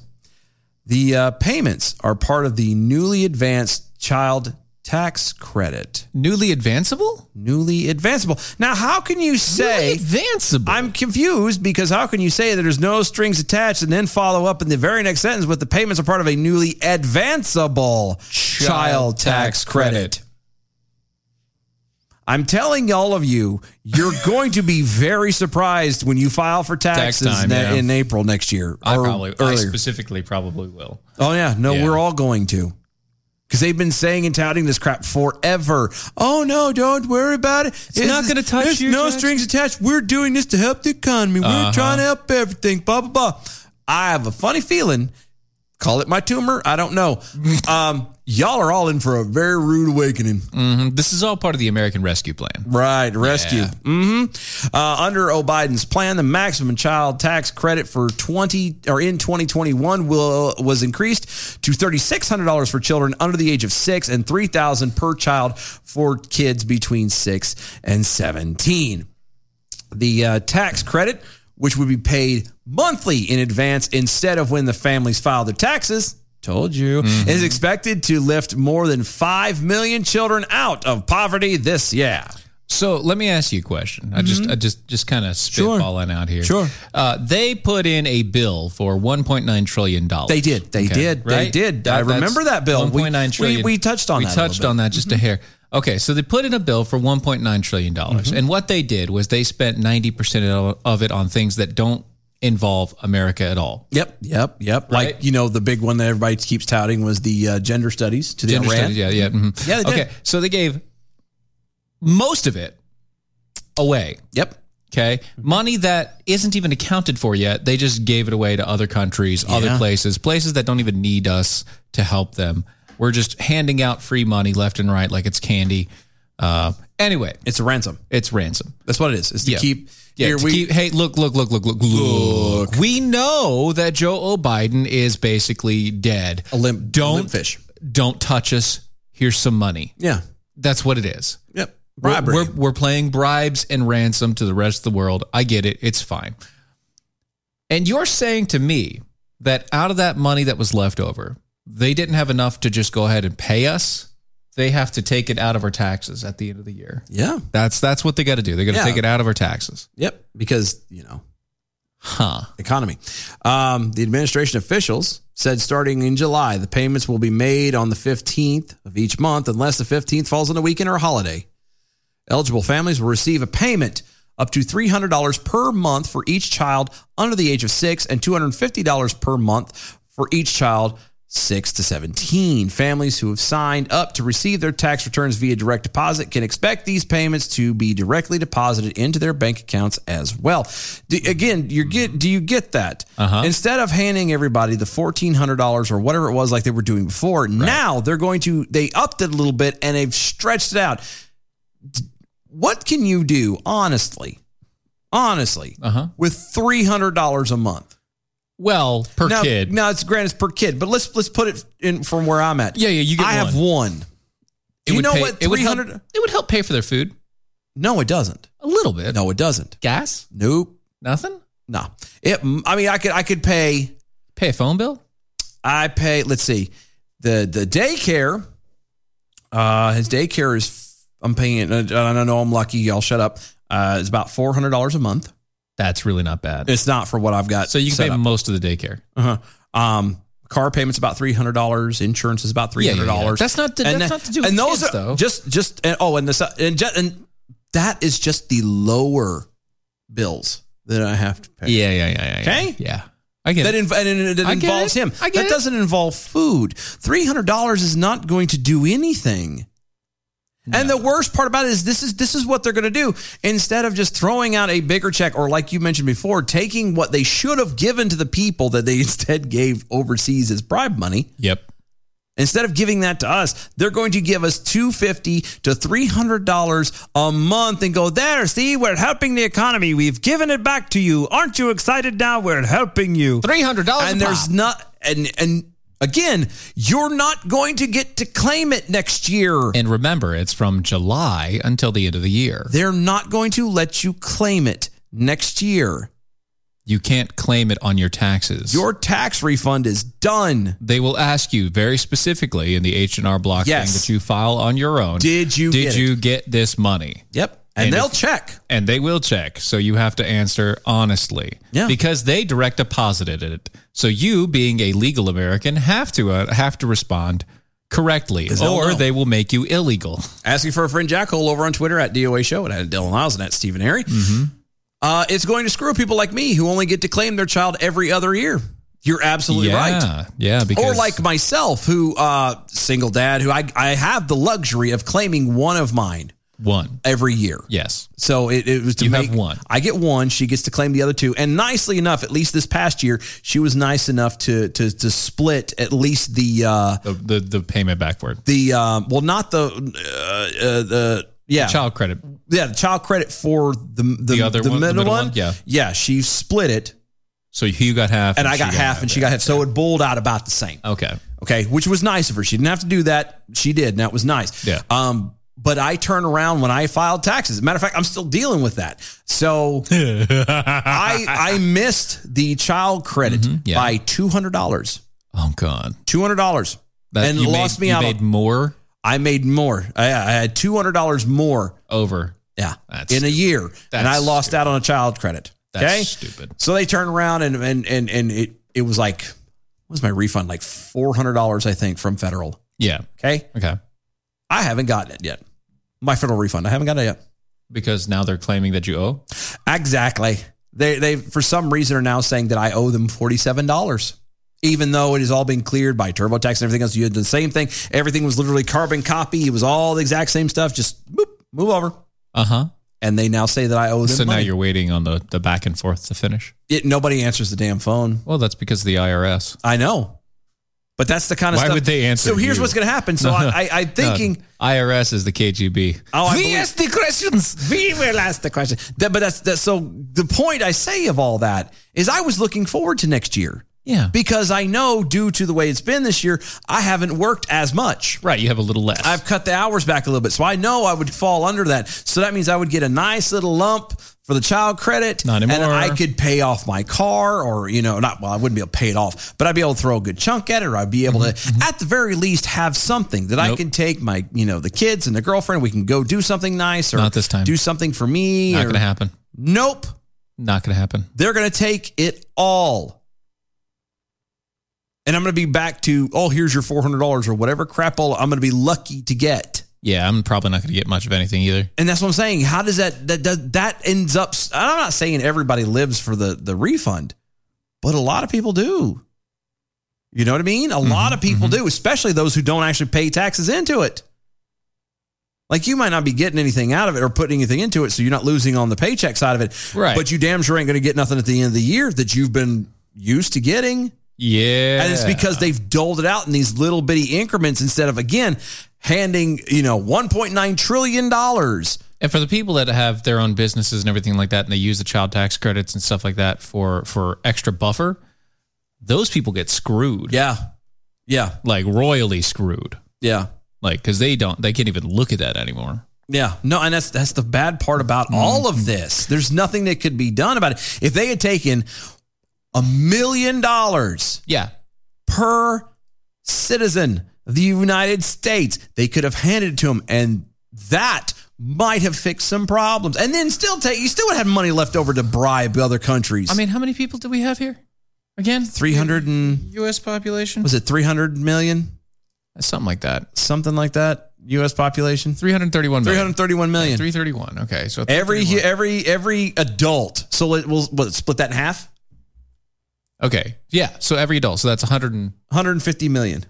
Speaker 5: The uh, payments are part of the newly advanced child tax credit.
Speaker 6: Newly advanceable?
Speaker 5: Newly advanceable. Now, how can you say
Speaker 6: advanceable?
Speaker 5: I'm confused because how can you say that there's no strings attached and then follow up in the very next sentence with the payments are part of a newly advanceable child, tax, credit. I'm telling all of you, you're going to be very surprised when you file for taxes
Speaker 6: time,
Speaker 5: ne-
Speaker 6: yeah.
Speaker 5: in April next year.
Speaker 6: I
Speaker 5: Mm-hmm. or
Speaker 6: probably I
Speaker 5: earlier.
Speaker 6: specifically probably will.
Speaker 5: Oh yeah, no,
Speaker 6: Yeah.
Speaker 5: we're all going to. Because they've been saying and touting this crap forever. Oh no, don't worry about it. It's,
Speaker 6: not gonna touch
Speaker 5: there's
Speaker 6: you,
Speaker 5: No
Speaker 6: Judge.
Speaker 5: strings attached. We're doing this to help the economy. We're
Speaker 6: Uh-huh.
Speaker 5: trying to help everything. Blah blah blah. I have a funny feeling. Call it my tumor. I don't know. um, y'all are all in for a very rude awakening.
Speaker 6: hmm This is all part of the American Rescue Plan.
Speaker 5: Right, rescue. Mm-hmm. Uh, under O Biden's plan, the maximum child tax credit for twenty or in twenty twenty one will was increased to thirty six hundred dollars for children under the age of six and three thousand per child for kids between six and seventeen. The uh, tax credit, which would be paid monthly in advance instead of when the families file their taxes. Told you.
Speaker 6: Mm-hmm.
Speaker 5: Is expected to lift more than 5 million children out of poverty this year.
Speaker 6: So let me ask you a question. I just I just just kind of spitballing out here.
Speaker 5: Mm-hmm. Sure.
Speaker 6: Uh, they put in a bill for 1.9 trillion dollars.
Speaker 5: They did. They did. They did. I remember that bill.
Speaker 6: 1.9
Speaker 5: We- we-
Speaker 6: trillion.
Speaker 5: we touched on
Speaker 6: We
Speaker 5: that a little
Speaker 6: touched
Speaker 5: bit. Mm-hmm.
Speaker 6: on that just a hair. Okay, so they put in a bill for 1.9 trillion dollars,
Speaker 5: Mm-hmm.
Speaker 6: and what they did was they spent 90 percent of it on things that don't involve America at all.
Speaker 5: Yep, yep, yep. Like you know, the big one that everybody keeps touting was the uh, gender studies to the
Speaker 6: Gender
Speaker 5: Iran.
Speaker 6: studies, yeah, yeah. mhm.
Speaker 5: Yeah, they did.
Speaker 6: Okay, so they gave most of it away.
Speaker 5: Yep. Mm-hmm.
Speaker 6: Okay, money that isn't even accounted for yet. They just gave it away to other countries, other
Speaker 5: Yeah.
Speaker 6: places, places that don't even need us to help them. We're just handing out free money left and right like it's candy. Uh, anyway,
Speaker 5: it's a ransom.
Speaker 6: It's ransom.
Speaker 5: That's what it is. It's to keep.
Speaker 6: Yeah,
Speaker 5: here
Speaker 6: to
Speaker 5: we-
Speaker 6: keep- hey, look, look, look, look, look, look. We know that Joe O. Biden is basically dead. A
Speaker 5: limp,
Speaker 6: don't,
Speaker 5: limp fish.
Speaker 6: Don't touch us. Here's some money.
Speaker 5: Yeah.
Speaker 6: That's what it is.
Speaker 5: Yep.
Speaker 6: We're-
Speaker 5: Bribery.
Speaker 6: We're, we're playing bribes and ransom to the rest of the world. I get it. It's fine. And you're saying to me that out of that money that was left over, they didn't have enough to just go ahead and pay us. They have to take it out of our taxes at the end of the year.
Speaker 5: Yeah.
Speaker 6: That's that's what they got to do. They got to
Speaker 5: Yeah.
Speaker 6: take it out of our taxes.
Speaker 5: Yep. Because you know,
Speaker 6: huh?
Speaker 5: Economy. Um, the administration officials said starting in July, the payments will be made on the fifteenth of each month, unless the fifteenth falls on a weekend or a holiday. Eligible families will receive a payment up to $300 per month for each child under the age of six and $250 per month for each child 6 to 17. Families who have signed up to receive their tax returns via direct deposit can expect these payments to be directly deposited into their bank accounts as well. Do, again, you get do you get that?
Speaker 6: Uh-huh.
Speaker 5: Instead of handing everybody the $1400 or whatever it was like they were doing before, now they're going to they upped it a little bit and they've stretched it out. D- What can you do honestly? Honestly, uh-huh. with $300 a month?
Speaker 6: Well, per
Speaker 5: now,
Speaker 6: kid.
Speaker 5: No, it's granted it's per kid, but let's let's put it in from where I'm at.
Speaker 6: Yeah, yeah, you get
Speaker 5: I have one.
Speaker 6: It
Speaker 5: you
Speaker 6: would
Speaker 5: know
Speaker 6: pay-
Speaker 5: what?
Speaker 6: it would
Speaker 5: Three
Speaker 6: help-
Speaker 5: hundred.
Speaker 6: It would help pay for their food.
Speaker 5: No, it doesn't.
Speaker 6: A little bit.
Speaker 5: No, it doesn't.
Speaker 6: Gas?
Speaker 5: Nope.
Speaker 6: Nothing.
Speaker 5: No. It. I mean, I could I could pay
Speaker 6: pay a phone bill.
Speaker 5: I pay. Let's see. The the daycare. Uh, his daycare is. I'm paying. I don't know. I'm lucky. Y'all shut up. Uh, it's about four hundred dollars a month.
Speaker 6: That's really not bad.
Speaker 5: It's not for what I've got.
Speaker 6: So you can
Speaker 5: set
Speaker 6: pay
Speaker 5: up.
Speaker 6: most of the daycare.
Speaker 5: Uh-huh. Um, car payments about three hundred dollars. Insurance is about three
Speaker 6: Yeah, yeah,
Speaker 5: hundred
Speaker 6: yeah.
Speaker 5: dollars.
Speaker 6: That's not to- that's not to do with
Speaker 5: And those
Speaker 6: kids,
Speaker 5: are
Speaker 6: though.
Speaker 5: just just and, oh, and this and, ju- and that is just the lower bills that I have to pay.
Speaker 6: Yeah, yeah, yeah, yeah.
Speaker 5: Okay,
Speaker 6: yeah, I get
Speaker 5: that.
Speaker 6: it.
Speaker 5: inv- and it- that
Speaker 6: I get
Speaker 5: involves
Speaker 6: it.
Speaker 5: him.
Speaker 6: I get
Speaker 5: that
Speaker 6: it.
Speaker 5: doesn't involve food. Three hundred dollars is not going to do anything. And the worst part about it is this is this is what they're going to do instead of just throwing out a bigger check or like you mentioned before taking what they should have given to the people that they instead gave overseas as bribe money.
Speaker 6: Yep.
Speaker 5: Instead of giving that to us, they're going to give us two fifty to three hundred dollars a month and go there. See, we're helping the economy. We've given it back to you. Aren't you excited now? We're helping you.
Speaker 6: Three hundred dollars.
Speaker 5: And there's not and and again, you're not going to get to claim it next year.
Speaker 6: And remember, it's from July until the end of the year.
Speaker 5: They're not going to let you claim it next year.
Speaker 6: You can't claim it on your taxes.
Speaker 5: Your tax refund is done.
Speaker 6: They will ask you very specifically in the H and R block
Speaker 5: Yes.
Speaker 6: thing that you file on your own.
Speaker 5: Did you
Speaker 6: Did
Speaker 5: get
Speaker 6: you get this money?
Speaker 5: Yep. And they'll
Speaker 6: if-
Speaker 5: check.
Speaker 6: And they will check. So you have to answer honestly.
Speaker 5: Yeah.
Speaker 6: Because they direct deposited it. So you, being a legal American, have to uh, have to respond correctly,
Speaker 5: 'Cause they'll
Speaker 6: or
Speaker 5: know.
Speaker 6: they will make you illegal.
Speaker 5: Asking for a friend Jackhole over on Twitter at DOA Show and at Dylan Miles and at Stephen Harry. Uh, it's going to screw people like me who only get to claim their child every other year. You're absolutely
Speaker 6: yeah,
Speaker 5: right.
Speaker 6: yeah. Uh, Because
Speaker 5: or like myself, who uh, single dad, who I I have the luxury of claiming one of mine
Speaker 6: one
Speaker 5: every year.
Speaker 6: yes,
Speaker 5: So it, it was to
Speaker 6: You have
Speaker 5: make,
Speaker 6: one.
Speaker 5: I get one. She gets to claim the other two. And nicely enough, at least this past year, she was nice enough to to to split at least the uh,
Speaker 6: the, the the payment backward.
Speaker 5: the um, well, not the uh, uh, the yeah
Speaker 6: child credit.
Speaker 5: yeah the child credit for the the,
Speaker 6: The other
Speaker 5: the
Speaker 6: one- the
Speaker 5: middle,
Speaker 6: middle
Speaker 5: one.
Speaker 6: one, yeah.
Speaker 5: yeah she split it
Speaker 6: So you got half,
Speaker 5: and I got
Speaker 6: she
Speaker 5: half and she got half so it bowled out about the same
Speaker 6: Okay.
Speaker 5: okay which was nice of her she didn't have to do that she did and that was nice
Speaker 6: Yeah.
Speaker 5: um but I turn around when I filed taxes As a matter of fact I'm still dealing with that so I I missed the child credit by two hundred dollars
Speaker 6: Mm-hmm. Oh God.
Speaker 5: two hundred dollars
Speaker 6: That-
Speaker 5: and
Speaker 6: you
Speaker 5: lost
Speaker 6: made-
Speaker 5: me
Speaker 6: you
Speaker 5: out
Speaker 6: made more.
Speaker 5: I made more. I, I had two hundred dollars more
Speaker 6: over.
Speaker 5: Yeah,
Speaker 6: That's
Speaker 5: in a year, and I
Speaker 6: That's
Speaker 5: lost out on a child credit.
Speaker 6: That's
Speaker 5: okay,
Speaker 6: stupid.
Speaker 5: So they turned around and and and and it it was like what was my refund like four hundred dollars I think from federal.
Speaker 6: Yeah.
Speaker 5: Okay,
Speaker 6: Okay.
Speaker 5: I haven't gotten it yet. My federal refund, I haven't got it yet.
Speaker 6: Because now they're claiming that you owe.
Speaker 5: Exactly. They they for some reason are now saying that I owe them forty seven dollars. Even though it has all been cleared by TurboTax and everything else, you had the same thing. Everything was literally carbon copy. It was all the exact same stuff. Just boop, move over.
Speaker 6: Uh huh.
Speaker 5: And they now say that I owe them.
Speaker 6: So now
Speaker 5: money.
Speaker 6: you're waiting on the, the back and forth to finish.
Speaker 5: It, nobody answers the damn phone.
Speaker 6: Well, that's because of the IRS.
Speaker 5: I know. But that's the kind of
Speaker 6: Why
Speaker 5: stuff.
Speaker 6: would they answer?
Speaker 5: So here's
Speaker 6: you?
Speaker 5: what's going to happen. So
Speaker 6: No,
Speaker 5: I,
Speaker 6: no.
Speaker 5: I, I'm
Speaker 6: No,
Speaker 5: thinking.
Speaker 6: IRS is the KGB.
Speaker 5: Oh, I
Speaker 6: We
Speaker 5: believe-
Speaker 6: asked the questions.
Speaker 5: We will ask the question. That, but that's that. So the point I say of all that is, I was looking forward to next year.
Speaker 6: Yeah.
Speaker 5: Because I know, due to the way it's been this year, I haven't worked as much.
Speaker 6: Right. You have a little less.
Speaker 5: I've cut the hours back a little bit, so I know I would fall under that. So that means I would get a nice little lump for the child credit,
Speaker 6: Not anymore.
Speaker 5: and I could pay off my car, or you know, not well, I wouldn't be able to pay it off, but I'd be able to throw a good chunk at it, or I'd be able to, at the very least, have something that I
Speaker 6: Mm-hmm, Nope.
Speaker 5: can take my, you know, the kids and the girlfriend. We can go do something nice, or
Speaker 6: Not this time.
Speaker 5: do something for me.
Speaker 6: Not
Speaker 5: or-
Speaker 6: going to happen.
Speaker 5: Nope,
Speaker 6: Not going to happen.
Speaker 5: they're going to take it all. And I'm going to be back to, oh, here's your $400 or whatever crap all I'm going to be lucky to get.
Speaker 6: Yeah, I'm probably not going to get much of anything either.
Speaker 5: And that's what I'm saying. How does that that that, that ends up? I'm not saying everybody lives for the the refund, but a lot of people do. You know what I mean? A
Speaker 6: Mm-hmm,
Speaker 5: lot of people do, especially those who don't actually pay taxes into it. Like you might not be getting anything out of it or putting anything into it, so you're not losing on the paycheck side of it.
Speaker 6: Right.
Speaker 5: But you damn sure ain't going to get nothing at the end of the year that you've been used to getting.
Speaker 6: Yeah.
Speaker 5: And it's because they've doled it out in these little bitty increments instead of again handing, you know, 1.9 trillion dollars.
Speaker 6: And for the people that have their own businesses and everything like that, and they use the child tax credits and stuff like that for for extra buffer, those people get screwed.
Speaker 5: Yeah, yeah,
Speaker 6: like royally screwed.
Speaker 5: Yeah,
Speaker 6: like because they don't, they can't even look at that anymore.
Speaker 5: Yeah, no, and that's that's the bad part about
Speaker 6: Mm-hmm.
Speaker 5: all of this. There's nothing that could be done about it. If they had taken a million dollars,
Speaker 6: yeah,
Speaker 5: per citizen of the United States, they could have handed it to them, and that might have fixed some problems. And then still take you still would have had money left over to bribe other countries.
Speaker 6: I mean, how many people do we have here? Again,
Speaker 5: three hundred and
Speaker 6: U.S. population
Speaker 5: was it 300 million?
Speaker 6: Something like that.
Speaker 5: Something like that. U.S. population
Speaker 6: 331
Speaker 5: million. 331 million.
Speaker 6: 331. Okay, so
Speaker 5: every every every adult. So let, we'll, we'll split that in half.
Speaker 6: Okay, yeah. So every adult. So that's 100 and
Speaker 5: 150 million.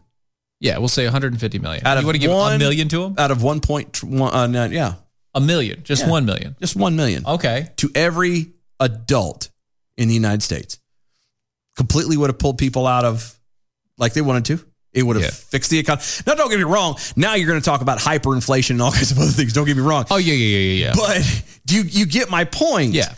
Speaker 6: Yeah, we'll say 150 million.
Speaker 5: Out of
Speaker 6: you want to give
Speaker 5: one-
Speaker 6: a million to them?
Speaker 5: Out of one point one, uh, nine, yeah,
Speaker 6: a million, just
Speaker 5: Yeah.
Speaker 6: one million.
Speaker 5: Just one million.
Speaker 6: Okay.
Speaker 5: To every adult in the United States. Completely would have pulled people out of like they wanted to. It would have fixed the economy. Now, don't get me wrong. Now you're going to talk about hyperinflation and all kinds of other things. Don't get me wrong. Oh
Speaker 6: yeah, yeah, yeah, yeah.
Speaker 5: But do you you get my point?
Speaker 6: Yeah.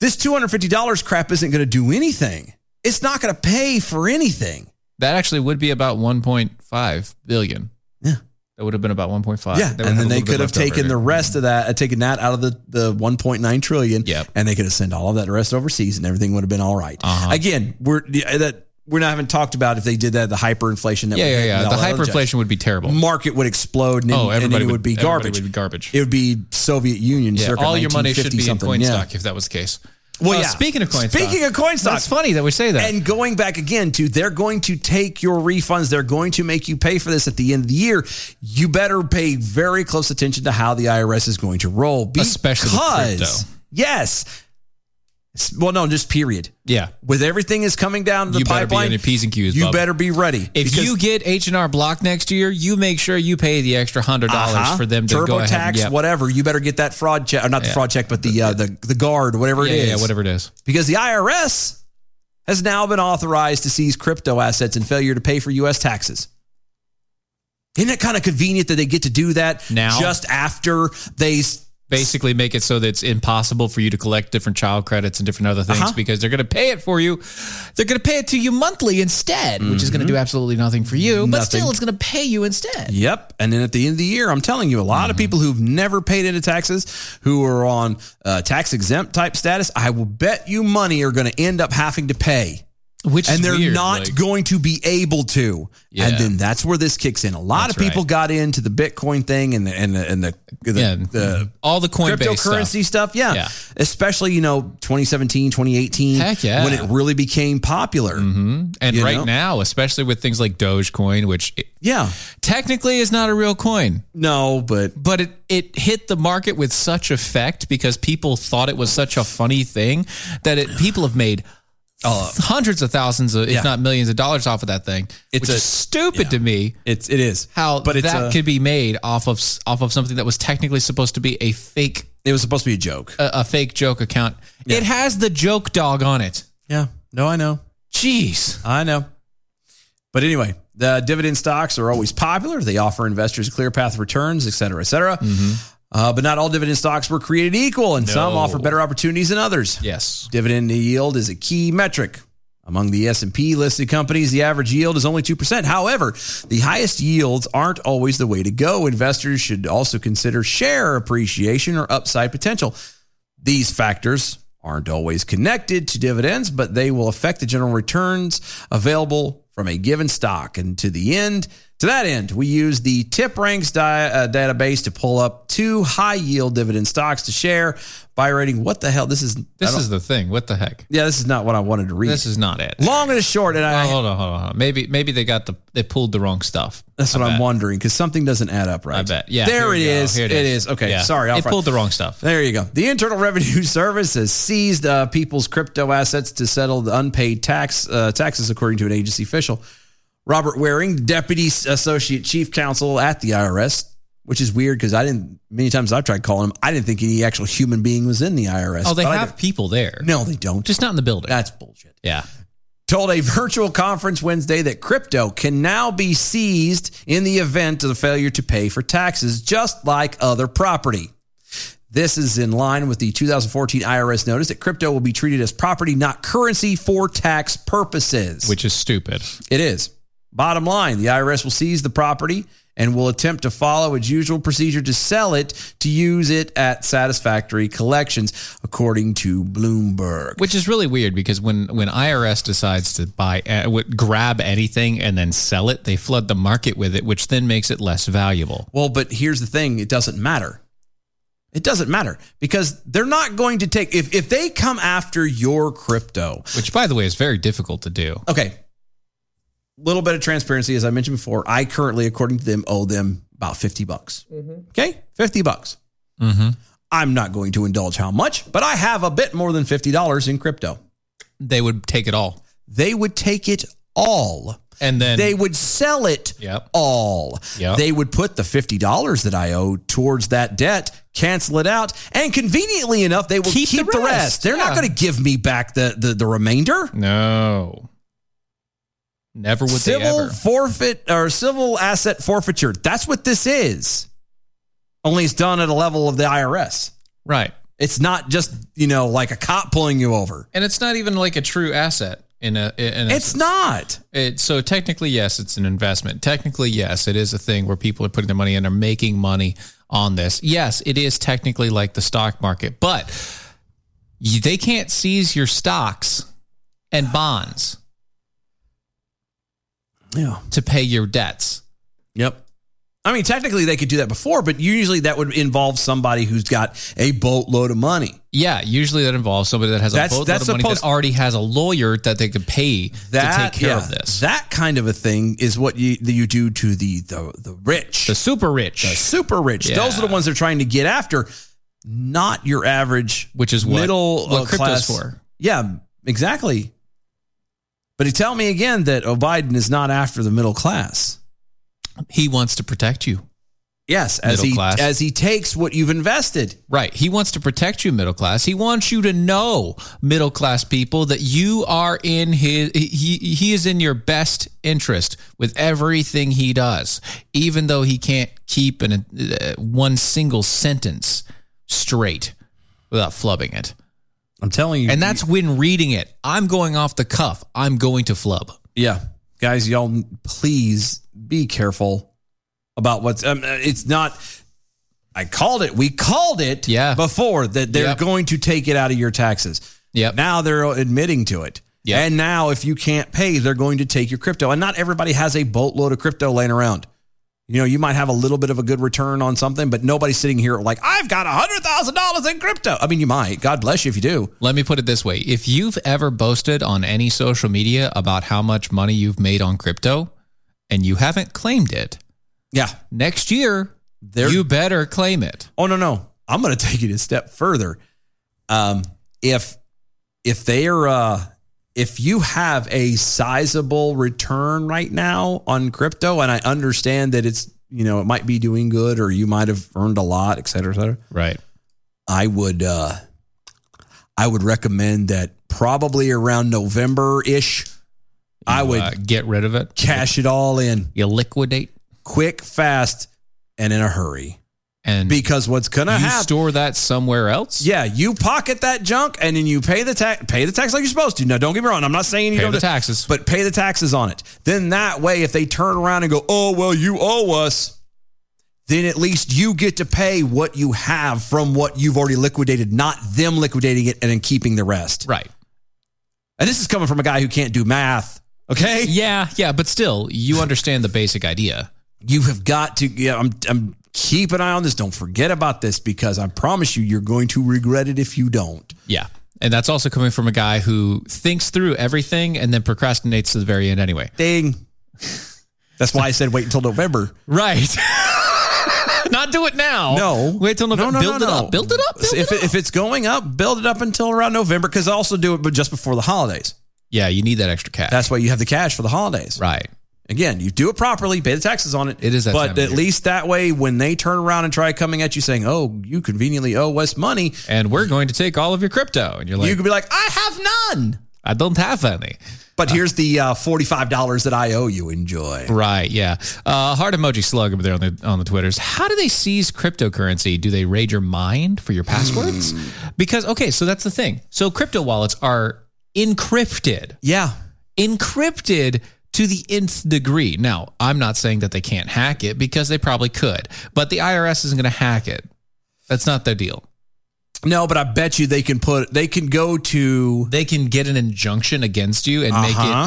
Speaker 5: This two hundred fifty dollars crap isn't going to do anything. It's not going to pay for anything.
Speaker 6: That actually would be about 1.5 billion.
Speaker 5: Yeah.
Speaker 6: That would have been about 1.5.
Speaker 5: Yeah,
Speaker 6: They would
Speaker 5: and
Speaker 6: a
Speaker 5: then they
Speaker 6: little bit
Speaker 5: could have
Speaker 6: left over
Speaker 5: taken the
Speaker 6: there.
Speaker 5: rest of that, uh, taken that out of the the 1.9 trillion, and they could have sent all of that rest overseas, and everything would have been all right.
Speaker 6: Uh-huh.
Speaker 5: Again, we're yeah, that we're not having talked about if they did that, the hyperinflation. That
Speaker 6: Yeah,
Speaker 5: we
Speaker 6: yeah,
Speaker 5: had
Speaker 6: yeah.
Speaker 5: and all
Speaker 6: The
Speaker 5: that other jazz.
Speaker 6: hyperinflation would be terrible.
Speaker 5: Market would explode, and,
Speaker 6: Oh,
Speaker 5: and
Speaker 6: everybody
Speaker 5: it would,
Speaker 6: would-
Speaker 5: be
Speaker 6: everybody
Speaker 5: garbage.
Speaker 6: would be garbage.
Speaker 5: It would be Soviet Union.
Speaker 6: Yeah,
Speaker 5: circa
Speaker 6: all your money should
Speaker 5: 1950
Speaker 6: be in
Speaker 5: something.
Speaker 6: coin
Speaker 5: yeah.
Speaker 6: stock if that was the case.
Speaker 5: Well,
Speaker 6: Uh,
Speaker 5: yeah.
Speaker 6: Speaking of coin stock.
Speaker 5: Speaking of coin stock.
Speaker 6: That's funny that we say that.
Speaker 5: And going back again to they're going to take your refunds. They're going to make you pay for this at the end of the year. You better pay very close attention to how the IRS is going to roll.
Speaker 6: Especially with crypto.
Speaker 5: because- Yes. S- Well, no, just period.
Speaker 6: Yeah.
Speaker 5: With everything is coming down the
Speaker 6: You better be
Speaker 5: pipeline,
Speaker 6: on your P's and Q's.
Speaker 5: you
Speaker 6: bub.
Speaker 5: better be ready.
Speaker 6: If
Speaker 5: because-
Speaker 6: you get H and R Block next year, you make sure you pay the extra hundred dollars
Speaker 5: Uh-huh.
Speaker 6: for them to
Speaker 5: turbo
Speaker 6: go ahead.
Speaker 5: tax,
Speaker 6: and, yeah.
Speaker 5: whatever. You better get that fraud check, or not the
Speaker 6: Yeah.
Speaker 5: fraud check, but the uh, the the guard, whatever
Speaker 6: Yeah,
Speaker 5: it is.
Speaker 6: yeah, whatever it is.
Speaker 5: Because the IRS has now been authorized to seize crypto assets and failure to pay for U.S. taxes. Isn't it kind of convenient that they get to do that
Speaker 6: Now?
Speaker 5: just after they s-
Speaker 6: Basically, make it so that it's impossible for you to collect different child credits and different other things
Speaker 5: Uh-huh.
Speaker 6: because they're going to pay it for you. They're going to pay it to you monthly instead, which is going to do absolutely nothing for you. But
Speaker 5: Mm-hmm. Nothing.
Speaker 6: still, it's going to pay you instead.
Speaker 5: Yep. And then at the end of the year, I'm telling you, a lot
Speaker 6: Mm-hmm.
Speaker 5: of people who've never paid into taxes, who are on uh, tax exempt type status, I will bet you money are going to end up having to pay.
Speaker 6: Which
Speaker 5: and
Speaker 6: is
Speaker 5: they're
Speaker 6: weird,
Speaker 5: not
Speaker 6: like-
Speaker 5: going to be able to. And then that's where this kicks in. A lot of
Speaker 6: That's
Speaker 5: people
Speaker 6: right.
Speaker 5: got into the Bitcoin thing and the and the and the, the,
Speaker 6: Yeah.
Speaker 5: the
Speaker 6: All the Coinbase stuff.
Speaker 5: cryptocurrency stuff. Yeah.
Speaker 6: Yeah.
Speaker 5: Especially, you know, 2017, 2018,
Speaker 6: Heck yeah.
Speaker 5: when it really became popular.
Speaker 6: Mm-hmm. And
Speaker 5: You
Speaker 6: right
Speaker 5: know?
Speaker 6: now, especially with things like Dogecoin, which
Speaker 5: yeah,
Speaker 6: technically is not a real coin.
Speaker 5: No, but
Speaker 6: but it it hit the market with such effect because people thought it was such a funny thing that it people have made hundreds of thousands of,
Speaker 5: Uh, Yeah.
Speaker 6: if not millions of dollars off of that thing. It's which
Speaker 5: a-
Speaker 6: is stupid to me.
Speaker 5: It's it is
Speaker 6: how
Speaker 5: But
Speaker 6: but
Speaker 5: it's
Speaker 6: that
Speaker 5: a-
Speaker 6: could be made off of s- off of something that was technically supposed to be a fake.
Speaker 5: It was supposed to be a joke,
Speaker 6: a, a fake joke account. It has the joke dog on it.
Speaker 5: Yeah. No, I know.
Speaker 6: Jeez.
Speaker 5: I know. But anyway, the dividend stocks are always popular. They offer investors a clear path of returns, et cetera, et cetera. Uh, but not all dividend stocks were created equal, and some
Speaker 6: Mm-hmm. No.
Speaker 5: offer better opportunities than others.
Speaker 6: Yes.
Speaker 5: Dividend yield is a key metric. Among the S&P listed companies, the average yield is only 2%. However, the highest yields aren't always the way to go. Investors should also consider share appreciation or upside potential. These factors aren't always connected to dividends, but they will affect the general returns available from a given stock. And to the end, to that end, we use the TipRanks di- uh, database to pull up two high yield dividend stocks to share by rating. What the hell? This is
Speaker 6: This
Speaker 5: I
Speaker 6: is
Speaker 5: don't-
Speaker 6: the thing. What the heck?
Speaker 5: yeah. This is not what I wanted to read.
Speaker 6: This is not it.
Speaker 5: Long and short, and I
Speaker 6: hold on, hold on, hold on. Maybe maybe they got the they pulled the wrong stuff.
Speaker 5: That's what I'm wondering because something doesn't add up, right? I bet.
Speaker 6: Yeah, here
Speaker 5: There it
Speaker 6: we go.
Speaker 5: is.
Speaker 6: Here
Speaker 5: it is. Okay.
Speaker 6: Yeah.
Speaker 5: Sorry.
Speaker 6: It pulled the wrong stuff.
Speaker 5: There you go. The Internal Revenue Service has seized uh, people's crypto assets to settle the unpaid tax uh, taxes, according to an agency official. Robert Waring, Deputy Associate Chief Counsel at the IRS, which is weird because I didn't. Many times I've tried calling him. I didn't think any actual human being was in the IRS.
Speaker 6: Oh, they
Speaker 5: but I
Speaker 6: have people there.
Speaker 5: No, they don't.
Speaker 6: Just not in the building.
Speaker 5: That's bullshit.
Speaker 6: Yeah.
Speaker 5: told a virtual conference Wednesday that crypto can now be seized in the event of the failure to pay for taxes, just like other property. This is in line with the 2014 IRS notice that crypto will be treated as property, not currency, for tax purposes.
Speaker 6: Which is stupid.
Speaker 5: It is. Bottom line, the IRS will seize the property and will attempt to follow its usual procedure to sell it to use it at satisfactory collections, according to Bloomberg.
Speaker 6: Which is really weird because when, when IRS decides to buy, uh, would grab anything and then sell it, they flood the market with it, which then makes it less valuable.
Speaker 5: Well, but here's the thing it doesn't matter. It doesn't matter because they're not going to take, if, if they come after your crypto,
Speaker 6: which by the way is very difficult to do.
Speaker 5: Okay. Little bit of transparency. As I mentioned before, I currently, according to them, owe them about 50 bucks. Okay. 50 bucks.
Speaker 6: Mm-hmm.
Speaker 5: I'm not going to indulge how much, but I have a bit more than $50 in crypto.
Speaker 6: They would take it all.
Speaker 5: They would take it all.
Speaker 6: And then
Speaker 5: they would sell it
Speaker 6: Yep.
Speaker 5: all.
Speaker 6: Yep.
Speaker 5: They would put the $50 that I owe towards that debt, cancel it out, and conveniently enough, they will keep, the, rest. They're not
Speaker 6: Yeah.
Speaker 5: going to give me back the, the, the remainder.
Speaker 6: No. Never would
Speaker 5: civil
Speaker 6: they ever.
Speaker 5: forfeit or civil asset forfeiture. That's what this is. Only it's done at a level of the IRS.
Speaker 6: Right.
Speaker 5: It's not just, you know, like a cop pulling you over.
Speaker 6: And it's not even like a true asset. In a, in a
Speaker 5: It's not.
Speaker 6: It, so technically, yes, it's an investment. Technically, yes, it is a thing where people are putting their money in and are making money on this. Yes, it is technically like the stock market, but you, they can't seize your stocks and bonds
Speaker 5: yeah.
Speaker 6: to pay your debts.
Speaker 5: Yep. I mean, technically they could do that before, but usually that would involve somebody who's got a boatload of money.
Speaker 6: Yeah, usually that involves somebody that has
Speaker 5: That's-
Speaker 6: a boatload
Speaker 5: that's
Speaker 6: of money
Speaker 5: supposed-
Speaker 6: that already has a lawyer that they could pay to
Speaker 5: That
Speaker 6: take care
Speaker 5: yeah,
Speaker 6: of this.
Speaker 5: That kind of a thing is what you that you do to the the, the rich, the
Speaker 6: super rich,
Speaker 5: the super rich.
Speaker 6: Yeah.
Speaker 5: Those are the ones they're trying to get after, not your average,
Speaker 6: which is what-
Speaker 5: middle
Speaker 6: what
Speaker 5: uh,
Speaker 6: crypto's
Speaker 5: class.
Speaker 6: for.
Speaker 5: Yeah, exactly. But you tell me again that oh, Biden is not after the middle class.
Speaker 6: He wants to protect you.
Speaker 5: Yes, as
Speaker 6: Middle
Speaker 5: he
Speaker 6: class.
Speaker 5: as he takes what you've invested.
Speaker 6: Right. He wants to protect you, middle class. He wants you to know, middle class people, that you are in his, he, he is in your best interest with everything he does, even though he can't keep an, uh, one single sentence straight without flubbing it.
Speaker 5: I'm telling you.
Speaker 6: And that's when reading it, I'm going off the cuff. I'm going to flub.
Speaker 5: Yeah, guys, y'all, please be careful about what's. Um, it's not. I called it. We called it. Yeah. Before that, they're
Speaker 6: Yep.
Speaker 5: going to take it out of your taxes.
Speaker 6: Yeah.
Speaker 5: Now they're admitting to it. Yeah. And now, if you can't pay, they're going to take your crypto. And not everybody has a boatload of crypto laying around. You know, you might have a little bit of a good return on something, but nobody's sitting here like, I've got a hundred thousand dollars in crypto. I mean, you might. God bless you if you do.
Speaker 6: Let me put it this way if you've ever boasted on any social media about how much money you've made on crypto and you haven't claimed it,
Speaker 5: yeah,
Speaker 6: next year, you better claim it.
Speaker 5: Oh no, no. I'm going to take it a step further. Um, if if they are uh, if you have a sizable return right now on crypto, and I understand that it's you know it might be doing good or you might have earned a lot, et cetera, et cetera.
Speaker 6: Right.
Speaker 5: I would uh, I would recommend that probably around November ish. I would
Speaker 6: uh, get rid of it,
Speaker 5: cash it all in.
Speaker 6: You liquidate
Speaker 5: quick, fast, and in a hurry.
Speaker 6: And
Speaker 5: because what's gonna
Speaker 6: you
Speaker 5: happen?
Speaker 6: store that somewhere else.
Speaker 5: Yeah, you pocket that junk and then you pay the tax pay the tax like you're supposed to. Now don't get me wrong, I'm not saying you
Speaker 6: Pay
Speaker 5: don't
Speaker 6: the
Speaker 5: do-
Speaker 6: taxes.
Speaker 5: but pay the taxes on it. Then that way if they turn around and go, "Oh, well you owe us," then at least you get to pay what you have from what you've already liquidated, not them liquidating it and then keeping the rest.
Speaker 6: Right.
Speaker 5: And this is coming from a guy who can't do math.
Speaker 24: Okay.
Speaker 6: Yeah, yeah, but still, you understand the basic idea.
Speaker 5: You have got to. Yeah, I'm. I'm keep an eye on this. Don't forget about this because I promise you, you're going to regret it if you don't.
Speaker 6: Yeah. And that's also coming from a guy who thinks through everything and then procrastinates to the very end anyway.
Speaker 5: Ding. That's why I said wait until November.
Speaker 6: Right. Not do it now.
Speaker 5: No.
Speaker 6: Wait till November.
Speaker 5: No, no,
Speaker 6: build
Speaker 5: no,
Speaker 6: it
Speaker 5: no.
Speaker 6: up. Build it up. Build
Speaker 5: if,
Speaker 6: it
Speaker 5: it, if it's going up, build it up until around November because also do it, but just before the holidays.
Speaker 6: Yeah, you need that extra cash.
Speaker 5: That's why you have the cash for the holidays.
Speaker 6: Right.
Speaker 5: Again, you do it properly, pay the taxes on it. It
Speaker 6: is that time
Speaker 5: but
Speaker 6: of
Speaker 5: at
Speaker 6: year.
Speaker 5: least that way, when they turn around and try coming at you saying, "Oh, you conveniently owe us money,"
Speaker 6: and we're going to take all of your crypto, and you're like,
Speaker 5: you could be like, "I have none."
Speaker 6: I don't have any.
Speaker 5: But here's the uh, forty-five dollars that I owe you. Enjoy.
Speaker 6: Right. Yeah. Uh, heart emoji slug over there on the on the twitters. How do they seize cryptocurrency? Do they raid your mind for your passwords? Because okay, so that's the thing. So crypto wallets are encrypted.
Speaker 5: Yeah.
Speaker 6: Encrypted to the nth degree. Now, I'm not saying that they can't hack it because they probably could, but the IRS isn't going to hack it. That's not their deal.
Speaker 5: No, but I bet you they can put they can go to
Speaker 6: they can get an injunction against you and
Speaker 5: Uh-huh.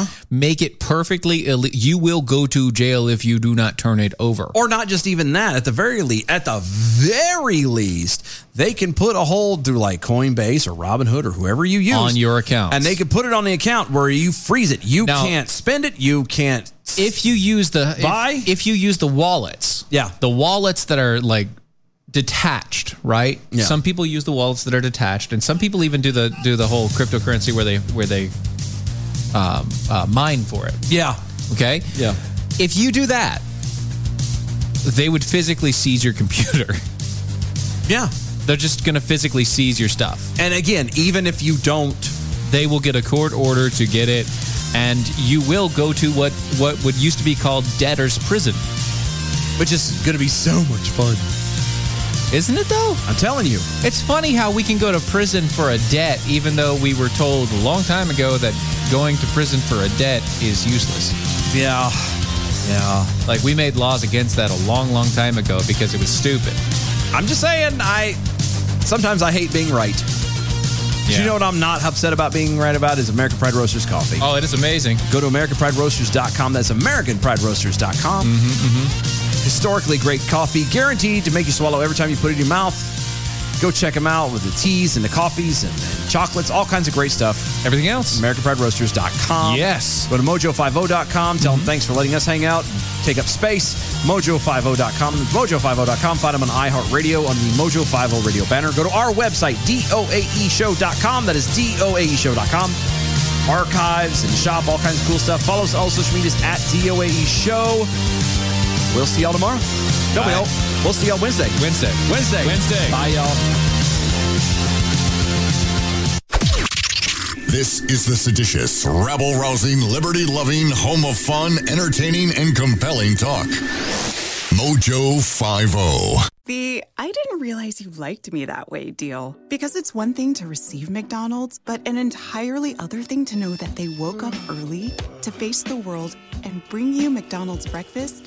Speaker 6: make it make it perfectly ille- you will go to jail if you do not turn it over.
Speaker 5: Or not just even that. At the very least, at the very least, they can put a hold through like Coinbase or Robinhood or whoever you use
Speaker 6: On your accounts.
Speaker 5: and they can put it on the account where you freeze it. You
Speaker 6: Now-
Speaker 5: can't spend it. You can't.
Speaker 6: if you use the if-
Speaker 5: Buy?
Speaker 6: if, you use the wallets
Speaker 5: yeah
Speaker 6: the wallets that are like detached right
Speaker 5: Yeah.
Speaker 6: some people use the wallets that are detached and some people even do the do the whole cryptocurrency where they where they um, uh, mine for it
Speaker 5: yeah
Speaker 6: okay
Speaker 5: yeah
Speaker 6: if you do that they would physically seize your computer
Speaker 5: yeah
Speaker 6: they're just gonna physically seize your stuff
Speaker 5: and again even if you don't
Speaker 6: they will get a court order to get it and you will go to what what would used to be called debtor's prison
Speaker 5: which is gonna be so much fun
Speaker 6: isn't it though
Speaker 5: I'm telling you.
Speaker 6: It's funny how we can go to prison for a debt, even though we were told a long time ago that going to prison for a debt is useless.
Speaker 5: Yeah. Yeah.
Speaker 6: Like, we made laws against that a long, long time ago because it was stupid.
Speaker 5: I'm just saying, I sometimes I hate being right. Do You know what I'm not upset about being right about is American Pride Roasters coffee.
Speaker 6: Oh, it is amazing.
Speaker 5: Go to AmericanPrideRoasters.com. That's AmericanPrideRoasters.com.
Speaker 6: Mm-hmm,
Speaker 5: Historically great coffee, guaranteed to make you swallow every time you put it in your mouth. Go check them out with the teas and the coffees and, and chocolates, all kinds of great stuff.
Speaker 6: Everything else.
Speaker 5: AmericanPrideRoasters.com.
Speaker 6: Yes. Mm-hmm.
Speaker 5: Go to Mojo50.com. Tell them thanks for letting us hang out, take up space. Mojo50.com. Mojo50.com. Find them on iHeartRadio on the Mojo50 radio banner. Go to our website, E DOAEShow.com. That is E DOAEShow.com archives and shop all kinds of cool stuff. Follow us on all social medias at DOAE E Show. We'll see y'all tomorrow. No, we
Speaker 6: Bye.
Speaker 5: don't. We'll see y'all Wednesday.
Speaker 6: Wednesday.
Speaker 5: Wednesday.
Speaker 6: Wednesday.
Speaker 5: Bye, y'all.
Speaker 12: This is the seditious, rabble rousing, liberty loving, home of fun, entertaining, and compelling talk. Mojo oh. 50.
Speaker 10: The I didn't realize you liked me that way deal. Because it's one thing to receive McDonald's, but an entirely other thing to know that they woke up early to face the world and bring you McDonald's breakfast